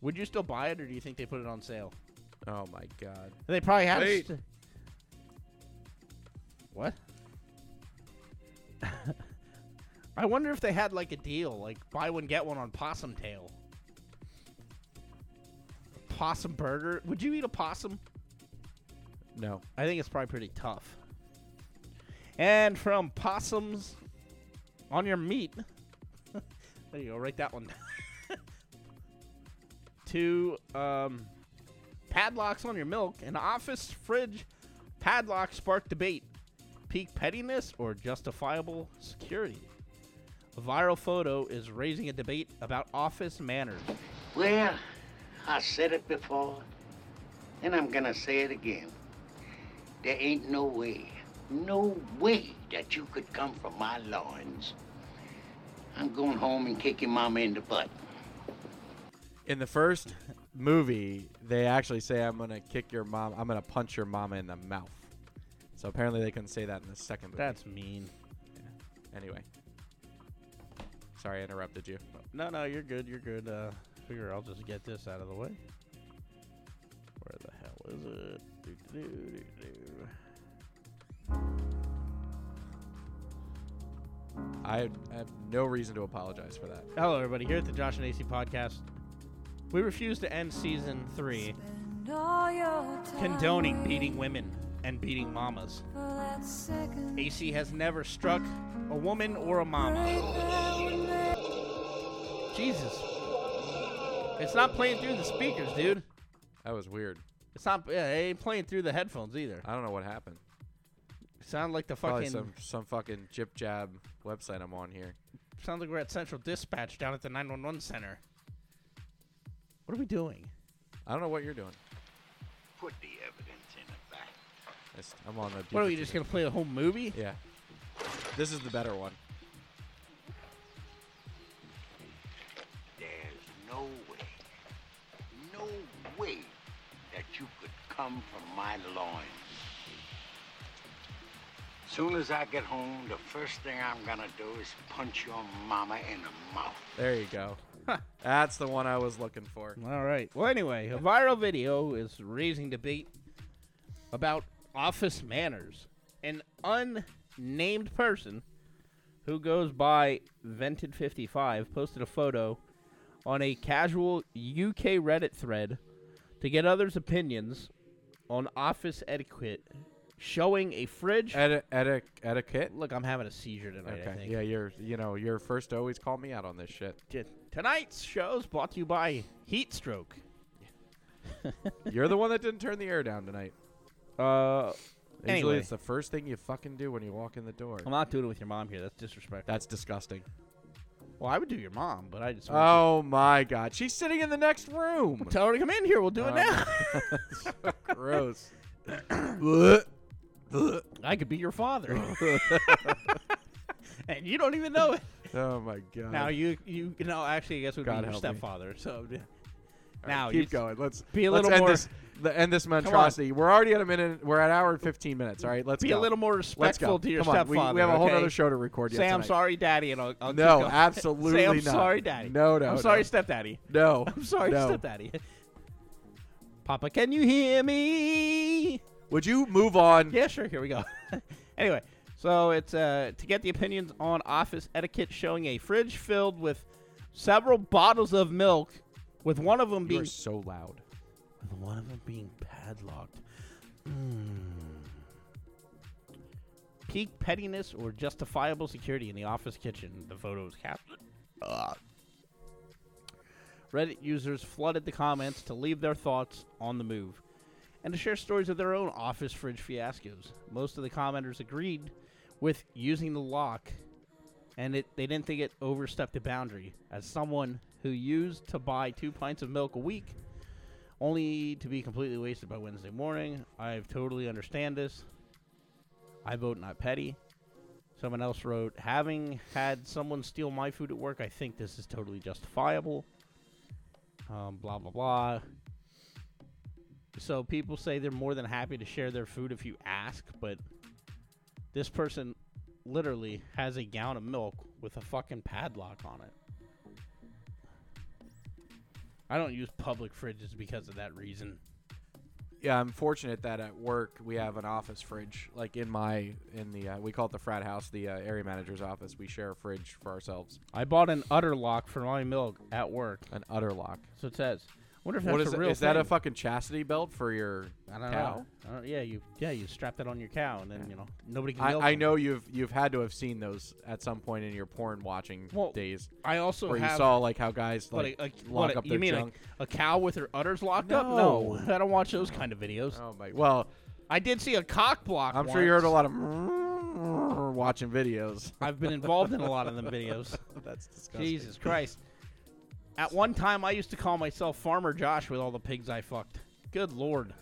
[SPEAKER 4] Would you still buy it, or do you think they put it on sale?
[SPEAKER 2] Oh my god.
[SPEAKER 4] They probably had.
[SPEAKER 2] Wait.
[SPEAKER 4] st- what? [LAUGHS] I wonder if they had like a deal, like buy one get one on possum tail. Possum burger? Would you eat a possum?
[SPEAKER 2] No.
[SPEAKER 4] I think it's probably pretty tough. And from possums on your meat. [LAUGHS] there you go. Write that one. down. [LAUGHS] to um, padlocks on your milk. An office fridge padlock spark debate. Peak pettiness or justifiable security? A viral photo is raising a debate about office manners.
[SPEAKER 5] Well, I said it before, and I'm gonna say it again. There ain't no way, no way that you could come from my loins. I'm going home and kicking mama in the butt.
[SPEAKER 2] In the first movie, they actually say, "I'm gonna kick your mom. I'm gonna punch your mama in the mouth." So apparently they couldn't say that in the second movie.
[SPEAKER 4] That's mean.
[SPEAKER 2] anyway. Sorry, I interrupted you.
[SPEAKER 4] No, no, you're good. You're good. Uh, figure I'll just get this out of the way. Where the hell is it? Doo-doo-doo-doo-doo.
[SPEAKER 2] I I have no reason to apologize for that.
[SPEAKER 4] Hello, everybody. Here at the Josh and AC podcast, we refuse to end season three condoning beating women and beating mamas. AC has never struck a woman or a mama. Jesus, it's not playing through the speakers, dude.
[SPEAKER 2] That was weird.
[SPEAKER 4] It's not. Yeah, it ain't playing through the headphones either.
[SPEAKER 2] I don't know what happened.
[SPEAKER 4] Sound like the
[SPEAKER 2] Probably
[SPEAKER 4] fucking.
[SPEAKER 2] some some fucking jip jab website I'm on here.
[SPEAKER 4] Sounds like we're at Central Dispatch down at the 911 center. What are we doing?
[SPEAKER 2] I don't know what you're doing.
[SPEAKER 5] Put the evidence in the back.
[SPEAKER 2] It's- I'm on the.
[SPEAKER 4] What are we
[SPEAKER 2] DVD.
[SPEAKER 4] just gonna play the whole movie?
[SPEAKER 2] Yeah. This is the better one.
[SPEAKER 5] There's no way, no way that you could come from my loins. Soon as I get home, the first thing I'm gonna do is punch your mama in the mouth.
[SPEAKER 2] There you go. That's the one I was looking for.
[SPEAKER 4] All right. Well, anyway, a viral video is raising debate about office manners. An unnamed person who goes by Vented55 posted a photo on a casual UK Reddit thread to get others' opinions on office etiquette, showing a fridge.
[SPEAKER 2] Eti- eti- etiquette.
[SPEAKER 4] Uh, Look, I'm having a seizure tonight, I
[SPEAKER 2] Okay.
[SPEAKER 4] think.
[SPEAKER 2] Yeah, you're you know you're first to always call me out on this shit.
[SPEAKER 4] T- Tonight's show is brought to you by Heat Stroke.
[SPEAKER 2] You're the one that didn't turn the air down tonight.
[SPEAKER 4] Uh,
[SPEAKER 2] Usually
[SPEAKER 4] Anyway.
[SPEAKER 2] it's the first thing you fucking do when you walk in the door.
[SPEAKER 4] I'm not doing it with your mom here. That's disrespectful.
[SPEAKER 2] That's disgusting.
[SPEAKER 4] Well, I would do your mom, but I just want
[SPEAKER 2] Oh my god, she's sitting in the next
[SPEAKER 4] [LAUGHS]
[SPEAKER 2] room.
[SPEAKER 4] you- tell her to come in here. We'll do it
[SPEAKER 2] Um,
[SPEAKER 4] now.
[SPEAKER 2] Gross. [LAUGHS]
[SPEAKER 4] I could be your father, and you don't even know
[SPEAKER 2] [LAUGHS]
[SPEAKER 4] it.
[SPEAKER 2] Oh my god.
[SPEAKER 4] Now you you no actually I guess would
[SPEAKER 2] God
[SPEAKER 4] be your
[SPEAKER 2] help me.
[SPEAKER 4] stepfather. So d-
[SPEAKER 2] All right,
[SPEAKER 4] now you
[SPEAKER 2] keep
[SPEAKER 4] s-
[SPEAKER 2] going. Let's
[SPEAKER 4] be a
[SPEAKER 2] let's
[SPEAKER 4] little
[SPEAKER 2] end
[SPEAKER 4] more-
[SPEAKER 2] This, the, end this monstrosity. We're already at a minute. We're at hour and fifteen minutes. All right, let's
[SPEAKER 4] be
[SPEAKER 2] go.
[SPEAKER 4] a little more
[SPEAKER 2] Let's go.
[SPEAKER 4] respectful to your
[SPEAKER 2] Come on,
[SPEAKER 4] stepfather.
[SPEAKER 2] we- We, have a whole
[SPEAKER 4] okay?
[SPEAKER 2] other show to record. yet
[SPEAKER 4] Say I'm
[SPEAKER 2] tonight.
[SPEAKER 4] sorry, daddy, and I'll, I'll keep
[SPEAKER 2] No,
[SPEAKER 4] going.
[SPEAKER 2] absolutely
[SPEAKER 4] Say I'm
[SPEAKER 2] not.
[SPEAKER 4] sorry, daddy.
[SPEAKER 2] No, no,
[SPEAKER 4] I'm sorry,
[SPEAKER 2] no.
[SPEAKER 4] stepdaddy.
[SPEAKER 2] No,
[SPEAKER 4] [LAUGHS] I'm sorry,
[SPEAKER 2] no.
[SPEAKER 4] stepdaddy. Papa, can you hear me?
[SPEAKER 2] Would you move on?
[SPEAKER 4] Yeah, sure. Here we go. [LAUGHS] anyway, so it's uh, to get the opinions on office etiquette, showing a fridge filled with several bottles of milk, with one of them
[SPEAKER 2] You
[SPEAKER 4] being
[SPEAKER 2] are so loud.
[SPEAKER 4] with one of them being padlocked. Hmm. Peak pettiness or justifiable security in the office kitchen. The photo is captioned. Ugh. Reddit users flooded the comments to leave their thoughts on the move and to share stories of their own office fridge fiascos. Most of the commenters agreed with using the lock, and it, they didn't think it overstepped a boundary. As someone who used to buy two pints of milk a week, only to be completely wasted by Wednesday morning, I totally understand this. I vote not petty. Someone else wrote, having had someone steal my food at work, I think this is totally justifiable. Um, blah, blah, blah. So people say they're more than happy to share their food if you ask, but this person literally has a gallon of milk with a fucking padlock on it. I don't use public fridges because of that reason.
[SPEAKER 2] Yeah, I'm fortunate that at work we have an office fridge. Like in my in the uh, we call it the frat house, the uh, area manager's office. We share a fridge for ourselves.
[SPEAKER 4] I bought an udder lock for my milk at work.
[SPEAKER 2] An udder lock.
[SPEAKER 4] So it says. I wonder if that's
[SPEAKER 2] What is
[SPEAKER 4] a
[SPEAKER 2] that-
[SPEAKER 4] real
[SPEAKER 2] is that a
[SPEAKER 4] thing.
[SPEAKER 2] fucking chastity belt for your
[SPEAKER 4] I don't
[SPEAKER 2] cow?
[SPEAKER 4] know. I don't- yeah, you yeah you strap that on your cow and then you know nobody can.
[SPEAKER 2] I,
[SPEAKER 4] milk
[SPEAKER 2] I
[SPEAKER 4] them.
[SPEAKER 2] know you've you've had to have seen those at some point in your porn watching days.
[SPEAKER 4] I also
[SPEAKER 2] where you
[SPEAKER 4] have-
[SPEAKER 2] saw like how guys
[SPEAKER 4] What,
[SPEAKER 2] like
[SPEAKER 4] a- a-
[SPEAKER 2] lock
[SPEAKER 4] what a-
[SPEAKER 2] up
[SPEAKER 4] you
[SPEAKER 2] their
[SPEAKER 4] mean a-
[SPEAKER 2] junk.
[SPEAKER 4] A, cow with her udders locked up?
[SPEAKER 2] No.
[SPEAKER 4] No, [LAUGHS] I don't watch those kind of videos.
[SPEAKER 2] Oh my! Well,
[SPEAKER 4] I did see a cock block.
[SPEAKER 2] I'm sure you heard a
[SPEAKER 4] once.
[SPEAKER 2] lot of [LAUGHS] watching videos.
[SPEAKER 4] I've been involved in a lot of them
[SPEAKER 2] [LAUGHS]
[SPEAKER 4] videos.
[SPEAKER 2] That's disgusting.
[SPEAKER 4] Jesus Christ! At one time, I used to call myself Farmer Josh with all the pigs I fucked. Good lord.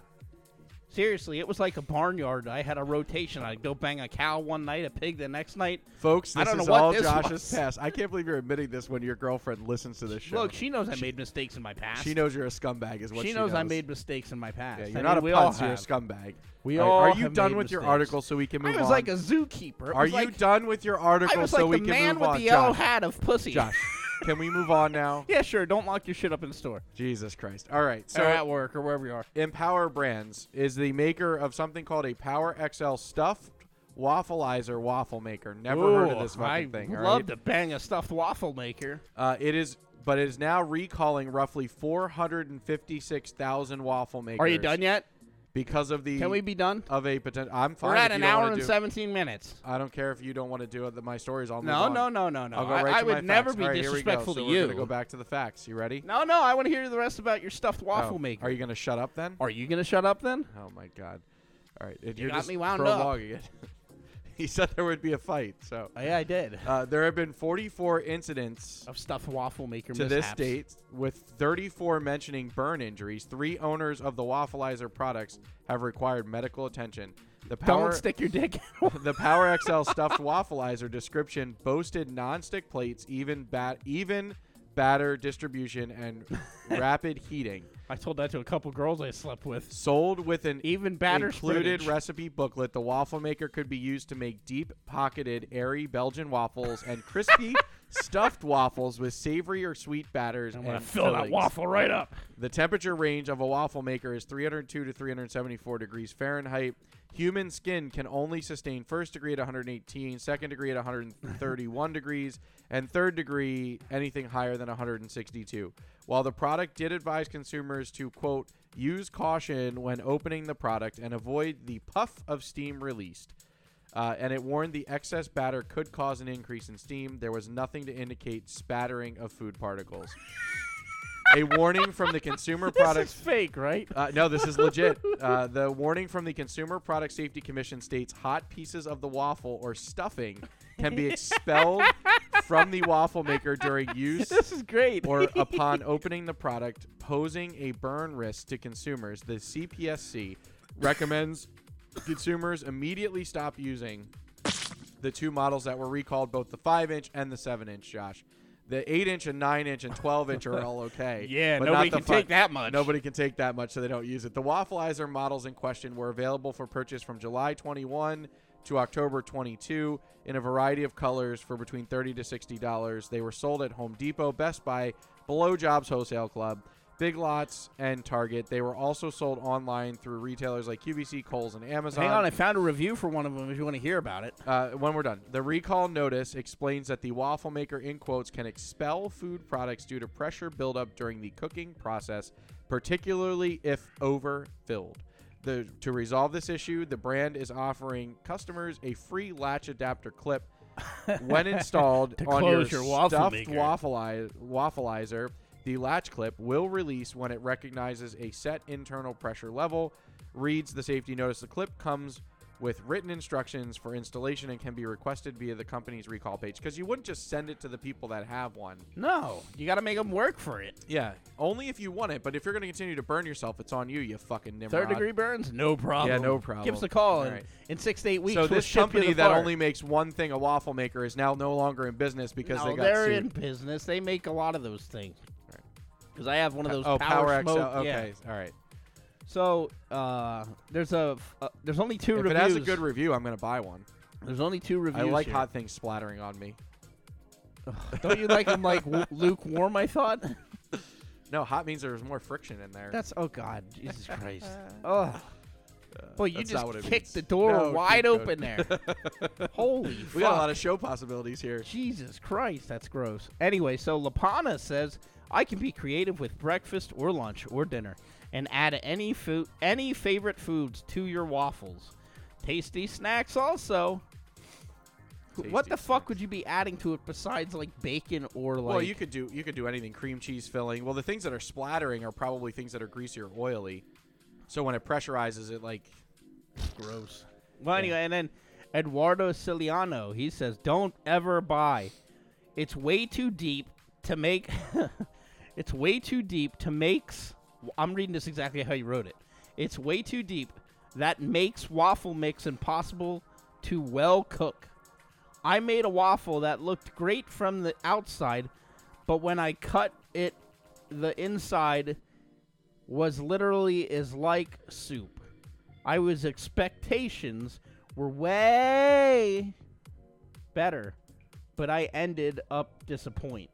[SPEAKER 4] Seriously, it was like a barnyard. I had a rotation. I'd go bang a cow one night, a pig the next night.
[SPEAKER 2] Folks,
[SPEAKER 4] I
[SPEAKER 2] this
[SPEAKER 4] don't
[SPEAKER 2] is
[SPEAKER 4] know what
[SPEAKER 2] all
[SPEAKER 4] this
[SPEAKER 2] Josh's
[SPEAKER 4] was.
[SPEAKER 2] past. I can't believe you're admitting this when your girlfriend listens to this show.
[SPEAKER 4] Look, she knows I made mistakes in my past.
[SPEAKER 2] She knows you're a scumbag, is what she,
[SPEAKER 4] she knows I made mistakes in my past.
[SPEAKER 2] Yeah,
[SPEAKER 4] I
[SPEAKER 2] you're
[SPEAKER 4] mean,
[SPEAKER 2] not
[SPEAKER 4] we
[SPEAKER 2] a
[SPEAKER 4] all
[SPEAKER 2] punt. You're a
[SPEAKER 4] have.
[SPEAKER 2] scumbag.
[SPEAKER 4] We
[SPEAKER 2] Like,
[SPEAKER 4] all
[SPEAKER 2] Are you
[SPEAKER 4] have
[SPEAKER 2] done
[SPEAKER 4] made
[SPEAKER 2] with your
[SPEAKER 4] mistakes.
[SPEAKER 2] article so we can move
[SPEAKER 4] I was
[SPEAKER 2] on?
[SPEAKER 4] like a zookeeper. It
[SPEAKER 2] Are
[SPEAKER 4] was
[SPEAKER 2] you
[SPEAKER 4] like-
[SPEAKER 2] done with your article
[SPEAKER 4] I was
[SPEAKER 2] so
[SPEAKER 4] like
[SPEAKER 2] we
[SPEAKER 4] the
[SPEAKER 2] can
[SPEAKER 4] man
[SPEAKER 2] move
[SPEAKER 4] with
[SPEAKER 2] on?
[SPEAKER 4] the yellow
[SPEAKER 2] Josh,
[SPEAKER 4] hat of pussy.
[SPEAKER 2] Josh, can we move on now?
[SPEAKER 4] [LAUGHS] Yeah, sure. Don't lock your shit up in store.
[SPEAKER 2] Jesus Christ. All right. So
[SPEAKER 4] or at work or wherever you are.
[SPEAKER 2] Empower Brands is the maker of something called a Power XL stuffed waffleizer waffle maker. Never heard of
[SPEAKER 4] Ooh,
[SPEAKER 2] this fucking
[SPEAKER 4] I
[SPEAKER 2] thing.
[SPEAKER 4] would
[SPEAKER 2] all
[SPEAKER 4] love
[SPEAKER 2] right?
[SPEAKER 4] to bang a stuffed waffle maker.
[SPEAKER 2] Uh, it is, but it is now recalling roughly 456,000 waffle makers.
[SPEAKER 4] Are you done yet?
[SPEAKER 2] Because of the.
[SPEAKER 4] Can we be done?
[SPEAKER 2] Of a potential. I'm fine.
[SPEAKER 4] We're
[SPEAKER 2] if
[SPEAKER 4] at
[SPEAKER 2] you
[SPEAKER 4] an
[SPEAKER 2] don't wanna
[SPEAKER 4] hour and
[SPEAKER 2] do-
[SPEAKER 4] 17 minutes.
[SPEAKER 2] I don't care if you don't want to do it. The, my stories all.
[SPEAKER 4] No, no, no, no, no.
[SPEAKER 2] I'll go
[SPEAKER 4] I-
[SPEAKER 2] right
[SPEAKER 4] I
[SPEAKER 2] to
[SPEAKER 4] would
[SPEAKER 2] my
[SPEAKER 4] never
[SPEAKER 2] facts.
[SPEAKER 4] be
[SPEAKER 2] All right, here we
[SPEAKER 4] disrespectful
[SPEAKER 2] go.
[SPEAKER 4] to
[SPEAKER 2] so We're gonna
[SPEAKER 4] you.
[SPEAKER 2] go back to the facts. You ready?
[SPEAKER 4] No, no. I want to hear the rest about your stuffed waffle
[SPEAKER 2] Oh,
[SPEAKER 4] maker.
[SPEAKER 2] Are you gonna shut up then?
[SPEAKER 4] Are you gonna shut up then?
[SPEAKER 2] Oh my god! All right, you
[SPEAKER 4] got
[SPEAKER 2] just
[SPEAKER 4] me wound up.
[SPEAKER 2] prologuing it. [LAUGHS] he said there would be a fight, so
[SPEAKER 4] Oh, yeah, I did.
[SPEAKER 2] uh, there have been 44 incidents
[SPEAKER 4] Of stuffed waffle maker
[SPEAKER 2] to this
[SPEAKER 4] mishaps.
[SPEAKER 2] date, with 34 mentioning burn injuries. Three owners of the Waffleizer products have required medical attention. The power
[SPEAKER 4] Don't stick your dick.
[SPEAKER 2] [LAUGHS] the Power XL stuffed waffleizer description boasted non-stick plates, even bat, even batter
[SPEAKER 4] [LAUGHS]
[SPEAKER 2] distribution, and rapid heating.
[SPEAKER 4] [LAUGHS] I told that to a couple girls I slept with.
[SPEAKER 2] Sold with an
[SPEAKER 4] Even batter
[SPEAKER 2] included
[SPEAKER 4] spreadage.
[SPEAKER 2] recipe booklet, the waffle maker could be used to make deep-pocketed, airy Belgian waffles and
[SPEAKER 4] [LAUGHS]
[SPEAKER 2] crispy stuffed waffles with savory or sweet batters. I'm
[SPEAKER 4] gonna fill that waffle right [LAUGHS] up.
[SPEAKER 2] The temperature range of a waffle maker is 302 to 374 degrees Fahrenheit. Human skin can only sustain first degree at 118, second degree at 131 degrees, and third degree anything higher than 162. While the product did advise consumers to, quote, use caution when opening the product and avoid the puff of steam released. Uh, and it warned the excess batter could cause an increase in steam. There was nothing to indicate spattering of food particles. A warning from the Consumer Products
[SPEAKER 4] fake, right?
[SPEAKER 2] uh, no, this is legit. Uh, the warning from the Consumer Product Safety Commission states hot pieces of the waffle or stuffing can be expelled from the waffle maker during
[SPEAKER 4] [LAUGHS]
[SPEAKER 2] use.
[SPEAKER 4] This is great.
[SPEAKER 2] Or
[SPEAKER 4] [LAUGHS]
[SPEAKER 2] upon opening the product, posing a burn risk to consumers. The CPSC recommends consumers immediately stop using the two models that were recalled, both the five inch and the seven inch, Josh. The eight inch and nine inch and twelve inch are all okay.
[SPEAKER 4] [LAUGHS] Yeah,
[SPEAKER 2] but not
[SPEAKER 4] nobody
[SPEAKER 2] the
[SPEAKER 4] can
[SPEAKER 2] fi-
[SPEAKER 4] take that much.
[SPEAKER 2] Nobody can take that much, so they don't use it. The Waffleizer models in question were available for purchase from July 21 to October 22 in a variety of colors for between 30 to 60 dollars. They were sold at Home Depot, Best Buy, Below Jobs Wholesale Club, Big Lots, and Target. They were also sold online through retailers like QVC, Kohl's, and Amazon.
[SPEAKER 4] Hang on, I found a review for one of them. If you want to hear about it.
[SPEAKER 2] Uh, when we're done, the recall notice explains that the waffle maker, in quotes, can expel food products due to pressure buildup during the cooking process, particularly if overfilled. The, to resolve this issue, the brand is offering customers a free latch
[SPEAKER 4] [LAUGHS]
[SPEAKER 2] adapter clip when installed
[SPEAKER 4] To
[SPEAKER 2] on
[SPEAKER 4] close
[SPEAKER 2] your,
[SPEAKER 4] your waffle
[SPEAKER 2] stuffed
[SPEAKER 4] maker.
[SPEAKER 2] waffleizer, waffleizer. The latch clip will release when it recognizes a set internal pressure level, reads the safety notice. The clip comes with written instructions for installation and can be requested via the company's recall page because you wouldn't just send it to the people that have one.
[SPEAKER 4] No, you got to make them work for it.
[SPEAKER 2] Yeah, only if you want it. But if you're going to continue to burn yourself, it's on you. You fucking nimrod.
[SPEAKER 4] Third degree burns, no problem.
[SPEAKER 2] Yeah, no problem.
[SPEAKER 4] Give us a call in,
[SPEAKER 2] Alright.
[SPEAKER 4] in six to eight weeks.
[SPEAKER 2] So
[SPEAKER 4] we'll
[SPEAKER 2] this
[SPEAKER 4] ship you
[SPEAKER 2] company
[SPEAKER 4] the
[SPEAKER 2] that
[SPEAKER 4] part.
[SPEAKER 2] only makes one thing a waffle maker is now no longer in business because
[SPEAKER 4] no,
[SPEAKER 2] they got
[SPEAKER 4] are
[SPEAKER 2] sued.
[SPEAKER 4] in business. They make a lot of those things. Because I have one of those
[SPEAKER 2] oh,
[SPEAKER 4] power,
[SPEAKER 2] Power,
[SPEAKER 4] smoke.
[SPEAKER 2] XL.
[SPEAKER 4] yeah.
[SPEAKER 2] Okay, all right.
[SPEAKER 4] So uh, there's a uh, there's only two
[SPEAKER 2] if
[SPEAKER 4] reviews.
[SPEAKER 2] it has a good review, I'm gonna buy one.
[SPEAKER 4] There's only two
[SPEAKER 2] I
[SPEAKER 4] reviews
[SPEAKER 2] like
[SPEAKER 4] here.
[SPEAKER 2] hot things splattering on me.
[SPEAKER 4] Don't you like them
[SPEAKER 2] [LAUGHS]
[SPEAKER 4] like w- lukewarm? I thought.
[SPEAKER 2] No, hot means there's more friction in there.
[SPEAKER 4] That's oh god, Jesus [LAUGHS] Christ. Oh. Boy, you
[SPEAKER 2] Uh, that's
[SPEAKER 4] just
[SPEAKER 2] not what it
[SPEAKER 4] kicked
[SPEAKER 2] means.
[SPEAKER 4] the door
[SPEAKER 2] No,
[SPEAKER 4] wide
[SPEAKER 2] keep
[SPEAKER 4] open
[SPEAKER 2] going.
[SPEAKER 4] there.
[SPEAKER 2] [LAUGHS]
[SPEAKER 4] Holy
[SPEAKER 2] We got a lot of show possibilities here.
[SPEAKER 4] Jesus Christ, that's gross. Anyway, so Lapana says I can be creative with breakfast or lunch or dinner, and add any food, any favorite foods to your waffles. Tasty snacks also. what
[SPEAKER 2] Tasty
[SPEAKER 4] the fuck would you be adding to it besides like bacon or like?
[SPEAKER 2] well, you could do you could do anything. Cream cheese filling. Well, the things that are splattering are probably things that are greasy or oily. So when it pressurizes, it like
[SPEAKER 4] gross. Well, anyway, and then Eduardo Ciliano, he says, "Don't ever buy. It's way too deep to make. [LAUGHS] it's way too deep to makes. I'm reading this exactly how you wrote it. It's way too deep. That makes waffle mix impossible to well cook. I made a waffle that looked great from the outside, but when I cut it, the inside." was literally is like soup. I was expectations were way better, but I ended up disappoint.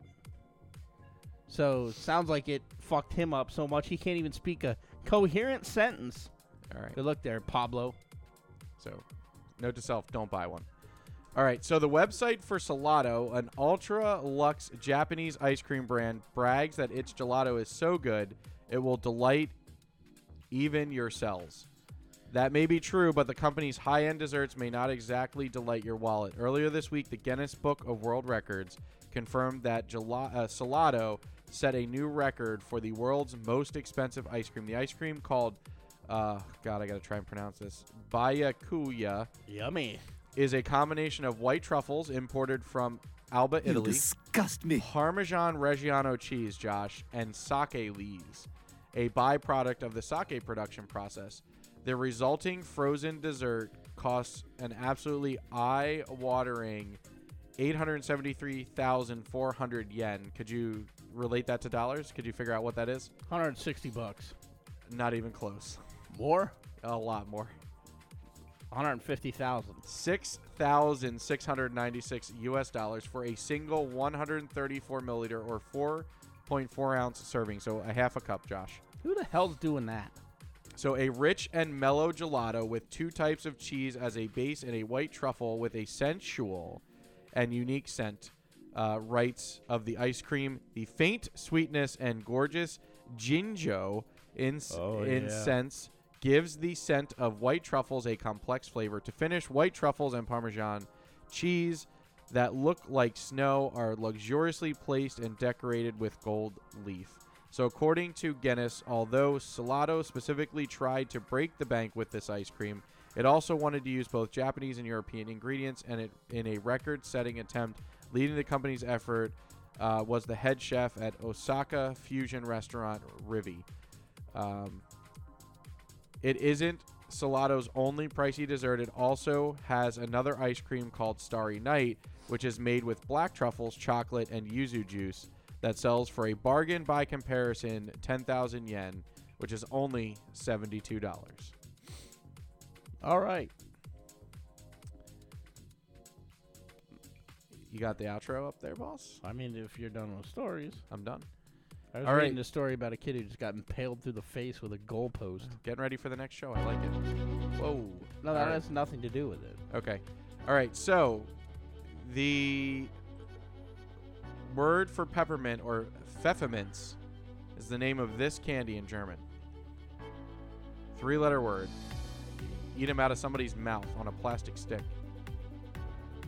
[SPEAKER 4] So sounds like it fucked him up so much he can't even speak a coherent sentence.
[SPEAKER 2] All right.
[SPEAKER 4] Good luck there, Pablo.
[SPEAKER 2] So, note to self: don't buy one. All right. So the website for Salado, an ultra luxe Japanese ice cream brand, brags that its gelato is so good it will delight even yourselves. That may be true, but the company's high end desserts may not exactly delight your wallet. Earlier this week, the Guinness Book of World Records confirmed that gela- uh, Salado set a new record for the world's most expensive ice cream. The ice cream called, uh, God, I got to try and pronounce this, Bayakuya
[SPEAKER 4] Yummy.
[SPEAKER 2] is a combination of white truffles imported from Alba,
[SPEAKER 9] You
[SPEAKER 2] Italy.
[SPEAKER 9] disgust me.
[SPEAKER 2] Parmesan Reggiano cheese, Josh, and sake lees, a byproduct of the sake production process. The resulting frozen dessert costs an absolutely eye-watering 873,400 yen. Could you relate that to dollars? Could you figure out what that is?
[SPEAKER 4] 160 bucks.
[SPEAKER 2] Not even close. [LAUGHS]
[SPEAKER 4] More?
[SPEAKER 2] A lot more.
[SPEAKER 4] 150,000.
[SPEAKER 2] 6,696 US dollars for a single 134 milliliter or 4.4 ounce serving. So a half a cup, Josh.
[SPEAKER 4] Who the hell's doing that?
[SPEAKER 2] So a rich and mellow gelato with two types of cheese as a base and a white truffle with a sensual and unique scent. Uh, rights of the ice cream, the faint sweetness and gorgeous ginjo ins-
[SPEAKER 11] Oh, yeah.
[SPEAKER 2] incense gives the scent of white truffles a complex flavor. To finish, white truffles and Parmesan cheese that look like snow are luxuriously placed and decorated with gold leaf. So, according to Guinness, although Salado specifically tried to break the bank with this ice cream, it also wanted to use both Japanese and European ingredients, and it in a record-setting attempt. Leading the company's effort uh, was the head chef at Osaka fusion restaurant Rivi. Um, it isn't Salado's only pricey dessert. It also has another ice cream called Starry Night, which is made with black truffles, chocolate, and yuzu juice that sells for a bargain by comparison 10,000 yen, which is only $72.
[SPEAKER 4] All right.
[SPEAKER 2] You got the outro up there, boss?
[SPEAKER 4] I mean, if you're done with stories,
[SPEAKER 2] I'm done.
[SPEAKER 4] I was
[SPEAKER 2] All
[SPEAKER 4] reading
[SPEAKER 2] right.
[SPEAKER 4] a story about a kid who just got impaled through the face with a goalpost.
[SPEAKER 2] Getting ready for the next show. I like it. Whoa.
[SPEAKER 4] No, that
[SPEAKER 2] All right.
[SPEAKER 4] has nothing to do with it.
[SPEAKER 2] Okay. All right. So the word for peppermint or pfefferminz is the name of this candy in German. Three letter word. Eat them out of somebody's mouth on a plastic stick.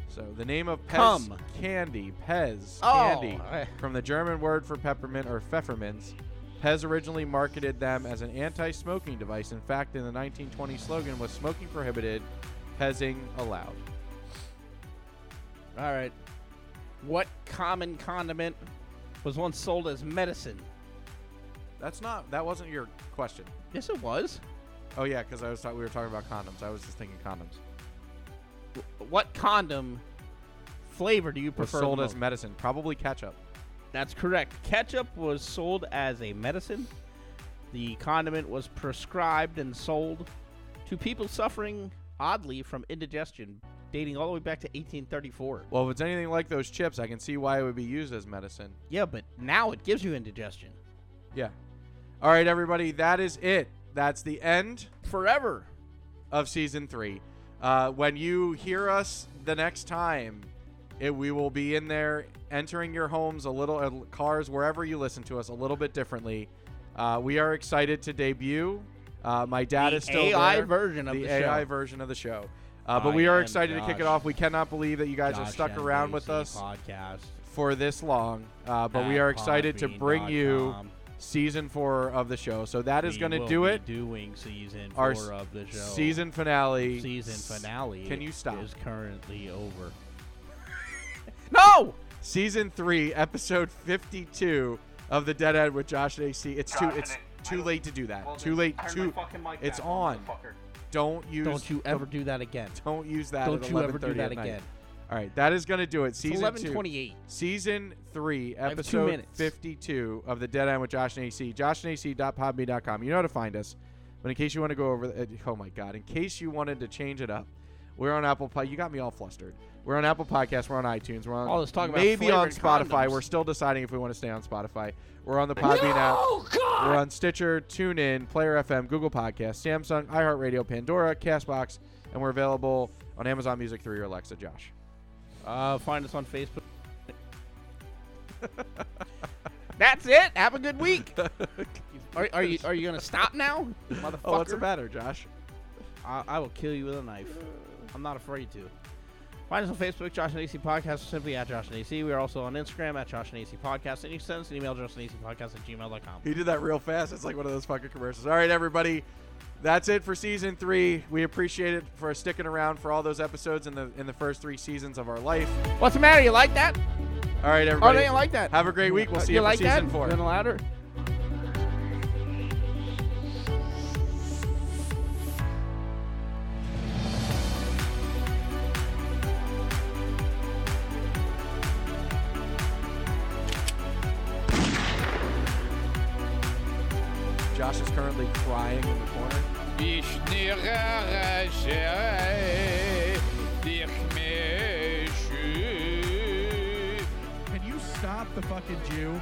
[SPEAKER 2] So the name of Pez
[SPEAKER 4] Cum.
[SPEAKER 2] candy, Pez
[SPEAKER 4] Oh,
[SPEAKER 2] candy,
[SPEAKER 4] I-
[SPEAKER 2] from the German word for peppermint or pfefferminz. Pez originally marketed them as an anti-smoking device. In fact, in the 1920 slogan was "Smoking prohibited, Pezing allowed."
[SPEAKER 4] All right. What common condiment was once sold as medicine?
[SPEAKER 2] That's not. That wasn't your question.
[SPEAKER 4] Yes, it was.
[SPEAKER 2] Oh yeah, because I was thought we were talking about condoms. I was just thinking condoms.
[SPEAKER 4] What condom flavor do you
[SPEAKER 2] Was
[SPEAKER 4] prefer? the
[SPEAKER 2] sold as
[SPEAKER 4] most?
[SPEAKER 2] medicine, probably ketchup.
[SPEAKER 4] That's correct. Ketchup was sold as a medicine. The condiment was prescribed and sold to people suffering oddly from indigestion, dating all the way back to 1834.
[SPEAKER 2] Well, if it's anything like those chips, I can see why it would be used as medicine.
[SPEAKER 4] Yeah, but now it gives you indigestion.
[SPEAKER 2] Yeah. All right, everybody, that is it. That's the end
[SPEAKER 4] forever
[SPEAKER 2] of season three. Uh, when you hear us the next time, it, we will be in there entering your homes a little, uh, cars, wherever you listen to us, a little bit differently. Uh, we are excited to debut. Uh, my dad
[SPEAKER 4] The
[SPEAKER 2] is still
[SPEAKER 4] AI
[SPEAKER 2] there.
[SPEAKER 4] version of the show.
[SPEAKER 2] AI version of the show. Uh, but
[SPEAKER 4] I
[SPEAKER 2] we are
[SPEAKER 4] am
[SPEAKER 2] excited to kick it
[SPEAKER 4] Josh.
[SPEAKER 2] off. We cannot believe that you guys have stuck around with us
[SPEAKER 4] Podcast.
[SPEAKER 2] for this long, uh, but we
[SPEAKER 4] At
[SPEAKER 2] are excited to bring you
[SPEAKER 4] podbean.com.
[SPEAKER 2] season four of the show. So that is
[SPEAKER 4] We
[SPEAKER 2] going to
[SPEAKER 4] will
[SPEAKER 2] do
[SPEAKER 4] be
[SPEAKER 2] it.
[SPEAKER 4] Doing season
[SPEAKER 2] Our
[SPEAKER 4] four of the show.
[SPEAKER 2] season finale.
[SPEAKER 4] Season
[SPEAKER 2] S-
[SPEAKER 4] finale.
[SPEAKER 2] Can you stop?
[SPEAKER 4] Is currently [LAUGHS] over.
[SPEAKER 2] No! Season three, episode fifty-two of the Dead End with Josh and AC. It's too. It's too late to do that. too late. Too. It's on. Don't use.
[SPEAKER 4] Don't you ever do that again.
[SPEAKER 2] Don't use that.
[SPEAKER 4] Don't
[SPEAKER 2] at
[SPEAKER 4] you ever do
[SPEAKER 2] 11:30
[SPEAKER 4] that
[SPEAKER 2] at night.
[SPEAKER 4] again.
[SPEAKER 2] All right, that is going to do it. Season two.
[SPEAKER 4] 11:28.
[SPEAKER 2] Season three,
[SPEAKER 4] have two
[SPEAKER 2] episode
[SPEAKER 4] minutes.
[SPEAKER 2] 52 of the Dead End with Josh and AC. JoshandAC.podme.com. You know how to find us. But in case you want to go over, the, uh, oh my God! In case you wanted to change it up, we're on Apple Pod. You got me all flustered. We're on Apple Podcasts. We're on iTunes. We're on
[SPEAKER 4] All this talk about
[SPEAKER 2] maybe on
[SPEAKER 4] flavored
[SPEAKER 2] Spotify.
[SPEAKER 4] condoms.
[SPEAKER 2] We're still deciding if we want to stay on Spotify. We're on the Podbean app. We're on Stitcher, TuneIn, Player FM, Google Podcasts, Samsung, iHeartRadio, Pandora, Castbox, and we're available on Amazon Music through your Alexa. Josh.
[SPEAKER 4] Uh, find us on [LAUGHS] Facebook. That's it. Have a good [LAUGHS] week. are, are you are you gonna stop now, motherfucker?
[SPEAKER 2] Oh, what's the matter, Josh?
[SPEAKER 4] I, I will kill you with a knife. I'm not afraid to. Find us on Facebook, Josh and AC Podcast, or simply at Josh and AC. We are also on Instagram at Josh and AC Podcast, and you can send us an email, Josh and AC Podcast at gmail.com.
[SPEAKER 2] He did that real fast. It's like one of those fucking commercials. All right, everybody. That's it for season three. We appreciate it for sticking around for all those episodes in the in the first three seasons of our life.
[SPEAKER 4] What's the matter? You like that?
[SPEAKER 2] All right, everybody.
[SPEAKER 4] Oh, they like that. Uh,
[SPEAKER 2] Have a great week. We'll see you,
[SPEAKER 4] like
[SPEAKER 2] for season
[SPEAKER 4] that?
[SPEAKER 2] four.
[SPEAKER 4] Then louder.
[SPEAKER 2] Josh is currently crying in the corner.
[SPEAKER 11] Can you stop the fucking Jew?